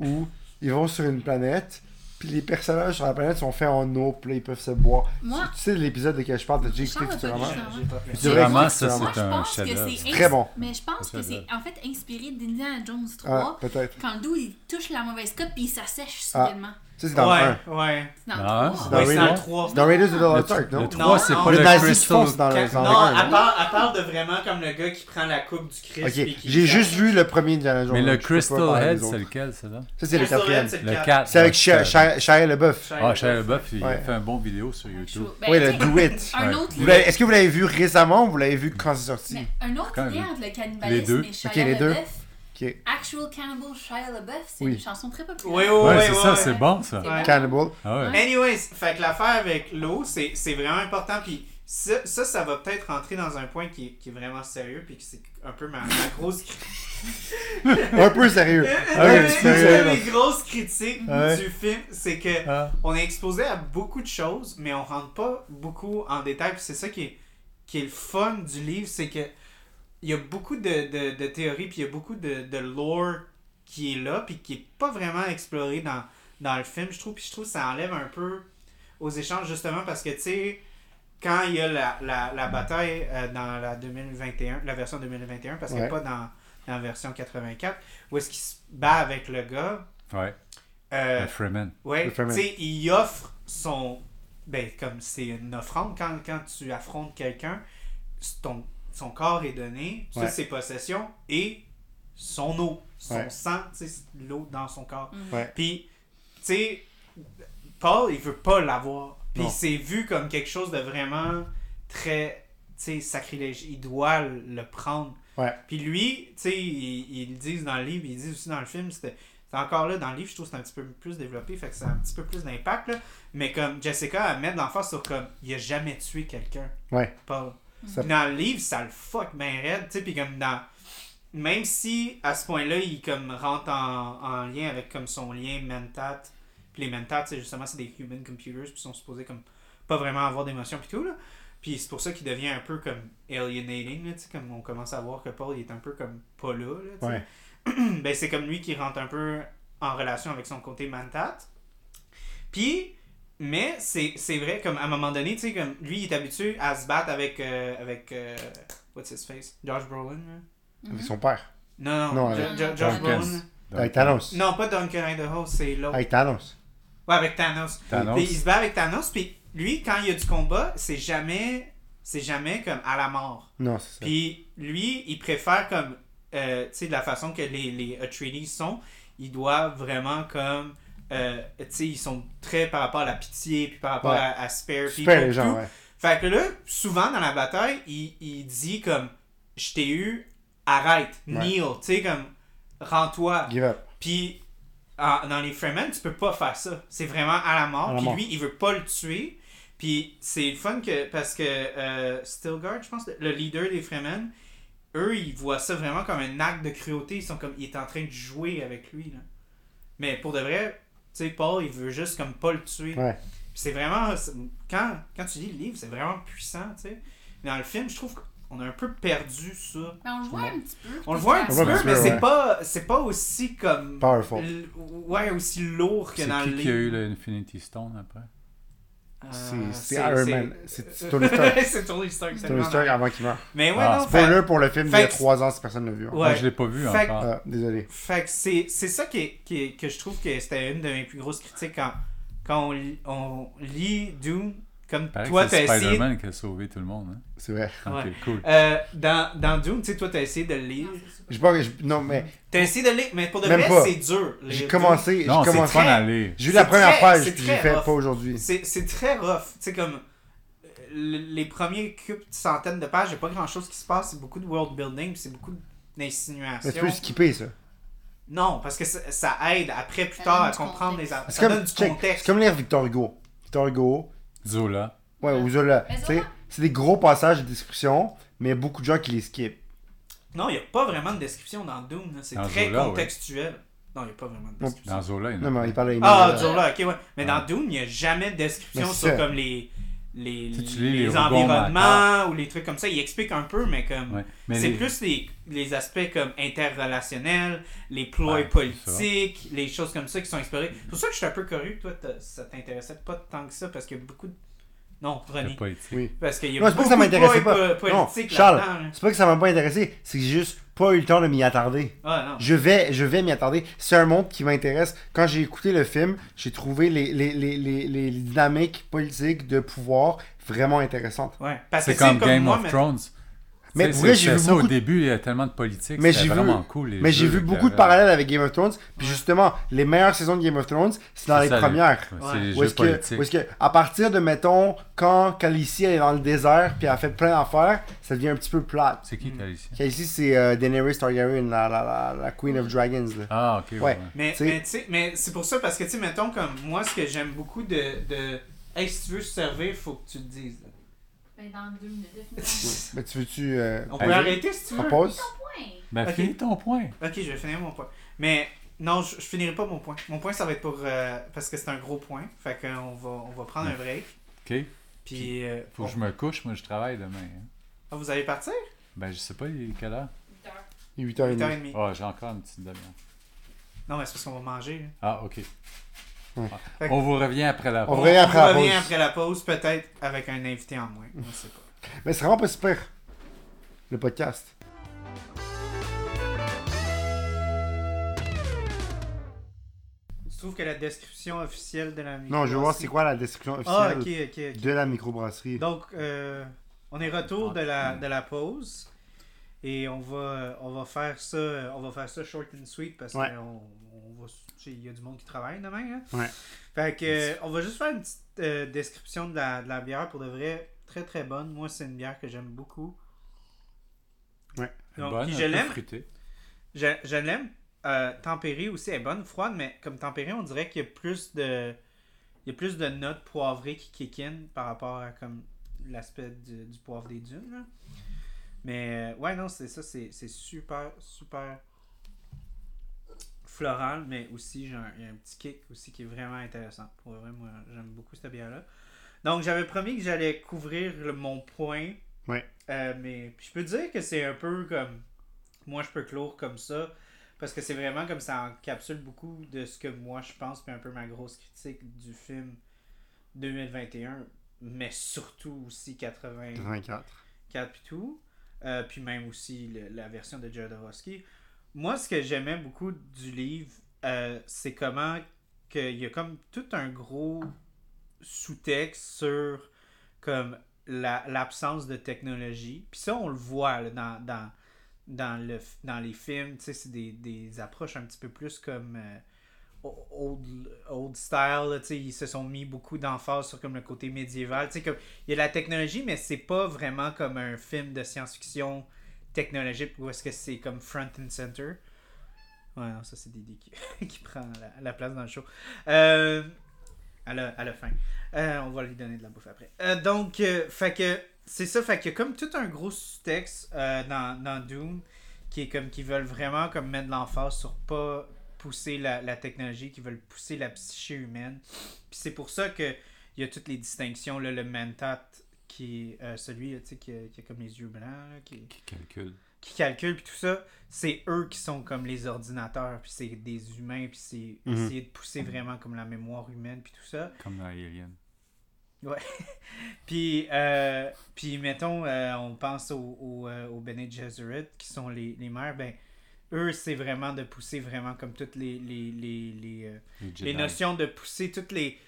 B: où ils vont sur une planète, puis les personnages sur la planète sont faits en eau, puis là, ils peuvent se boire.
D: Moi,
B: Tu sais l'épisode de que je parle, t'as déjà écouté
D: Charles a pas
A: J'ai-
B: Futurama?
D: vu ça.
A: j'ai pas fait.
B: Tu devrais
C: Vraiment,
B: écouter
C: ça,
B: Futurama.
D: moi je
C: un
D: pense que
C: chef-d'œuvre.
D: c'est.
B: C'est très bon.
D: Mais je pense que c'est en fait inspiré d'Indiana Jones 3.
B: Ah, peut-être.
D: Quand le dude il touche la mauvaise cote puis il s'assèche
B: Ah.
D: soudainement.
B: Ça, c'est dans le 1.
A: Ouais, ouais.
D: C'est dans le
C: Ah,
D: trois.
C: c'est
B: Dans
A: Ouais, c'est dans le
B: Raiders?
A: 3.
B: C'est dans Raiders of the
C: Le
B: Lost
C: tr-
B: Ark,
C: Le
B: non?
C: 3, c'est
A: Non,
C: pas
A: le
C: le
B: nazi qui se
C: Crystal.
B: fonce dans le
A: Quand-
B: dans le
A: non,
B: un,
A: à
B: hein?
A: part, à part de vraiment comme le gars qui prend la coupe du Christ.
B: Ok,
A: puis qui-
B: j'ai juste vu le premier Indiana Jones.
C: Mais le
B: donc je peux pas
C: Crystal
B: parler
C: Head,
B: des
C: c'est
B: autres.
C: lequel, c'est là
B: Ça, c'est le
A: Crystal Head,
B: quatrième.
A: c'est
C: Le
A: quatre.
C: 4.
B: C'est avec Shia- Shia Shia LaBeouf.
A: Shia
C: Ah,
A: LaBeouf.
C: Shia LaBeouf, il a
B: Ouais.
C: fait un bon vidéo sur YouTube.
D: Ben,
B: Oui,
D: tu
B: le
D: sais,
A: [LAUGHS]
B: Do It.
A: Ah,
D: Un
C: Ouais.
D: autre
B: Vous l'avez- Est-ce que vous l'avez vu récemment ou vous l'avez vu quand c'est sorti
D: Mais un autre
C: Quand
D: lien
C: même.
D: entre le
C: Les deux.
D: cannibalisme et Shia
B: Ok, les deux.
D: LaBeouf.
B: Ok.
D: Actual Cannibal Shia LaBeouf, c'est
B: Oui.
D: une chanson très populaire.
A: Oui, oui,
C: Ouais,
A: oui.
C: c'est
A: oui,
C: ça,
A: oui.
C: c'est bon ça.
D: C'est bon.
B: Cannibal.
C: Ah ouais.
A: Anyways, fait que l'affaire avec l'eau, c'est c'est vraiment important. Puis Ça, ça, ça va peut-être rentrer dans un point qui, est- qui est vraiment sérieux, puis que c'est un peu ma, ma
B: [LAUGHS]
A: grosse critique.
B: Un peu
A: [LAUGHS]
B: sérieux.
A: Une
B: Un
A: de
B: peu
A: mes-
B: Ah sérieux. Ah
A: une de mes grosses critiques
B: Ouais.
A: du film, c'est que
B: Ah.
A: on est exposé à beaucoup de choses, mais on rentre pas beaucoup en détail. Puis c'est ça qui est, qui est le fun du livre, c'est que il y a beaucoup de, de, de théories, puis il y a beaucoup de, de lore qui est là, puis qui est pas vraiment exploré dans, dans le film, je trouve. Puis je trouve que ça enlève un peu aux échanges, justement, parce que, tu sais, quand il y a la, la, la bataille euh, dans la 2021, la version 2021, parce que
B: Ouais.
A: pas dans, dans la version 84, où est-ce qu'il se bat avec le gars,
C: Ouais,
A: euh,
C: le Freeman.
A: Ouais,
B: Le
A: tu
B: ferment.
A: sais, il offre son. Ben, comme c'est une offrande, quand, quand tu affrontes quelqu'un, c'est ton, son corps est donné, toutes
B: Ouais.
A: ses possessions et son eau, son
B: Ouais.
A: sang, tu sais, l'eau dans son corps.
D: Mm.
B: Ouais.
A: Puis, tu sais, Paul, il veut pas l'avoir. Puis
B: Non.
A: c'est vu comme quelque chose de vraiment très, tu sais, sacrilège. Il doit le prendre.
B: Ouais.
A: Puis lui, tu sais, ils, ils le disent dans le livre, ils le disent aussi dans le film, c'était c'est encore là, dans le livre, je trouve que c'est un petit peu plus développé, fait que c'est un petit peu plus d'impact, là. Mais comme Jessica, elle met de l'emphase sur comme, il a jamais tué quelqu'un.
B: Ouais.
A: Paul.
B: Ça-
A: Puis Dans le livre, ça le fuck bien raide, tu sais, puis comme dans... Même si, à ce point-là, il comme rentre en, en lien avec comme son lien mentat, puis les mentats, c'est justement, c'est des human computers, puis ils sont supposés comme pas vraiment avoir d'émotion puis tout, là. Puis c'est pour ça qu'il devient un peu comme alienating, là, tu sais, comme on commence à voir que Paul, il est un peu comme pas là, là, tu sais.
B: Ouais.
A: [CLEARS THROAT] ben, c'est comme lui qui rentre un peu en relation avec son côté mentat. Puis, mais c'est c'est vrai, comme à un moment donné, tu sais, comme lui, il est habitué à se battre avec, euh, avec euh, what's his face? Josh Brolin, là?
D: Mm-hmm.
B: Avec son père.
A: Non, non,
B: Non,
A: Jo-
D: avec-
A: Jo- Josh
C: Duncan.
A: Brolin.
C: Donc,
B: Avec Thanos.
A: Non, pas Duncan Idaho, c'est l'autre.
B: Avec Thanos.
A: Ouais, avec Thanos.
C: Thanos.
A: Puis il se bat avec Thanos, puis lui, quand il y a du combat, c'est jamais, c'est jamais comme à la mort.
B: Non, c'est ça.
A: Puis lui, il préfère comme, euh, tu sais, de la façon que les, les Atreides sont, ils doivent vraiment comme, euh, tu sais, ils sont très par rapport à la pitié, puis par rapport
B: Ouais.
A: à, à spare people.
B: Super les
A: tout.
B: gens, ouais.
A: Fait que là, souvent dans la bataille, il, il dit comme, je t'ai eu, arrête,
B: Ouais.
A: kneel, tu sais, comme, rends-toi.
B: Give up.
A: Puis en- dans les Fremen, tu peux pas faire ça. C'est vraiment à la mort.
B: À la
A: Puis
B: mort.
A: lui, il veut pas le tuer. Puis c'est le fun que parce que euh, Stilgar, je pense, le leader des Fremen, eux, ils voient ça vraiment comme un acte de cruauté. Ils sont comme, il est en train de jouer avec lui. là. Mais pour de vrai, tu sais, Paul, il veut juste comme pas le tuer.
B: Ouais.
A: Puis c'est vraiment. c'est- Quand, quand tu lis le livre, c'est vraiment puissant, tu sais. Dans le film, je trouve qu'on a un peu perdu ça.
D: Ben, on le voit un petit peu.
A: On le voit un
D: Ah,
A: petit
B: voit
A: peu,
B: un petit
A: mais
B: peu,
A: c'est
B: ouais.
A: pas, c'est pas aussi comme.
B: Powerful.
A: L- Ouais, aussi lourd que
C: C'est
A: dans le
C: qui qui a
A: livre.
C: eu le Infinity Stone après
A: Euh,
B: C'est- C'est Iron
A: [LAUGHS]
B: Man. C'est Tony Stark.
A: C'est Tony Stark.
B: C'est Tony
A: exactement.
B: Stark avant qu'il meure.
A: Mais ouais,
C: Ah,
A: non, fait,
B: Spoiler pour le film d'il y a
A: Fait que-
B: 3 ans si personne ne l'a vu. hein.
A: Ouais.
C: Moi, je l'ai pas vu
A: Fait que-
C: encore.
B: Ah, désolé.
A: fait que c'est c'est ça qui est- qui est- que je trouve que c'était une de mes plus grosses critiques quand, quand on, li- on lit Doom, comme
C: Pareil
A: toi,
C: que
A: t'as
C: c'est
A: essayé.
C: Spider-Man qui a sauvé tout le monde. Hein?
B: C'est vrai.
C: Ok,
A: Ouais.
C: cool.
A: Euh, dans, dans Doom, tu sais, toi, t'as essayé de le lire.
D: c'est ça.
B: J'ai pas. j'ai- Non, mais
A: T'as essayé de le lire, mais pour de
B: Même
A: vrai,
B: pas.
A: c'est dur. lire
B: j'ai
A: Dune.
B: commencé. J'ai
C: Non, c'est
B: commencé.
C: fun à lire.
B: J'ai eu la
A: C'est
B: première
A: très-
B: page,
A: c'est
B: puis
A: très
B: j'ai fait
A: rough.
B: pas aujourd'hui.
A: C'est c'est très rough. Tu sais, comme euh, l- les premiers cubes centaines de pages, il n'y a pas grand chose qui se passe. C'est beaucoup de world building, puis c'est beaucoup
B: Mais tu
A: d'insinuations.
B: peux skipper ça.
A: Non, parce que ça, ça aide après, plus
D: Ça
A: tard,
D: donne
A: à
D: du
A: comprendre les
D: contexte.
A: armes.
B: C'est
A: Ça
B: comme,
A: donne du
B: check, c'est
A: contexte.
B: comme lire Victor Hugo. Victor Hugo,
C: Zola.
B: ouais, ou Zola.
D: Mais
B: tu
D: Zola.
B: sais, C'est des gros passages de description, mais beaucoup de gens qui les skippent.
A: Non, il n'y a pas vraiment de description dans Doom. là. C'est
C: Dans
A: très
C: Zola,
A: contextuel. Non, il n'y a pas vraiment de
B: Non.
A: description.
C: Dans Zola, il y en a
B: Non, mais
C: plein.
B: il parle à Emile.
A: Ah,
B: là.
A: Joe là, ok, ouais. Mais
C: Ah.
A: dans Doom, il n'y a jamais de description
B: Mais c'est
A: sur
B: ça.
A: comme les, les,
C: Si tu lis les
A: les
C: rebonds
A: environnements ou les trucs comme ça. Il explique un peu, mais comme.
C: Ouais. Mais
A: c'est
C: les-
A: plus les, les aspects comme interrelationnels, les ploys
C: Ouais, c'est ça.
A: politiques, les choses comme ça qui sont explorées. C'est pour ça que je suis un peu curieux que toi, t'as- ça t'intéressait pas tant que ça parce qu'il y a beaucoup de. Non, René.
C: c'était pas été.
B: Oui.
A: Parce qu'il y a
B: Non, c'est pas
A: beaucoup
B: que ça
A: de ploys
B: m'intéressait
A: po-
B: pas. Non,
A: politiques
B: Charles,
A: là-dedans.
B: c'est pas que ça m'a pas intéressé, c'est que j'ai juste pas eu le temps de m'y attarder.
A: là. Ah, non.
B: Je vais, je vais m'y attarder. C'est un monde qui m'intéresse. Quand j'ai écouté le film, j'ai trouvé les, les, les, les, les dynamiques politiques de pouvoir vraiment intéressantes.
A: Ouais. Parce que
C: C'est comme, Game
A: moi,
C: of
A: mais-
C: Thrones.
B: Mais
C: Tu sais,
B: pour vrai,
C: c'est-
B: j'ai vu
C: c'est ça au
B: beaucoup de-
C: début, il y a tellement de politique.
B: Mais
C: c'était
B: j'ai vu,
C: vraiment cool. les
B: mais j'ai
C: jeux
B: vu
C: qu'il y
B: beaucoup de
C: avait.
B: parallèles avec Game of Thrones. Puis justement, les meilleures saisons de Game of Thrones, c'est dans
C: C'est
B: les
C: ça,
B: premières.
C: ouais,
A: Ouais.
C: C'est les
B: Où
C: jeux
B: est-ce que, où est-ce
C: politiques.
B: que, à partir de, mettons, quand Khaleesi elle est dans le désert, puis elle fait plein d'affaires, ça devient un petit peu plate.
C: C'est qui qui a ici
B: Khaleesi, c'est euh, Daenerys Targaryen, la, la, la, la Queen of Dragons. Là.
C: Ah, ok. ouais,
B: Ouais.
C: ouais.
A: Mais,
B: T'sais-
A: mais, t'sais, mais c'est pour ça, parce que, tu sais, mettons, comme moi, ce que j'aime beaucoup de. de hey, si tu veux servir, faut que tu le dises. là.
D: Ben, Ben, dans
B: [LAUGHS]
D: deux minutes.
B: Ouais. Mais tu veux-tu. euh,
A: [LAUGHS] On
C: Allez.
A: peut arrêter si tu
B: on
A: veux.
B: pause
D: Ouais.
C: Ben,
A: Ok.
C: finis ton point.
A: Ok, je vais finir mon point. Mais non, je, je finirai pas mon point. Mon point, ça va être pour. euh, parce que c'est un gros point. Fait qu'on va, on va prendre un break.
C: OK?
A: Puis. euh,
C: Faut que je me couche, moi, je travaille demain. hein.
A: Ah, vous allez partir
C: Ben, je sais pas, il est quelle heure?
B: Il est 8h30.
A: 8h30.
C: Oh, j'ai encore une petite demi-heure.
A: Non, mais c'est parce qu'on va manger. là.
C: Ah, OK.
B: Ouais.
C: Ah.
A: Fait que-
C: On vous revient après la
B: On
C: pause.
B: revient
A: on
B: après la
A: revient
B: pause.
A: après la pause, peut-être avec un invité en moins. On sait pas.
B: Mais c'est vraiment pas super. Le podcast.
A: Tu trouves que la description officielle de la
B: Non, je veux voir c'est quoi la description
A: Ah,
B: officielle
A: ok, ok, ok.
B: de la microbrasserie.
A: Donc, euh, on est retour de la, de la pause et on va, on va faire ça, on va faire ça short and sweet parce
B: Ouais.
A: que on, on va, il y a du monde qui travaille demain. Hein?
B: Ouais.
A: Fait que, euh, on va juste faire une petite euh, description de la, de la bière pour de vrai, très très bonne. Moi, c'est une bière que j'aime beaucoup.
B: Ouais.
A: Donc,
C: Bonne,
A: puis
C: un
A: je
C: peu
A: l'aime,
C: fruitée.
A: je, je l'aime. euh, tempérée aussi, elle est bonne, froide, mais comme tempérée, on dirait qu'il y a plus de. Il y a plus de notes poivrées qui kick in par rapport à comme l'aspect du, du poivre des dunes. là. Mais euh, ouais, non, c'est ça, c'est c'est super, super floral, mais aussi j'ai un- il y a un petit kick aussi qui est vraiment intéressant. Pour vrai, moi, j'aime beaucoup cette bière-là. Donc, j'avais promis que j'allais couvrir le- mon point.
B: Ouais.
A: Euh, mais puis je peux dire que c'est un peu comme. Moi, je peux clore comme ça. Parce que c'est vraiment comme ça encapsule beaucoup de ce que moi je pense, puis un peu ma grosse critique du film 2021, mais surtout aussi 80,
B: 84.
A: 4 puis tout, euh, puis même aussi le- la version de Jodorowsky. Moi, ce que j'aimais beaucoup du livre, euh, c'est comment qu'il y a comme tout un gros sous-texte sur comme la- l'absence de technologie. Puis ça, on le voit là, dans, dans, dans, le, f- dans les films, tu sais, c'est des, des approches un petit peu plus comme... euh, o- Old, old style, là, tu sais, ils se sont mis beaucoup d'emphase sur comme le côté médiéval. tu sais, Comme, il y a la technologie, mais c'est pas vraiment comme un film de science-fiction technologique où est-ce que c'est comme front and center. Ouais, non, ça c'est Didi qui, [LAUGHS] qui prend la, la place dans le show. Euh, à, la, à la fin. Euh, on va lui donner de la bouffe après. Euh, donc, euh, fait que c'est ça, fait que comme tout un gros sous-texte euh, dans, dans Doom qui est comme qui veulent vraiment comme mettre de l'emphase sur pas pousser la, la technologie, qui veulent pousser la psyché humaine. Puis c'est pour ça que il y a toutes les distinctions là, le mentat qui est euh, celui là, tu sais, qui, a, qui a comme les yeux blancs là, qui
C: Qui calcule.
A: qui calculent puis tout ça, c'est eux qui sont comme les ordinateurs, puis c'est des humains, puis c'est
B: Mhm.
A: essayer de pousser vraiment comme la mémoire humaine, puis tout ça.
C: Comme dans Alien.
A: Puis, euh, puis mettons, euh, on pense aux au, euh, aux Bene Gesserit, qui sont les, les mères, ben, eux, c'est vraiment de pousser vraiment comme toutes les, les, les, les, euh,
C: Les,
A: les
C: Jedi.
A: notions de pousser toutes les,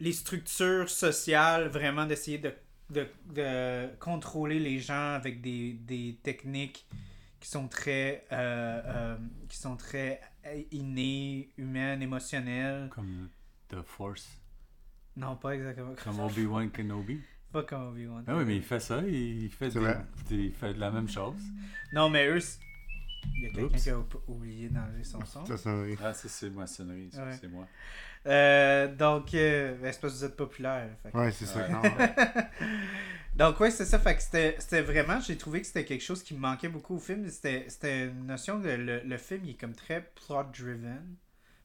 A: les structures sociales, vraiment d'essayer de, de, de contrôler les gens avec des, des techniques qui sont très euh, euh, qui sont très innées, humaines, émotionnelles.
C: Comme The Force.
A: Non, pas exactement.
C: Comme Obi-Wan Kenobi.
A: [LAUGHS] Pas comme Obi-Wan.
C: Ah oui, mais il fait ça. Il fait,
B: C'est
C: des-
B: vrai.
C: il fait de la même chose.
A: Non, mais eux, c'est- il y a quelqu'un
C: Oups.
A: qui a ou- oublié d'enlever
C: [LAUGHS]
A: son son.
B: Ça sonnerie.
C: Ah, ça, c'est ma sonnerie. ça,
A: Ouais.
C: C'est moi.
A: Euh, donc, euh, ben, c'est parce que vous êtes populaire. fait que-
B: Ouais, c'est ça.
C: Ouais.
B: non.
A: [LAUGHS] Donc ouais, c'est ça. Fait que c'était c'était vraiment, j'ai trouvé que c'était quelque chose qui manquait beaucoup au film. C'était c'était une notion de le, le film, il est comme très plot-driven.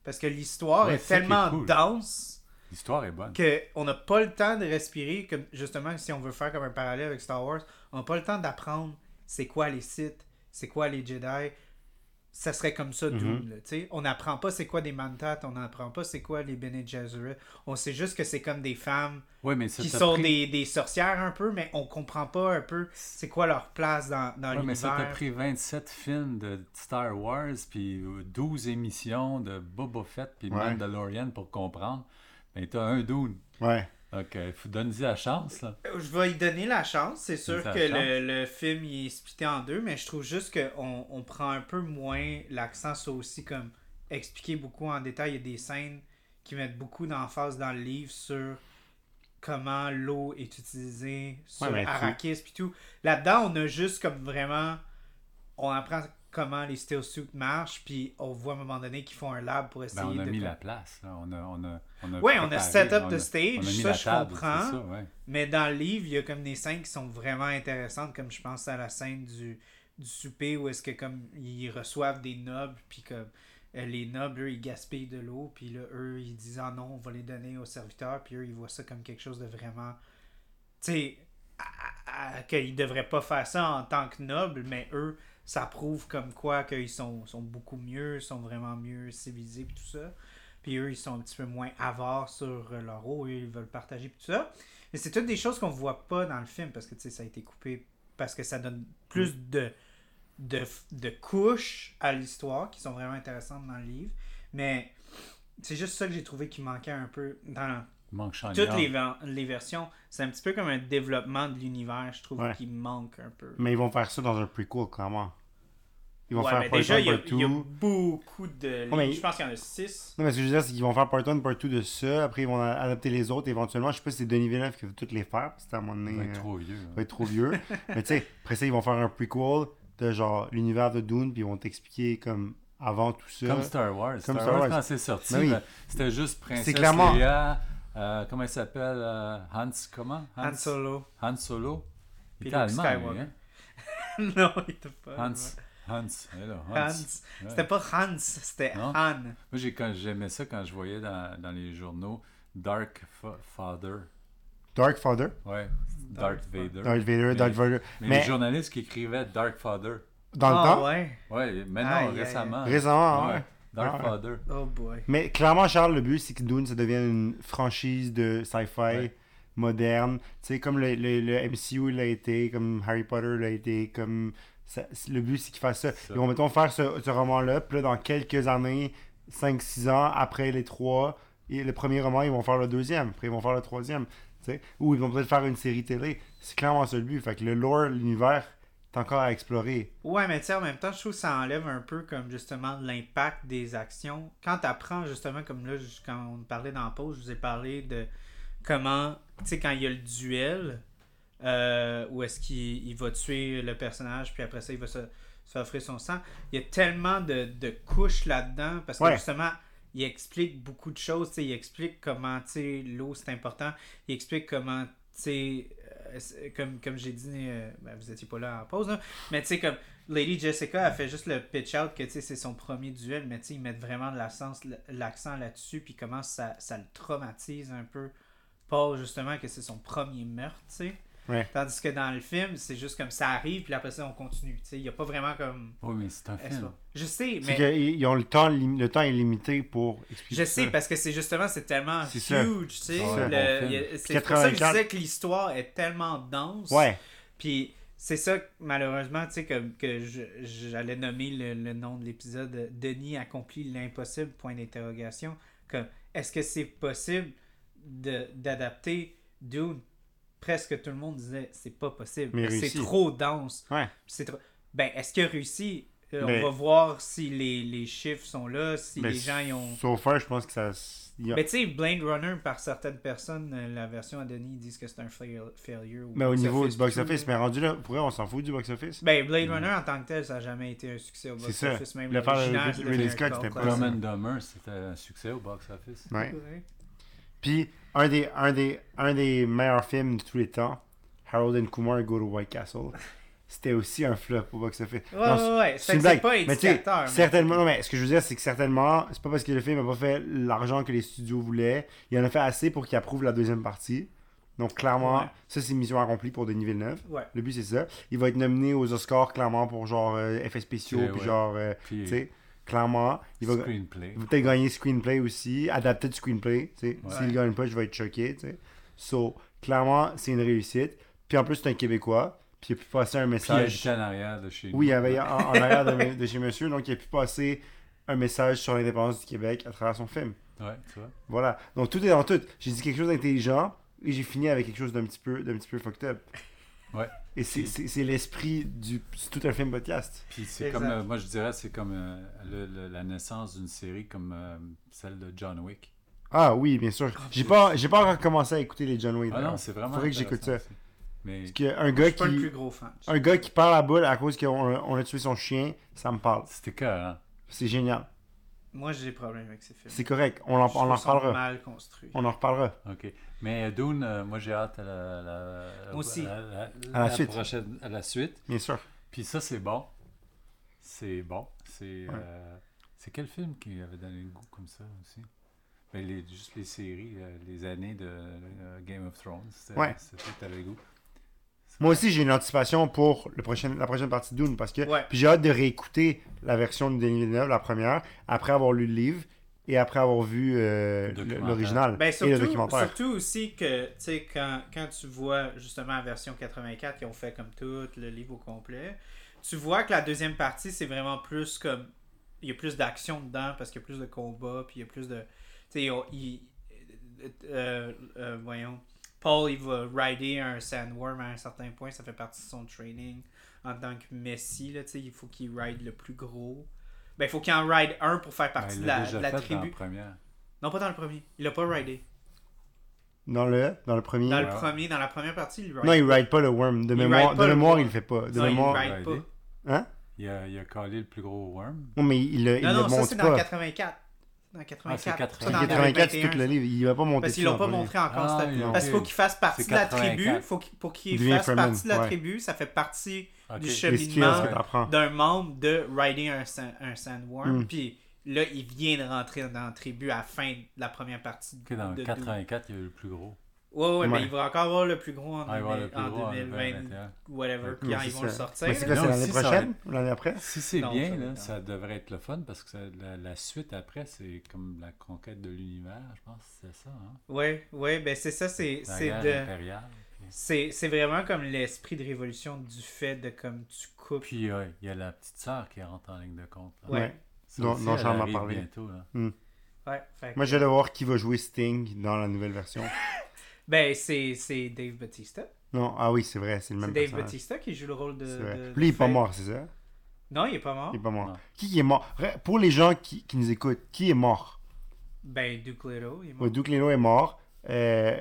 A: Parce que l'histoire
C: Ouais,
A: est
C: c'est ça qui est
A: tellement
C: cool.
A: dense
C: L'histoire est bonne.
A: que on n'a pas le temps de respirer. Comme, justement, si on veut faire comme un parallèle avec Star Wars, on n'a pas le temps d'apprendre c'est quoi les Sith, c'est quoi les Jedi. Ça serait comme ça,
C: Mm-hmm.
A: Doom. là, tu sais. on n'apprend pas c'est quoi des Mantat, on n'apprend pas c'est quoi les Bene Gesserit. On sait juste que c'est comme des femmes
C: Ouais, mais ça
A: qui
C: t'a
A: sont
C: pris-
A: des, des sorcières un peu, mais on comprend pas un peu c'est quoi leur place dans, dans
C: Ouais, mais ça t'a
A: l'univers.
C: pris 27 films de Star Wars, puis 12 émissions de Boba Fett, puis
B: Ouais.
C: Mandalorian pour comprendre. Mais t'as un doune.
B: Ouais.
C: Donc, euh, faut donner la chance, là.
A: Je vais y donner la chance. C'est sûr
C: Donne-lui
A: que
C: la chance.
A: le, le film il est splitté en deux, mais je trouve juste qu'on on prend un peu moins l'accent sur aussi comme expliquer beaucoup en détail. Il y a des scènes qui mettent beaucoup d'emphase dans le livre sur comment l'eau est utilisée sur
B: Ouais, mais tu-
A: Arrakis puis tout. Là-dedans, on a juste comme vraiment on apprend comment les steel suits marchent, puis on voit à un moment donné qu'ils font un lab pour essayer
C: Ben, on a
A: de.
C: mis la place. là. On a, on a, on a
A: Ouais, on a
C: préparé,
A: set up
C: on
A: the
C: a-
A: stage,
C: on a mis
A: ça,
C: la
A: je
C: table,
A: comprends.
C: c'est ça, ouais.
A: Mais dans le livre, il y a comme des scènes qui sont vraiment intéressantes, comme je pense à la scène du, du souper où est-ce que comme ils reçoivent des nobles, puis comme euh, les nobles, eux, ils gaspillent de l'eau, puis là, eux, ils disent ah non, on va les donner aux serviteurs, puis eux, ils voient ça comme quelque chose de vraiment, tu sais, à- à- à- qu'ils devraient pas faire ça en tant que nobles, mais eux, ça prouve comme quoi qu'ils sont, sont beaucoup mieux, sont vraiment mieux civilisés, puis tout ça. Puis eux, ils sont un petit peu moins avares sur euh, leur eau, eux, ils veulent partager, puis tout ça. Mais c'est toutes des choses qu'on voit pas dans le film parce que tu sais, ça a été coupé parce que ça donne plus
B: Mm.
A: de, de, de couches à l'histoire qui sont vraiment intéressantes dans le livre. Mais c'est juste ça que j'ai trouvé qui manquait un peu dans
C: Il manque
B: Ah,
C: Sean
A: toutes
C: Young.
A: les, ver- les versions. C'est un petit peu comme un développement de l'univers, je trouve,
B: Ouais.
A: qui manque un peu.
B: Mais ils vont faire ça dans un prequel, comment Ils vont
A: Ouais,
B: faire
A: mais
B: part
A: déjà,
B: 1,
A: il y, a-
B: part 2.
A: il y a beaucoup de.
B: Ouais, mais-
A: Je pense qu'il y en a six.
B: Non, mais ce que je veux dire, c'est qu'ils vont faire part 1, part 2 de ça. Après, ils vont a- adapter les autres éventuellement. Je sais pas si c'est Denis Villeneuve qui veut toutes les faire. Parce que à un moment donné.
C: Il va être
B: euh,
C: trop vieux. hein.
B: va être trop
C: [LAUGHS]
B: vieux. Mais tu sais, après ça, ils vont faire un prequel de genre l'univers de Dune, puis ils vont t'expliquer comme avant tout ça.
C: Comme Star Wars. Star,
B: euh, Star
C: Wars,
B: Wars.
C: quand c'est sorti,
B: Ben oui.
C: ben, c'était juste Princesse
B: C'est clairement-
C: Leia, euh, comment il s'appelle euh, Hans, comment
A: Han Solo.
C: Han Solo. Il
A: Puis
C: était
A: Luke
C: allemand, lui,
A: Skywalker.
C: hein?
A: [LAUGHS] non, il était pas.
C: Hans.
A: ouais.
C: Hans. eh là, Hans.
A: Hans.
C: Ouais.
A: C'était pas Hans, c'était
C: Non.
A: Han.
C: Moi, j'ai- quand- j'aimais ça quand je voyais dans, dans les journaux Dark Fa- Father.
B: Dark Father.
C: Ouais,
A: Dark
C: Darth
A: Fa-
C: Vader.
B: Darth Vader, Darth Vader.
C: Mais,
B: Mais-
C: les journalistes qui écrivaient Dark Father.
B: Dans le
A: Ah,
B: temps,
A: ouais.
C: Ouais, maintenant,
A: Aïe, aïe,
C: récemment.
B: récemment, hein,
C: Ouais,
B: ouais.
C: Dark
B: Ah, ouais.
C: Father.
A: Oh boy.
B: Mais clairement, Charles, le but, c'est que Dune, ça devienne une franchise de sci-fi
C: Ouais.
B: moderne. Tu sais, comme le, le, le MCU l'a été, comme Harry Potter l'a été, comme. ça- c'est- le but, c'est qu'ils fassent ça.
C: Ça.
B: Ils vont, mettons, faire ce, ce roman-là, puis là, dans quelques années, 5-6 ans, après les trois, et le premier roman, ils vont faire le deuxième, après, ils vont faire le troisième. tu sais. Ou ils vont peut-être faire une série télé. C'est clairement ça le but. Fait que le lore, l'univers, t'es encore à explorer.
A: Ouais, mais tu sais, en même temps, je trouve que ça enlève un peu comme justement l'impact des actions. Quand t'apprends justement, comme là, je- quand on parlait dans la pause, je vous ai parlé de comment, tu sais, quand il y a le duel, euh, où est-ce qu'il il va tuer le personnage, puis après ça, il va se, se faire offrir son sang. Il y a tellement de, de couches là-dedans, parce que
B: Ouais.
A: justement, il explique beaucoup de choses. tu sais, Il explique comment tu sais, l'eau, c'est important. Il explique comment, tu sais, euh, c'est- comme, comme j'ai dit, euh, ben, vous étiez pas là en pause, là, mais tu sais, comme Lady Jessica a fait juste le pitch-out que tu sais, c'est son premier duel, mais tu sais, ils mettent vraiment de la sens- l'accent là-dessus, puis comment ça, ça le traumatise un peu. Paul, justement, que c'est son premier meurtre, tu sais.
B: Ouais.
A: Tandis que dans le film, c'est juste comme ça arrive, puis après ça, on continue. Tu sais, il n'y a pas vraiment comme.
C: Oui, mais c'est un
A: Est-ce
C: film.
A: pas- Je sais,
B: C'est
A: mais.
B: qu'ils ils ont le temps, lim- le temps est limité pour expliquer
A: Je sais,
B: ça.
A: parce que c'est justement, c'est tellement
B: C'est
A: huge,
B: ça.
A: tu sais.
C: C'est ça.
A: le-
C: Bon
A: il
C: film.
A: y a- C'est pour ça que je
B: 84.
A: disais que l'histoire est tellement dense.
B: Ouais.
A: Puis c'est ça, que, malheureusement, tu sais, que, que je- j'allais nommer le, le nom de l'épisode euh, Denis accomplit l'impossible, point d'interrogation. Comme, est-ce que c'est possible de- d'adapter Dune Presque tout le monde disait, c'est pas possible.
B: Mais
A: c'est
B: réussi.
A: trop dense.
B: Ouais.
A: C'est trop... Ben, est-ce que réussi Euh,
B: Mais-
A: On va voir si les, les chiffres sont là, si
B: Mais
A: les gens y ont.
B: So far, je pense que ça. s- il y a-
A: Mais tu sais, Blade Runner, par certaines personnes, euh, la version à Denis, ils disent que c'est un fail- failure.
B: mais Ben, au niveau du
A: box-office,
B: box-office, mais rendu là, pour vrai, on s'en fout du box-office.
A: Ben, Blade Runner en tant que tel, ça n'a jamais été un succès au
B: Mm. C'est
A: box-office,
B: ça.
A: même.
B: Le faire de
A: l'original,
B: Ridley
A: devenu un
B: Scott,
A: cult
B: c'était pas
A: classique.
C: Dumb and Dumber, c'était un succès au box-office.
B: Ouais.
A: Ouais.
B: Puis, un des, un, des, un des meilleurs films de tous les temps, Harold and Kumar Go to White Castle, [LAUGHS] c'était aussi un flop au box-office.
A: Ouais,
B: Non,
A: ouais, ouais. Fait
B: c'est
A: que C'est
B: une blague.
A: pas
B: Mais tu sais,
A: indicateur. mais-
B: certainement, non, mais ce que je veux dire, c'est que certainement, c'est pas parce que le film n'a pas fait l'argent que les studios voulaient. Il en a fait assez pour qu'il approuve la deuxième partie. Donc, clairement,
A: Ouais.
B: ça, c'est mission accomplie pour Denis Villeneuve.
A: Ouais.
B: Le but, c'est ça. Il va être nominé aux Oscars, clairement, pour genre euh, effets spéciaux,
C: Ouais,
B: puis
C: ouais.
B: genre, euh,
C: Puis,
B: tu sais, clairement, il va,
C: screenplay.
B: il va peut-être gagner screenplay aussi, adapté du screenplay, tu sais.
C: Ouais.
B: S'il gagne pas, je vais être choqué, tu sais. So, clairement, c'est une réussite. Puis en plus, c'est un Québécois, puis il a pu passer un
C: Puis il
B: message.
C: habitait en arrière de chez
B: oui, il
C: nous.
B: avait en, en arrière de, de chez monsieur, donc il a pu passer un message sur l'indépendance du Québec à travers son film.
C: Ouais, tu vois.
B: Voilà. Donc tout est dans tout. J'ai dit quelque chose d'intelligent et j'ai fini avec quelque chose d'un petit peu, d'un petit peu fucked up.
C: Ouais.
B: Et c'est- c'est c'est l'esprit du c'est tout un film podcast.
C: Puis c'est
A: Exact.
C: comme, euh, moi je dirais, c'est comme euh, le- le- la naissance d'une série comme euh, celle de John Wick.
A: Ah,
B: Ah oui, bien sûr. J'ai pas, j'ai pas encore commencé à écouter les John Wayne.
C: Ah non, c'est vraiment.
B: Faudrait que j'écoute ça.
C: intéressant aussi. Mais
B: Parce qu'un
A: Je
B: gars
A: suis pas le
B: qui.
A: plus gros fan.
B: Un gars qui parle à boule à cause qu'on a- on a tué son chien, ça me parle.
C: c'était cœur, hein?
B: C'est génial.
A: Moi, j'ai des problèmes avec ces films.
B: C'est correct. On en,
A: Je
B: on en
A: trouve ça
B: reparlera.
A: mal construit.
B: On en reparlera.
C: OK. Mais euh, Dune, euh, moi j'ai hâte à la, la- la-
A: Moi aussi.
C: la- la-
B: la suite.
C: prochaine- à la suite.
B: Bien sûr.
C: Puis ça, c'est bon. C'est bon. C'est
B: Ouais.
C: euh, c'est quel film qui avait donné le goût comme ça aussi? Ben, les- juste les séries, euh, les années de euh, Game of Thrones. c'était-
B: Ouais.
C: C'est ça que t'avais le goût.
B: Moi aussi, j'ai une anticipation pour le prochain, la prochaine partie de Dune parce que
A: Ouais.
B: puis j'ai hâte de réécouter la version de Denis Villeneuve, la première, après avoir lu le livre et après avoir vu euh,
C: Le
B: le-
C: documentaire.
B: l'original
A: Ben,
B: et le
A: surtout,
B: documentaire.
A: surtout aussi que, tu sais, quand, quand tu vois justement la version 84 qui ont fait comme tout, le livre au complet, tu vois que la deuxième partie, c'est vraiment plus comme. Il y a plus d'action dedans parce qu'il y a plus de combats, puis il y a plus de. Tu sais, on- il- euh, euh, voyons. Paul, il va rider un sandworm à un certain point, ça fait partie de son training en tant que Messi, là, tu sais, il faut qu'il ride le plus gros. Ben, il faut qu'il en ride un pour faire
C: Ben,
A: partie
C: il
A: de la,
C: l'a déjà
A: de la
C: fait dans la
A: tribu.
C: première.
A: Non, pas dans le premier. Il l'a pas ridé.
B: Dans le, dans le premier.
A: Dans le
C: Ouais.
A: premier, dans la première partie, il ride.
B: Non, il ride pas le worm. De
A: Il
B: mémoire,
A: ride pas
B: de
A: le
B: mémoire
A: worm.
B: il le fait pas. De
A: Non, il
B: mémoire.
A: ride
C: Ridé.
A: pas.
B: Hein?
C: Il a, il a collé le plus gros worm.
B: Non, mais il, le- il
A: Non,
B: le
A: non, ça
B: monte
A: c'est dans
B: pas.
A: 84. Dans 84.
C: Ah, c'est
A: Ça, dans
B: 84, c'est
A: 2021.
B: tout le livre. Il va pas monter
A: Parce qu'ils l'ont
B: dessus dans
A: pas
B: le premier.
A: montré encore.
C: Ah,
A: cette-
C: il a-
A: Parce qu'il faut qu'il fasse partie
C: C'est
A: de la tribu.
C: 84.
A: Faut qu'il- pour
B: Il
A: qu'il
B: devient
A: fasse
B: Freeman,
A: partie de la
B: ouais.
A: tribu, ça fait partie
C: Ok.
A: du
B: Les skills
A: cheminement
B: que t'apprends.
A: d'un membre de rider un, sa- un sandworm.
B: Mm.
A: Puis là, il vient de rentrer dans la tribu à la fin de la première partie.
C: Ok, dans
A: de, de-
C: 84, il y a eu le plus gros.
A: Ouais, ouais, mais
B: Ouais.
A: il va encore avoir le plus gros en,
C: Ah, il va avoir le
A: 2000
C: plus
A: en
C: gros en
A: 2020,
C: 2021.
A: whatever,
C: Ouais,
A: quand ils
B: c'est
A: vont le
B: ça.
A: sortir.
B: Mais c'est quoi,
C: Non,
B: c'est l'année
C: si, ça
B: prochaine ou l'année après
C: Si c'est
A: Non, ça
C: bien,
A: va
C: là,
A: être
C: ça devrait être le fun parce que ça- la, la suite après, c'est comme la conquête de l'univers, je pense, c'est ça. Hein?
A: Ouais, ouais, ben c'est ça, c'est
C: La
A: c'est
C: guerre
A: de.
C: impériale.
A: C'est c'est vraiment comme l'esprit de révolution du fait de comme tu coupes.
C: Puis euh, il y a la petite sœur qui rentre en ligne de compte. là.
A: Ouais.
C: Ça
B: Non,
C: aussi,
B: non,
C: elle
B: Charles m'a
C: arrive
B: parlé.
C: bientôt, là.
A: Ouais, fait que-
B: Moi, je vais aller voir qui va jouer Sting dans la nouvelle version.
A: Ben, c'est c'est Dave Batista.
B: Non, ah oui, c'est vrai, c'est le
A: C'est
B: même
A: Dave
B: personnage.
A: Batista qui joue le rôle de.
B: C'est vrai.
A: de- de
B: Lui, il est pas
A: Faith.
B: mort, c'est ça
A: Non, il est pas mort.
B: Il est pas mort.
C: Non.
B: Qui qui est mort Re- Pour les gens qui, qui nous écoutent, qui est mort
A: Ben, Duke Leto est mort.
B: Bon, Duke Leno est mort. Euh,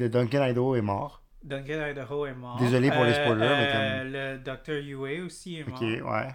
B: euh, Duncan Idaho est mort.
A: Duncan Idaho est mort.
B: Désolé pour les
A: Euh,
B: spoilers,
A: euh, Le Dr. Yue aussi est mort.
B: Ok, ouais.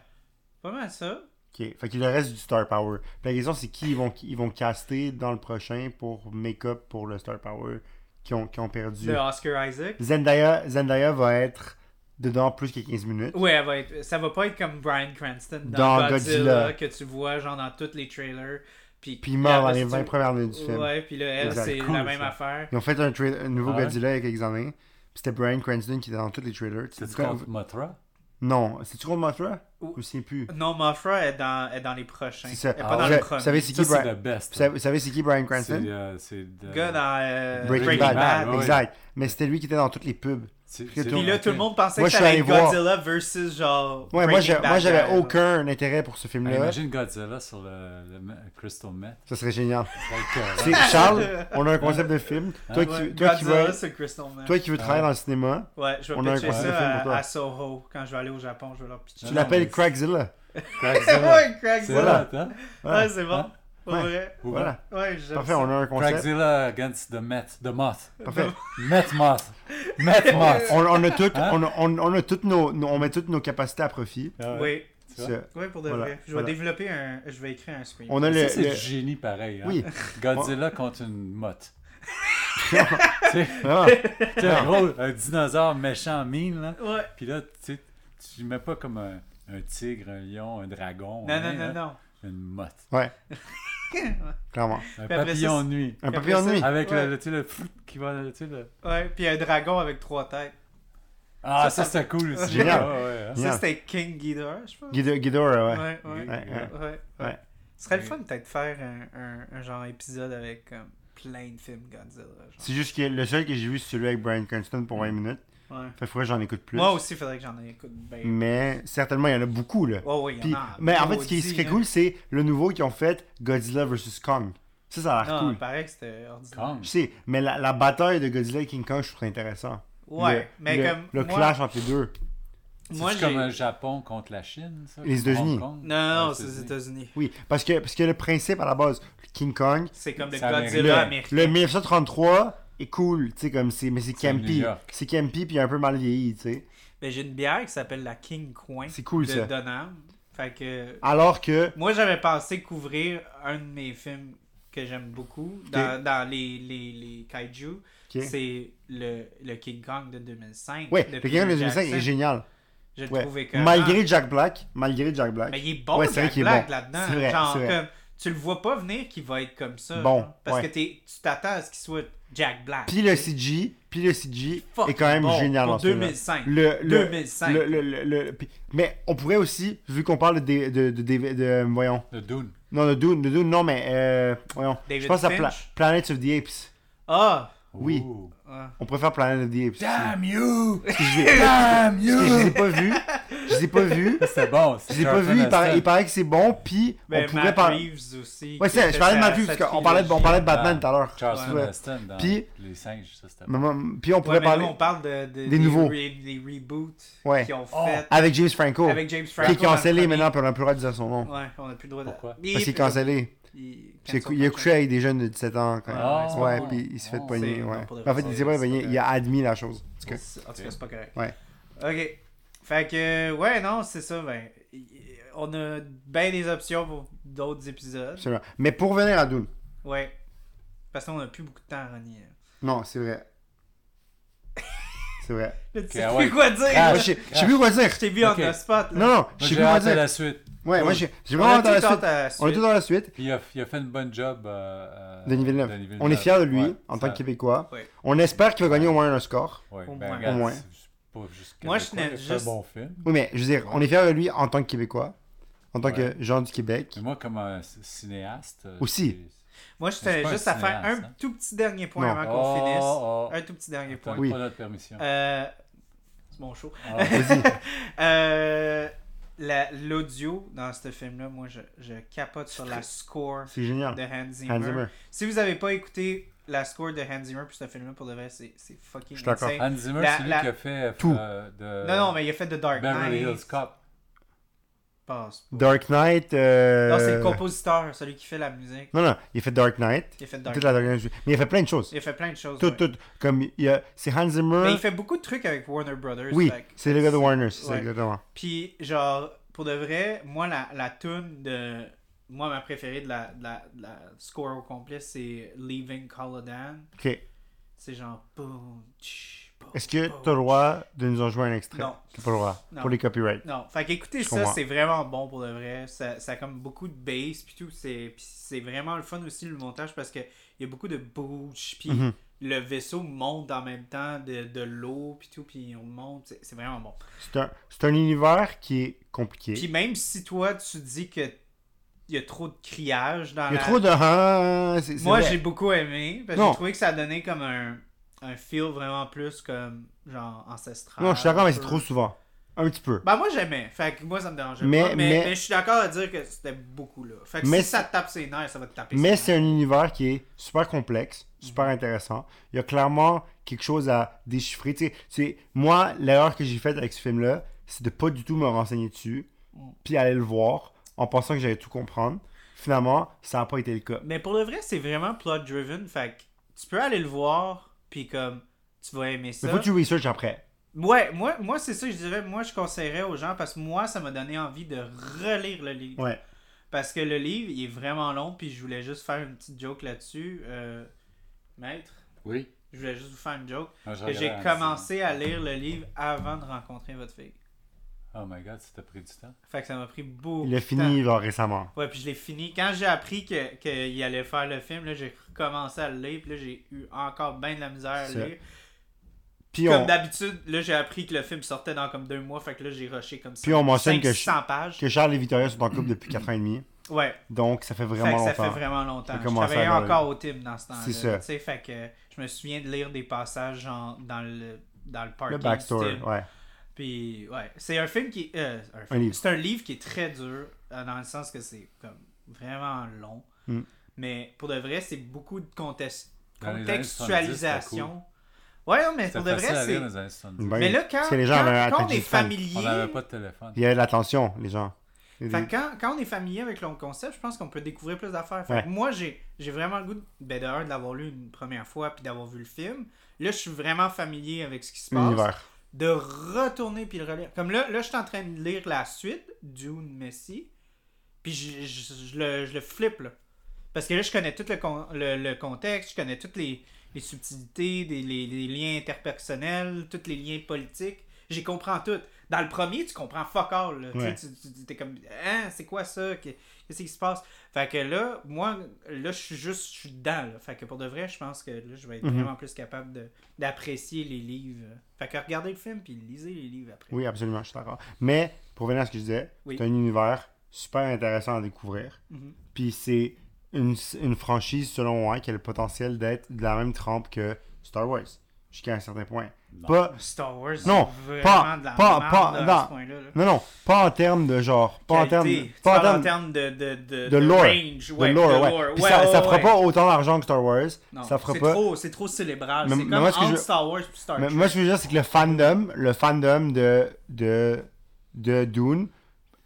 A: Pas mal ça.
B: Ok. Fait qu'il le reste du Star Power. Puis La question, c'est qui ils vont, qui ils vont caster dans le prochain pour make-up pour le Star Power qui ont, qui ont perdu.
A: Le Oscar Isaac.
B: Zendaya, Zendaya va être dedans plus que 15 minutes.
A: Ouais, elle va être- ça va pas être comme Brian Cranston dans,
B: Dans Godzilla.
A: Godzilla, que tu vois genre dans tous les trailers. Puis,
B: Puis il meurt dans
A: après,
B: les
A: si
B: 20
A: tu-
B: premières minutes du film.
A: Ouais, puis là, elle,
B: Exact.
A: c'est
C: Cool,
A: la même
C: ça.
A: affaire.
B: Ils ont fait un, trailer- un nouveau
C: Ah ouais?
B: Godzilla il y a quelques années. Puis c'était Brian Cranston qui était dans tous les trailers.
C: C'est-tu
B: Quand-
C: contre Mothra?
B: Non, c'est-tu contre Mothra
A: Ou-
B: Ou c'est plus
A: Non, Mothra est dans, est dans les prochains.
B: C'est ça.
A: Elle est pas
C: Ah
A: dans
C: ouais.
A: le
B: Vous
A: premier.
B: savez, c'est qui
C: Ça, c'est
B: Brian-
C: le best.
B: Vous savez, vous savez c'est qui Brian
C: C'est,
B: Cranston
C: euh, c'est de-
A: Le gars dans euh,
B: Breaking,
A: Breaking
B: Bad.
A: Bad.
C: ouais.
B: Exact. Mais c'était lui qui était dans toutes les pubs.
C: c'est-
B: Puis
C: c'est-
A: Puis là,
C: ok.
A: tout le monde pensait
B: Moi,
A: que
B: je
A: ça
B: suis
A: allait être
B: allé voir.
A: Godzilla versus genre.
B: Ouais, moi,
A: Breaking
B: j'ai-
A: Bad euh,
B: moi j'avais
A: guy,
B: aucun intérêt pour ce
C: Ah,
B: film-là.
C: Imagine Godzilla sur le, le me- Crystal Meth.
B: Ça serait génial.
C: Ça va être cœur, hein?
B: [LAUGHS] C'est- Charles, on a un concept de film. Toi
A: là.
B: qui,
A: Ah Ouais,
B: toi qui
A: Godzilla,
B: veux,
A: c'est Crystal Man.
B: toi qui veux travailler dans le cinéma,
A: Ouais, je vais
B: on a un
A: pitcher
B: concept de film
A: ça
B: pour
A: à,
B: toi.
A: à Soho quand je vais aller au Japon, je vais leur pitcher.
C: Ah
B: tu
C: non,
B: l'appelles
C: mais-
B: Craigzilla.
C: Craigzilla.
A: [LAUGHS] ouais, Craigzilla.
C: C'est
B: Voilà.
C: hot, hein?
B: Voilà.
A: Ouais, Ah, c'est bon. Pour
B: Ouais.
A: vrai.
C: Ou
B: Voilà.
A: Ouais, j'aime
B: Parfait,
A: ça.
B: on a un concept.
C: Craigzilla against the Met, the Moth.
B: Parfait.
C: Met Moth. Met Moth.
B: On, on a tout,
C: Hein?
B: on, a- on- on a toutes nos, nos- on met toutes nos capacités à profit.
C: Ah ouais.
A: Oui,
C: Tu vois?
B: Ça-
A: oui, pour de
B: Voilà.
A: vrai. Je vais
B: Voilà.
A: développer un. Je vais écrire un screen.
B: On a
C: Ça,
B: le,
C: c'est
B: le-
C: du génie pareil. Hein?
B: oui,
C: Godzilla contre une
B: [LAUGHS]
C: motte.
B: Ah,
C: Tu sais, un gros, un dinosaure méchant mine, là.
A: Ouais.
C: Puis là, tu sais, tu mets pas comme un, un tigre, un lion, un dragon.
A: Non, non,
C: hein,
A: non,
C: là.
A: non.
C: Une motte.
B: clairement.
C: Un
A: Puis après
C: papillon
A: ça,
C: de nuit.
B: Un
A: Après
B: papillon de
A: ça-
B: nuit.
C: Avec
A: Ouais.
C: le, le- tu sais, le fruit qui va, tu sais, le...
A: Ouais, puis un dragon avec trois têtes.
C: Ah, ça,
A: Ça,
C: c'était cool aussi.
B: Génial.
C: Ouais, ouais, hein.
A: Ça,
B: Génial.
A: c'était King Ghidorah, je pense.
B: Guido- Ghidorah, ouais.
A: Ouais, ouais,
C: Ouais,
A: ouais.
B: ouais.
A: ouais.
B: Ouais.
A: Ce serait le fun peut-être de faire un, un, un genre épisode avec comme, plein de films Godzilla. Genre.
B: C'est juste que le seul que j'ai vu, c'est celui avec Brian Cranston pour 20 minutes.
A: Ouais.
B: Fait que j'en écoute plus.
A: Mm. Moi aussi, il faudrait que j'en écoute bien.
B: Mais certainement, il y en a beaucoup, là.
A: Oh, oui, il y
B: Mm. Puis-
A: en a.
B: mais en fait, ce qui ce qui est
A: maudit,
B: cool, c'est le nouveau qu'ils ont fait, Godzilla vs. Kong. Ça, ça
A: là.
B: a l'air
A: Non,
B: cool.
A: Ah, il paraît que c'était ordinaire.
C: Kong.
B: Je sais, mais la, la bataille de Godzilla et King Kong, je trouve ça intéressant.
A: Ouais,
B: Le-
A: mais
B: le,
A: comme.
B: Le
A: moi,
B: clash entre les deux.
A: moi,
C: C'est comme
A: j'ai-
C: le Japon contre la Chine, ça?
B: Les États-Unis.
C: Hong Kong?
A: Non, non,
C: Ouais,
A: c'est aux États-Unis.
B: Oui, parce que, parce que le principe à la base, King Kong,
A: C'est comme le
C: C'est
A: Godzilla
B: le,
A: américain.
B: le 1933, est cool, tu sais, comme c'est. Mais c'est
C: C'est New
B: campy.
C: York.
B: C'est campy, puis un peu mal vieilli, tu sais.
A: Ben, j'ai une bière qui s'appelle la King Coin
B: C'est cool,
A: de
B: ça.
A: Donham. Fait que
B: Alors que.
A: moi j'avais pensé couvrir un de mes films que j'aime beaucoup dans, dans les, les, les kaiju.
B: ok.
A: C'est le, le King Kong de 2005.
B: Ouais,
A: de
B: le
A: Peter
B: King Kong de 2005 est
A: Jackson.
B: génial.
A: Je le
B: Ouais.
A: trouve écœurant.
B: Malgré Jack Black, malgré Jack Black.
A: Ah. Mais il est bon,
B: Ouais,
A: ouais,
B: c'est vrai qu'il est bon.
A: là-dedans.
B: C'est vrai,
A: Genre,
B: c'est vrai.
A: comme, tu le vois pas venir qu'il va être comme ça.
B: Bon,
A: genre, parce
B: ouais.
A: que t'es- tu t'attends à ce qu'il soit Jack Black.
B: Puis le CG, puis le CG
A: Fuck,
B: est quand même
A: bon,
B: génial
A: pour
B: en
A: 2005.
B: Le, le,
A: 2005.
B: le- le- le- le- puis- mais on pourrait aussi, vu qu'on parle de, de, de, de- de- voyons,
C: Le Dune.
B: non, de Dune, de Dune, non, mais euh, voyons,
A: David
B: je pense à Pla-
A: Finch?
B: Planet of the Apes.
A: Ah!
B: Oui.
C: Ouh.
A: ah.
B: On préfère Planet of the Apes.
C: Damn you!
B: Parce que je l'ai-
C: Damn
B: parce que je les
C: [LAUGHS] you!
B: ai pas vus, je les ai pas vus,
C: C'est bon.
B: je les ai pas vus. Il paraît, il paraît que c'est bon, puis on
A: Ben,
B: pourrait
A: Matt
B: parler.
A: Reeves aussi.
B: Ouais,
A: qui
B: c'est,
A: fait
B: je parlais de
A: sa-
B: Matt Reeves
A: sa
B: parce qu'on parlait, de- on
A: trilogie.
B: parlait de Batman
C: Ah,
B: tout à l'heure.
C: Charleston
B: Ouais.
C: Heston dans
B: Puis-
C: Les singes, ça c'était
B: Mais
C: bon.
B: moi, Puis on
A: Ouais,
B: pourrait
A: mais
B: parler
A: là, on parle de, de- des,
B: nouveaux.
A: re- des reboots
B: Ouais.
A: qu'ils ont
C: Oh.
A: fait
B: avec James Franco,
A: avec James
B: qui
A: Franco.
B: est
A: dans le
B: cancellé
A: premier.
B: maintenant, puis on a plus le droit de dire son nom.
A: Ouais, on a plus le droit de.
C: Pourquoi?
B: Parce qu'il est cancellé.
A: Il,
B: Puis c'est cou- il a couché avec des jeunes de 17 ans. Quand
A: Ah,
B: même.
A: c'est
B: ouais,
C: pas bon.
B: puis il s'est fait
C: Ah,
B: poigner.
A: c'est-
B: Ouais.
A: non, pour de
B: Mais en fait,
A: vrai,
B: il s'est pas
A: c'est-
B: poigné,
A: c'est
B: il a admis la chose. En tout cas.
A: En tout cas, c'est pas correct.
B: Ouais.
A: Ok. Fait que, ouais, non, c'est ça. Ben, y- y- on a bien des options pour d'autres épisodes.
B: Absolument. Mais pour venir à Dune,
A: Ouais. Parce qu'on a plus beaucoup de temps à renier.
B: non, c'est vrai. C'est vrai.
A: Là, tu sais
C: ah
A: plus
C: ouais.
A: quoi dire.
C: Ah,
B: Moi,
A: là.
B: je sais je sais plus quoi dire.
A: Je t'ai vu
C: Ok.
A: en the spot. Là.
B: Non, non, je
C: Moi,
B: sais
C: j'ai
B: plus quoi
C: hâte à
B: dire.
C: la suite.
B: Ouais, moi,
C: Cool.
B: j'ai j'ai
A: on
B: vraiment
A: a
B: hâte à la
A: tout
B: suite.
A: hâte à la suite.
B: On est tous dans la suite.
C: Puis il a, il a fait une bonne job. Euh, euh,
B: Denis Villeneuve.
C: Denis Villeneuve.
B: On est fiers de lui
C: Ouais,
B: en
C: ça-
B: tant que Québécois.
A: Ouais.
B: On espère qu'il va gagner au moins un score.
C: Ouais,
A: Au
C: ben,
A: moins.
C: regarde,
B: Au moins.
C: c'est- c'est pas juste
A: Moi, je
C: Québécois,
A: tenais
C: il a fait un
A: juste-
C: bon film.
B: Oui, mais je veux dire, on est fiers de lui en tant que Québécois, en tant
C: Ouais.
B: que gens du Québec.
C: Mais moi, comme un c- cinéaste. euh,
B: Aussi.
C: c'est-
A: Moi,
C: Mais c'est
A: j'étais
C: pas
A: juste
C: un
A: à faire un
C: cinéaste, hein.
A: tout petit dernier point
B: Non.
A: avant qu'on finisse.
C: Oh, oh,
A: Un tout petit dernier
C: Attends,
A: point.
B: Oui.
C: pas notre permission.
A: Euh, c'est mon show.
C: Ah,
B: Vas-y.
A: [LAUGHS] Euh, la- L'audio dans ce film-là, moi, je, je capote sur la score
B: C'est génial.
A: de Hans Zimmer.
B: Hans Zimmer.
A: Si vous avez pas écouté la score de Hans Zimmer pour ce film-là, pour de vrai, c'est c'est fucking
B: Je suis d'accord.
A: insane.
C: Hans Zimmer,
A: Euh, La-
C: c'est lui
A: la-
C: qui a fait euh,
B: Tout.
C: de
A: Non, non, mais il a fait The Dark
C: Beverly
A: Knight.
C: Hills Cop.
A: Passe pas.
B: Dark Knight. euh,
A: Non, c'est le compositeur, celui qui fait la musique.
B: Non, non, il a fait Dark Knight.
A: Il a fait Dark
B: Toute
A: Knight.
B: la dernière ju- Mais il a fait plein de choses.
A: Il a fait plein de choses.
B: Tout,
A: ouais.
B: tout. Comme, il y a- c'est Hans
A: Mais
B: Zimmer.
A: il fait beaucoup de trucs avec Warner Brothers.
B: Oui,
A: fait que-
B: c'est le gars de Warner, c'est
A: Ouais.
B: exactement.
A: Puis, genre, pour de vrai, moi, la, la tune de. Moi, ma préférée de la, de la, de la score au complet, c'est Leaving Colodan.
B: Ok.
A: C'est genre. boum, tch, boum,
B: Est-ce que
A: boum,
B: t'as le droit de nous en jouer un extrait
A: Non.
B: T'as pas le droit.
A: Non.
B: Pour les copyrights.
A: Non, fait qu'écouter
B: Je
A: ça,
B: comprends.
A: c'est vraiment bon pour de vrai. Ça, ça a comme beaucoup de bass puis tout. C'est puis c'est vraiment le fun aussi le montage parce que il y a beaucoup de bouche puis
B: Mhm.
A: le vaisseau monte en même temps de, de l'eau puis tout puis on monte. C'est- C'est vraiment bon.
B: C'est un, c'est un univers qui est compliqué.
A: Puis même si toi tu dis que il y a trop de criage dans
B: il y a
A: la-
B: trop de. Ah, c'est- c'est
A: Moi
B: vrai.
A: j'ai beaucoup aimé parce que
B: Non.
A: j'ai trouvé que ça donnait comme un un feel vraiment plus comme genre ancestral.
B: Non, je suis d'accord, mais
A: un
B: c'est
A: peu.
B: trop souvent. Un petit peu.
A: Bah moi j'aimais, fait que moi ça me dérangeait
B: Mais-
A: pas, mais,
B: mais-
A: mais je suis d'accord à dire que c'était beaucoup là. Fait que
B: Mais
A: si ça te tape ses nerfs, ça va te taper
B: Mais
A: ses
B: c'est un univers qui est super complexe, super
A: Mhm.
B: intéressant. Il y a clairement quelque chose à déchiffrer. Tu sais, c'est- moi, l'erreur que j'ai faite avec ce film-là, c'est de pas du tout me renseigner dessus,
A: Mhm.
B: puis aller le voir en pensant que j'allais tout comprendre. Finalement, ça n'a pas été le cas.
A: Mais pour le vrai, c'est vraiment plot driven, fait que tu peux aller le voir, puis comme tu vas aimer ça.
B: Mais faut que tu researches après.
A: Ouais, moi, moi c'est ça, que je dirais, moi je conseillerais aux gens parce que moi ça m'a donné envie de relire le livre.
B: Ouais.
A: Parce que le livre il est vraiment long, puis je voulais juste faire une petite joke là-dessus. Euh, maître,
C: Oui.
A: je voulais juste vous faire une joke.
C: Ah, je
A: que J'ai
C: regardais Hans
A: commencé à lire le livre avant de rencontrer votre fille.
C: Zimmer. Oh my god, ça t'a pris du temps.
A: Fait que ça m'a pris beaucoup.
B: Il a
A: de temps.
B: fini genre récemment.
A: Ouais, puis je l'ai fini. Quand j'ai appris que- qu'il allait faire le film, là, j'ai recommencé à le lire, puis là, j'ai eu encore bien de la misère à
B: C'est-
A: le lire.
B: Puis
A: Comme
B: on,
A: d'habitude, là, j'ai appris que le film sortait dans comme deux mois, fait que là, j'ai rushé comme ça.
B: Puis on mentionne que je-
A: 500 pages.
B: que Charles et Victoria sont en couple depuis 4 ans et demi,
A: Ouais,
B: donc ça fait
A: fait
B: vraiment
A: que ça
B: longtemps.
A: fait vraiment longtemps.
B: J'ai
A: Je
B: commencé à
A: travaillais
B: avoir
A: encore au Tim dans ce temps-là.
B: C'est ça.
A: tu sais, fait que je me souviens de lire des passages genre, dans le dans le parking du
B: Le backstory,
A: Tim.
B: ouais.
A: Puis, ouais. C'est un film qui. euh, un film.
B: Un livre.
A: C'est un livre qui est très dur, euh, dans le sens que c'est comme vraiment long.
B: Mm.
A: Mais pour de vrai, c'est beaucoup de contest-
C: Dans les années 70, c'était
A: contextualisation. Ouais, non, mais
C: C'était
A: pour de
C: facile
A: vrai,
C: à lire
A: c'est.
C: dans les années 70.
B: Ben,
A: Mais là, quand,
B: Parce que les gens
A: quand-
B: avaient un
A: quand on
B: accès
A: est
B: du fan.
A: familier.
C: On n'avait pas de téléphone.
B: Il y avait de l'attention, les gens. Il y a
A: Fait
B: des-
A: que quand, quand on est familier avec le concept, je pense qu'on peut découvrir plus d'affaires. Fait que
B: Ouais.
A: moi, j'ai j'ai vraiment le goût de, ben, de un, de l'avoir lu une première fois puis d'avoir vu le film. Là, je suis vraiment familier avec ce qui se passe.
B: L'univers.
A: De retourner puis le relire. Comme là, là je suis en train de lire la suite, Dune Messi, puis je, je- je le, je le flippe. Là. Parce que là, je connais tout le, con- le, le contexte, je connais toutes les, les subtilités, des- les, les liens interpersonnels, tous les liens politiques. J'y comprends tout. Dans le premier, tu comprends fuck all. là. Tu sais,
B: Ouais.
A: Tu, tu- t'es comme, hein, c'est quoi ça? Qu'est- Qu'est-ce qui se passe? Fait que là, moi, là, je suis juste, je suis dedans. là. Fait que pour de vrai, je pense que là, je vais être
B: Mhm.
A: vraiment plus capable de- d'apprécier les livres. Fait que regardez le film puis lisez les livres après.
B: Oui, absolument, je suis d'accord. Mais, pour revenir à ce que je disais,
A: Oui.
B: c'est un univers super intéressant à découvrir.
A: Mhm.
B: Puis c'est une, une franchise, selon moi, qui a le potentiel d'être de la même trempe que Star Wars, jusqu'à un certain point.
C: Non.
B: Pas,
A: Star Wars,
B: Non,
A: c'est vraiment
B: pas-
A: de la
B: pas-
A: merde
B: pas-
A: à
B: non.
A: ce point-là. là.
B: non, non, pas en termes de genre, pas en termes,
A: Qualité. Tu
B: pas en
A: parles
B: termes
A: en termes de, de, de,
B: de lore.
A: range, ouais,
B: de lore, ouais. Puis ça,
A: ouais,
B: ça fera
A: ouais.
B: pas autant d'argent que Star Wars.
A: Non,
B: ça fera
A: c'est
B: pas.
A: trop- c'est trop célébral.
B: Mais-
A: C'est
B: mais
A: comme
B: moi, ce que
A: entre
B: je-
A: Star Wars et Star
B: Mais
A: Trek.
B: moi, ce que je veux dire, c'est que le fandom, le fandom de, de, de Dune,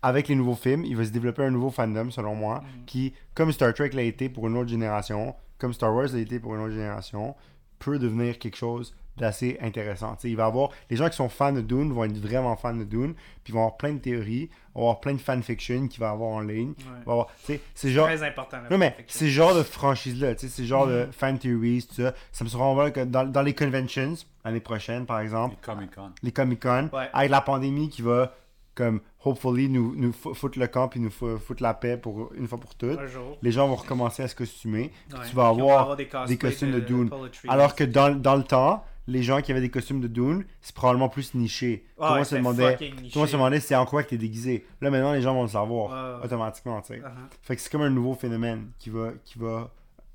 B: avec les nouveaux films, il va se développer un nouveau fandom, selon moi,
A: Mm.
B: qui, comme Star Trek l'a été pour une autre génération, comme Star Wars l'a été pour une autre génération, peut devenir quelque chose d'assez intéressant. Tu sais, il va avoir les gens qui sont fans de Dune vont être vraiment fans de Dune, puis ils vont avoir plein de théories, vont avoir plein de fanfiction qu'il va y avoir en ligne.
A: Ouais.
B: Va avoir- tu sais, c'est genre
A: Très important. là,
B: non, mais
A: fait que-
B: c'est genre de franchise-là, tu sais, c'est genre
A: Mm.
B: de fan theories, tout ça. Ça me sera envoyé que dans, dans les conventions, l'année prochaine, par exemple,
C: Comic Con.
B: les Comic-Con,
A: Ouais.
B: avec la pandémie qui va, comme, hopefully, nous, nous fou- foutre le camp et nous fou- foutre la paix pour une fois pour toutes.
A: Un jour.
B: Les gens vont recommencer à se costumer. puis
A: Ouais.
B: tu vas
A: Puis on
B: avoir,
A: va avoir des
B: des,
A: cosplays
B: costumes de,
A: de- de
B: Dune.
A: Poetry.
B: Alors que dans, dans le temps, les gens qui avaient des costumes de Dune, c'est probablement plus niché.
A: Ouais,
B: tout le monde se
A: c'était
B: demandait,
A: fucking
B: tout
A: niché.
B: le monde se demandait c'est en quoi que t'es déguisé. Là, maintenant, les gens vont le savoir
A: Ouais.
B: automatiquement, tu sais.
A: Uh-huh.
B: Fait que c'est comme un nouveau phénomène qui va, qui va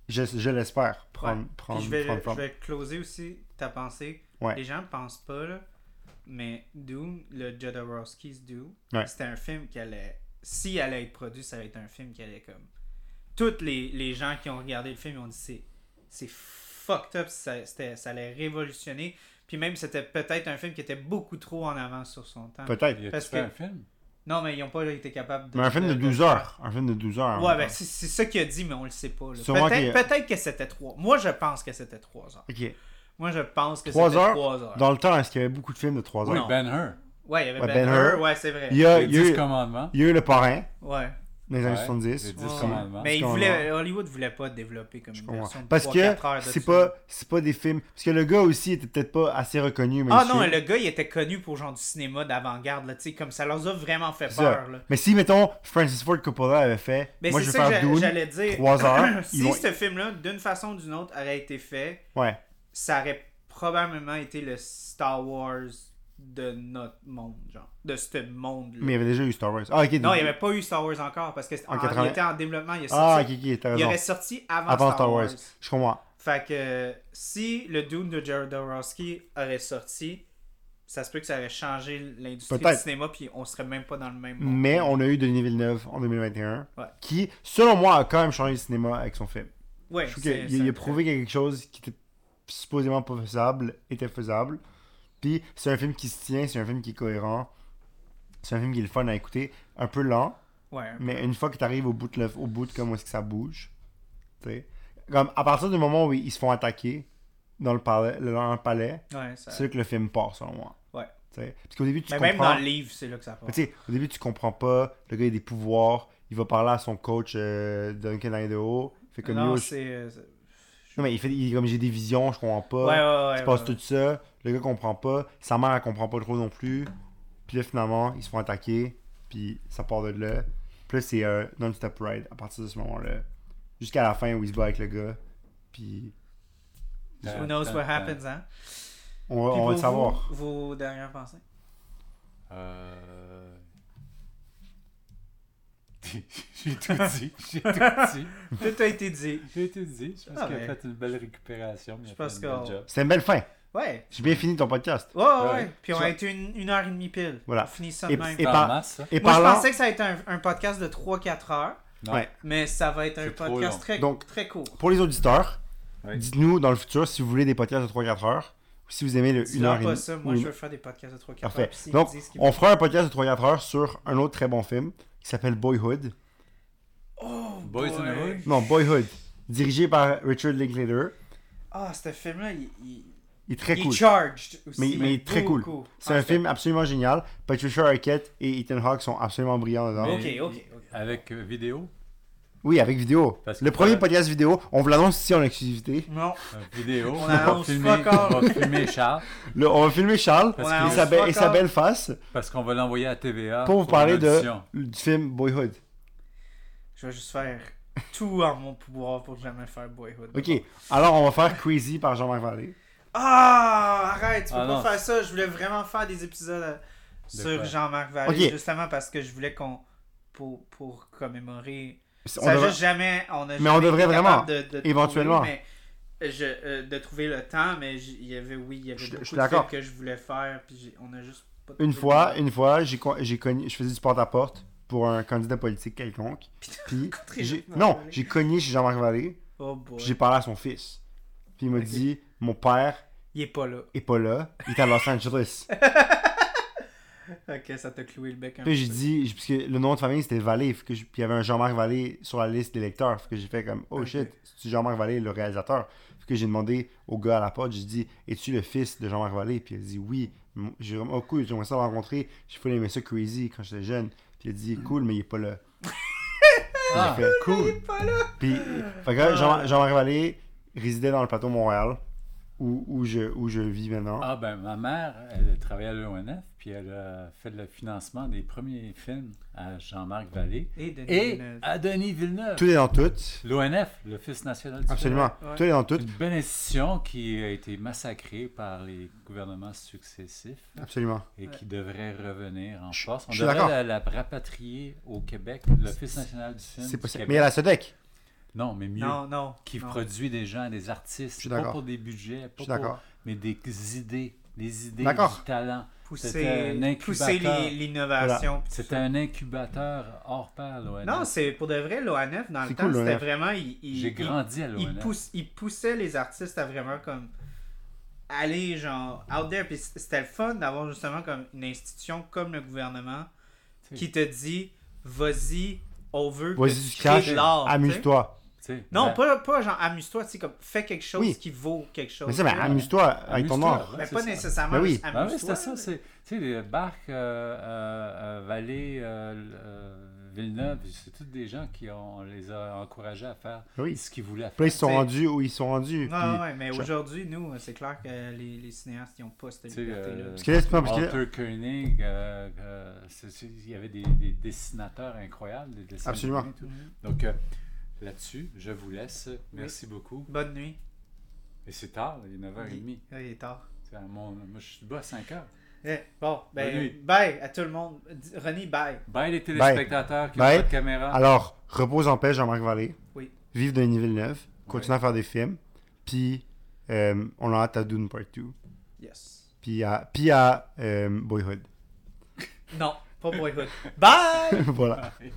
B: je, je l'espère, prendre,
A: Ouais.
B: prendre,
A: Puis je vais,
B: prendre forme.
A: je vais closer aussi ta pensée.
B: Ouais.
A: Les gens ne pensent pas, là, mais Doom, le Jodorowsky's Doom,
B: Ouais.
A: c'était un film qui allait. Si elle allait être produit, ça allait être un film qui allait comme. Toutes les, les gens qui ont regardé le film ils ont dit c'est, c'est fucked up, ça, c'était- ça allait révolutionner. Puis même, c'était peut-être un film qui était beaucoup trop en avance sur son temps.
B: Peut-être.
C: Il a
A: Parce
C: fait
A: que-
C: un film.
A: Non, mais ils n'ont pas été capables de.
B: Mais un film de 12 heures. Un film de 12 heures. en
A: Ouais,
B: même
A: ben
B: temps.
A: c'est c'est ça qu'il a dit, mais on le sait pas. là.
B: Sûrement
A: Peut-être
B: qu'il-
A: peut-être que c'était 3. Moi, je pense que c'était 3 heures.
B: Ok.
A: Moi, je pense que c'était
B: 3 heures,
A: 3 heures.
B: Dans le temps, est-ce qu'il y avait beaucoup de films de 3
C: Oui,
B: heures
C: Ben Hur.
A: Ouais, il y avait
B: Ouais,
A: Ben
B: Ben
A: Hur,
B: Hur.
A: ouais, c'est vrai.
B: il, y a,
C: Les
B: il y a
C: 10
B: eu,
C: commandements.
B: il y a eu Le Parrain
A: Ouais.
B: dans les années
C: Ouais, les
B: 70.
C: dix
A: Ouais.
C: commandements.
A: Mais il
B: Parce qu'on
A: voulait, Hollywood voulait pas développer comme une
B: Ouais.
A: version de
B: Parce
A: 3,
B: que
A: 4 heures de
B: c'est
A: ça.
B: pas, c'est pas des films. Parce que le gars aussi était peut-être pas assez reconnu. mais
A: Ah
B: il
A: non,
B: suit-
A: le gars, il était connu pour genre du cinéma d'avant-garde, là, tu sais, comme ça leur a vraiment fait
B: c'est ça.
A: peur, là.
B: Mais si, mettons, Francis Ford Coppola avait fait.
A: Mais
B: moi,
A: c'est
B: je vais
A: ça
B: faire
A: que j'a-
B: Dune.
A: j'allais dire. [COUGHS]
B: 3 heures.
A: si
B: ils vont-
A: ce film-là, d'une façon ou d'une autre, aurait été fait,
B: Ouais.
A: ça aurait probablement été le Star Wars de notre monde, genre. De ce monde-là.
B: Mais il y avait déjà eu Star Wars. Ah, ok.
A: Non, il n'y avait pas eu Star Wars encore parce qu'il
B: En 80.
A: était en développement. Il, a
B: Ah,
A: sorti-
B: ok, ok, t'as
A: il
B: raison.
A: avait sorti avant,
B: Avant
A: Star Wars.
B: Je comprends.
A: Fait que euh, si le Dune de Jodorowsky aurait sorti, ça se peut que ça aurait changé l'industrie du
B: Peut-être.
A: cinéma puis on serait même pas dans le même monde.
B: Mais on a eu Denis Villeneuve en 2021,
A: Ouais.
B: qui, selon moi, a quand même changé le cinéma avec son film.
A: Ouais,
B: Je trouve
A: c'est-
B: qu'il
A: c'est
B: il a
A: un-
B: prouvé que quelque chose qui était supposément pas faisable était faisable. Puis c'est un film qui se tient, c'est un film qui est cohérent, c'est un film qui est le fun à écouter, un peu lent,
A: Ouais.
B: mais une fois que tu arrives au bout de, l'œuf- au bout de comment est-ce que ça bouge, tu sais. Comme à partir du moment où ils se font attaquer dans le palais, dans le palais
A: ouais, ça-
B: c'est là que le film part, selon moi.
A: Ouais.
B: Tu sais. Parce qu'au début, tu
A: Mais
B: comprends...
A: même dans le livre, c'est là que ça part.
B: Mais tu sais, au début, tu comprends pas. Le gars, il a des pouvoirs. Il va parler à son coach euh, Duncan Idaho. Fait comme
A: non,
B: yo, je-
A: c'est. euh, c'est-
B: non, mais il fait il est comme j'ai des visions, je comprends pas.
A: Ouais, ouais, ouais.
B: il passe
A: ouais.
B: tout ça. Le gars comprend pas. Sa mère, elle comprend pas trop non plus. Puis là, finalement, ils se font attaquer. Puis ça part de là. Puis là, c'est euh, non-stop ride à partir de ce moment-là. Jusqu'à la fin où il se bat avec le gars. Puis
A: Who
C: Euh,
A: knows what happens, hein?
B: on
A: Puis
B: va, on va
A: pour
B: le savoir.
A: vous, Vos dernières pensées.
C: Euh... J'ai tout dit. J'ai tout dit.
A: Tout a été dit.
C: [LAUGHS] J'ai tout dit. Je pense
A: Ah,
C: qu'il
A: mais-
C: a fait une belle récupération. mais
A: Je
C: il a
A: pense
C: fait un
A: qu'on-
C: bel job.
B: C'est une belle fin.
A: Ouais.
B: J'ai bien fini ton podcast.
A: Ouais, ouais,
C: Ouais.
A: ouais. Puis on a
B: Soit-
A: été une, une heure et demie pile.
B: Voilà.
A: On finit ça de
B: Et-
A: même.
B: et
C: C'est en
B: par-
C: masse, hein? ça?
B: Et
A: Moi,
B: parlant,
A: je pensais que ça allait être un, un podcast de 3-4 heures,
C: Non.
B: Ouais.
A: mais ça va être un
C: C'est trop
A: podcast
C: long.
A: très,
B: Donc-
A: très court.
B: pour les auditeurs,
C: Ouais.
B: Dites-nous dans le futur si vous voulez des podcasts de 3-4 heures ou si vous aimez le 1
A: Dis-leur
B: heure et
A: pas
B: demie.
A: ça, moi
B: ou
A: je
B: une-
A: veux faire des podcasts de 3-4 heures.
B: Parfait.
A: puis s'ils me
B: Donc,
A: disent qu'ils
B: on fera un podcast de 3-4 heures sur un autre très bon film qui qui s'appelle Boyhood.
A: Oh,
C: Boys in the
A: boy.
C: Hood?
B: Non, Boyhood. Dirigé par Richard Linklater.
A: Ah, ce film-là, il, il-
B: Il est très
A: il est
B: cool.
A: charged aussi.
B: Mais, mais très cool.
A: beaucoup.
B: C'est
A: Ah,
B: un film absolument génial. Patricia Arquette et Ethan Hawke sont absolument brillants dedans.
A: Mais-
C: Mais
A: Ok, ok, ok.
C: Avec euh, vidéo
B: Oui, avec vidéo.
C: Parce
B: le
C: que-
B: premier podcast vidéo, on vous l'annonce ici en exclusivité.
A: Non,
C: Euh, Vidéo.
A: On
C: va
A: annonce
C: filmer,
A: fuck all.
C: on va filmer Charles
B: Le- on va filmer Charles
C: Parce
A: on
C: que-
B: et
A: annonce
B: sa, be-
A: pas
B: et sa
A: encore.
B: belle face
C: parce qu'on va l'envoyer à TVA.
B: pour vous parler
C: une
B: de,
C: audition.
B: du film Boyhood.
A: Je vais juste faire tout en mon pouvoir pour jamais faire Boyhood.
B: Ok, alors on va faire Crazy par Jean-Marc Vallée.
A: Ah, arrête, tu peux
C: Ah,
A: pas
C: non.
A: faire ça. Je voulais vraiment faire des épisodes euh,
C: De
A: sur
C: quoi?
A: Jean-Marc Vallée,
B: Ok.
A: justement parce que je voulais qu'on. Pour, pour commémorer.
B: C'est-
A: ça a
B: on devrait-
A: juste jamais. On a
B: Mais
A: jamais
B: on devrait
A: été
B: vraiment,
A: capable de- de
B: éventuellement.
A: trouver, mais je, euh, de trouver le temps, mais j- il y avait, oui, il y avait
B: Je- je
A: beaucoup
B: suis
A: de
B: d'accord.
A: films que je voulais faire, puis j'ai- on a juste pas trouvé
B: Une
A: le
B: fois,
A: temps.
B: une fois, j'ai con- j'ai connu, je faisais du porte-à-porte pour un candidat
A: [LAUGHS]
B: politique quelconque. Puis,
A: rencontré
B: j'ai-
A: Jean-Marc
B: non,
A: Vallée.
B: j'ai cogné chez Jean-Marc Vallée,
A: Oh
B: puis
A: boy.
B: j'ai parlé à son fils. Puis il m'a
A: Ok.
B: dit Mon père
A: Il est pas là.
B: est pas là, il est à Los
A: [LAUGHS]
B: Angeles.
A: Ok, ça t'a cloué le bec un peu.
B: Puis j'ai dit, parce que le nom de famille c'était Vallée, fait que je- puis il y avait un Jean-Marc Vallée sur la liste des lecteurs. Fait que j'ai fait comme, oh
A: Ok.
B: shit, c'est Jean-Marc Vallée le réalisateur. Fait que j'ai demandé au gars à la porte, j'ai dit, es-tu le fils de Jean-Marc Vallée Puis il a dit, oui. M- J'ai vraiment, oh cool, j'aimerais ça le rencontrer. J'ai fait aimer ça crazy quand j'étais jeune. Puis il a dit, cool, mais il est pas là.
C: Ah,
B: J'ai fait, cool. Puis, fait que
A: Ah.
B: Jean- Jean-Marc Vallée résidait dans le plateau Montréal, où, où, je, où je vis maintenant.
C: Ah, ben ma mère, elle travaillait à l'ONF, puis elle a fait le financement des premiers films à Jean-Marc Vallée
A: Et Denis
C: et
A: Villeneuve.
C: à Denis Villeneuve.
B: Tout est dans tout.
C: L'ONF, l'Office national du
B: Absolument.
A: Ah, Ouais.
B: Tout est dans tout.
C: film. Une belle institution qui a été massacrée par les gouvernements successifs
B: Absolument.
C: et qui devrait revenir en
B: Ah. Je-
C: force. On
B: je suis
C: devrait
B: d'accord.
C: la, la rapatrier au Québec, l'Office national du film.
B: C'est
C: du
B: possible.
C: Québec.
B: Mais il y a la SEDEC.
C: Non, mais mieux.
A: Non, non.
C: Qui
A: non.
C: produit des gens, des
B: Je
C: artistes,
B: suis
C: pas
B: d'accord.
C: pour des budgets,
B: Je
C: pas
B: suis
C: pour
B: d'accord.
C: mais des idées, des idées,
B: D'accord.
C: du talent. C'était un
A: Pousser,
C: incubateur.
A: pousser les- l'innovation. pis tout
C: C'était un incubateur hors pair,
A: ça.
C: l'ONF.
A: Non, c'est pour de vrai, l'ONF, dans
B: C'est
A: le
B: cool,
A: temps, c'était
B: l'ONF.
A: vraiment. Il, il-
C: J'ai
A: il-
C: grandi à
A: il,
C: l'ONF.
A: pousse, il poussait les artistes à vraiment comme aller genre out there. Puis c'était le fun d'avoir justement comme une institution comme le gouvernement
C: Tu sais,
A: qui te dit vas-y, on veut que
B: Vas-y,
A: tu
B: du
A: crées
B: cash,
A: de l'art. tu sais.
B: amuse-toi.
C: tu sais,
A: Non,
C: ben,
A: pas, pas genre amuse-toi, tu sais, comme fais quelque chose
B: Oui.
A: qui vaut quelque chose.
B: Mais ça, mais
A: tu sais.
B: amuse-toi
A: euh,
B: avec ton
C: amuse-toi,
B: art.
C: ouais,
A: Mais
C: c'est
A: pas
C: ça.
A: nécessairement
B: Ben oui.
A: juste
C: Ah oui,
A: amuse-toi.
C: c'était ça. c'est- Tu sais, les barques, euh, euh, euh, Vallée, euh, euh, Villeneuve, c'est tous des gens qui ont, on les a encouragés à faire
B: Oui.
C: ce qu'ils voulaient
B: Puis là,
C: faire.
B: ils se sont
A: C'est-
B: rendus où ils se sont
A: Ouais,
B: rendus. puis-
A: ouais, mais
B: je-
A: aujourd'hui, nous, euh, c'est clair que les, les cinéastes, ils n'ont pas cette
C: Tu sais,
A: liberté-là.
C: euh,
B: Parce que là, c'est pas- parce que là-
C: Walter Koenig, euh, euh, c'est- c'est- il y avait des, des dessinateurs incroyables. Des dessins
B: Absolument.
C: animés et tout. Donc euh, là-dessus, je vous laisse. Merci beaucoup.
A: Bonne nuit.
C: Et c'est tard, il est 9h30.
A: Il il est tard.
C: C'est à mon- moi, je suis bas à 5h.
A: Eh, bon,
C: Bonne
A: ben,
C: nuit.
A: bye à tout le monde. D- René, bye.
C: Bye les téléspectateurs qui n'ont
B: Bye.
C: pas de caméra.
B: Alors, repose en paix, Jean-Marc Vallée.
A: Oui.
B: Vive Denis Villeneuve. Continue à faire des films. Puis, euh, on en hâte à Dune Part 2.
A: Yes.
B: Puis à, puis à euh, Boyhood. [LAUGHS]
A: Non, pas Boyhood. Bye!
B: voilà.
C: Bye.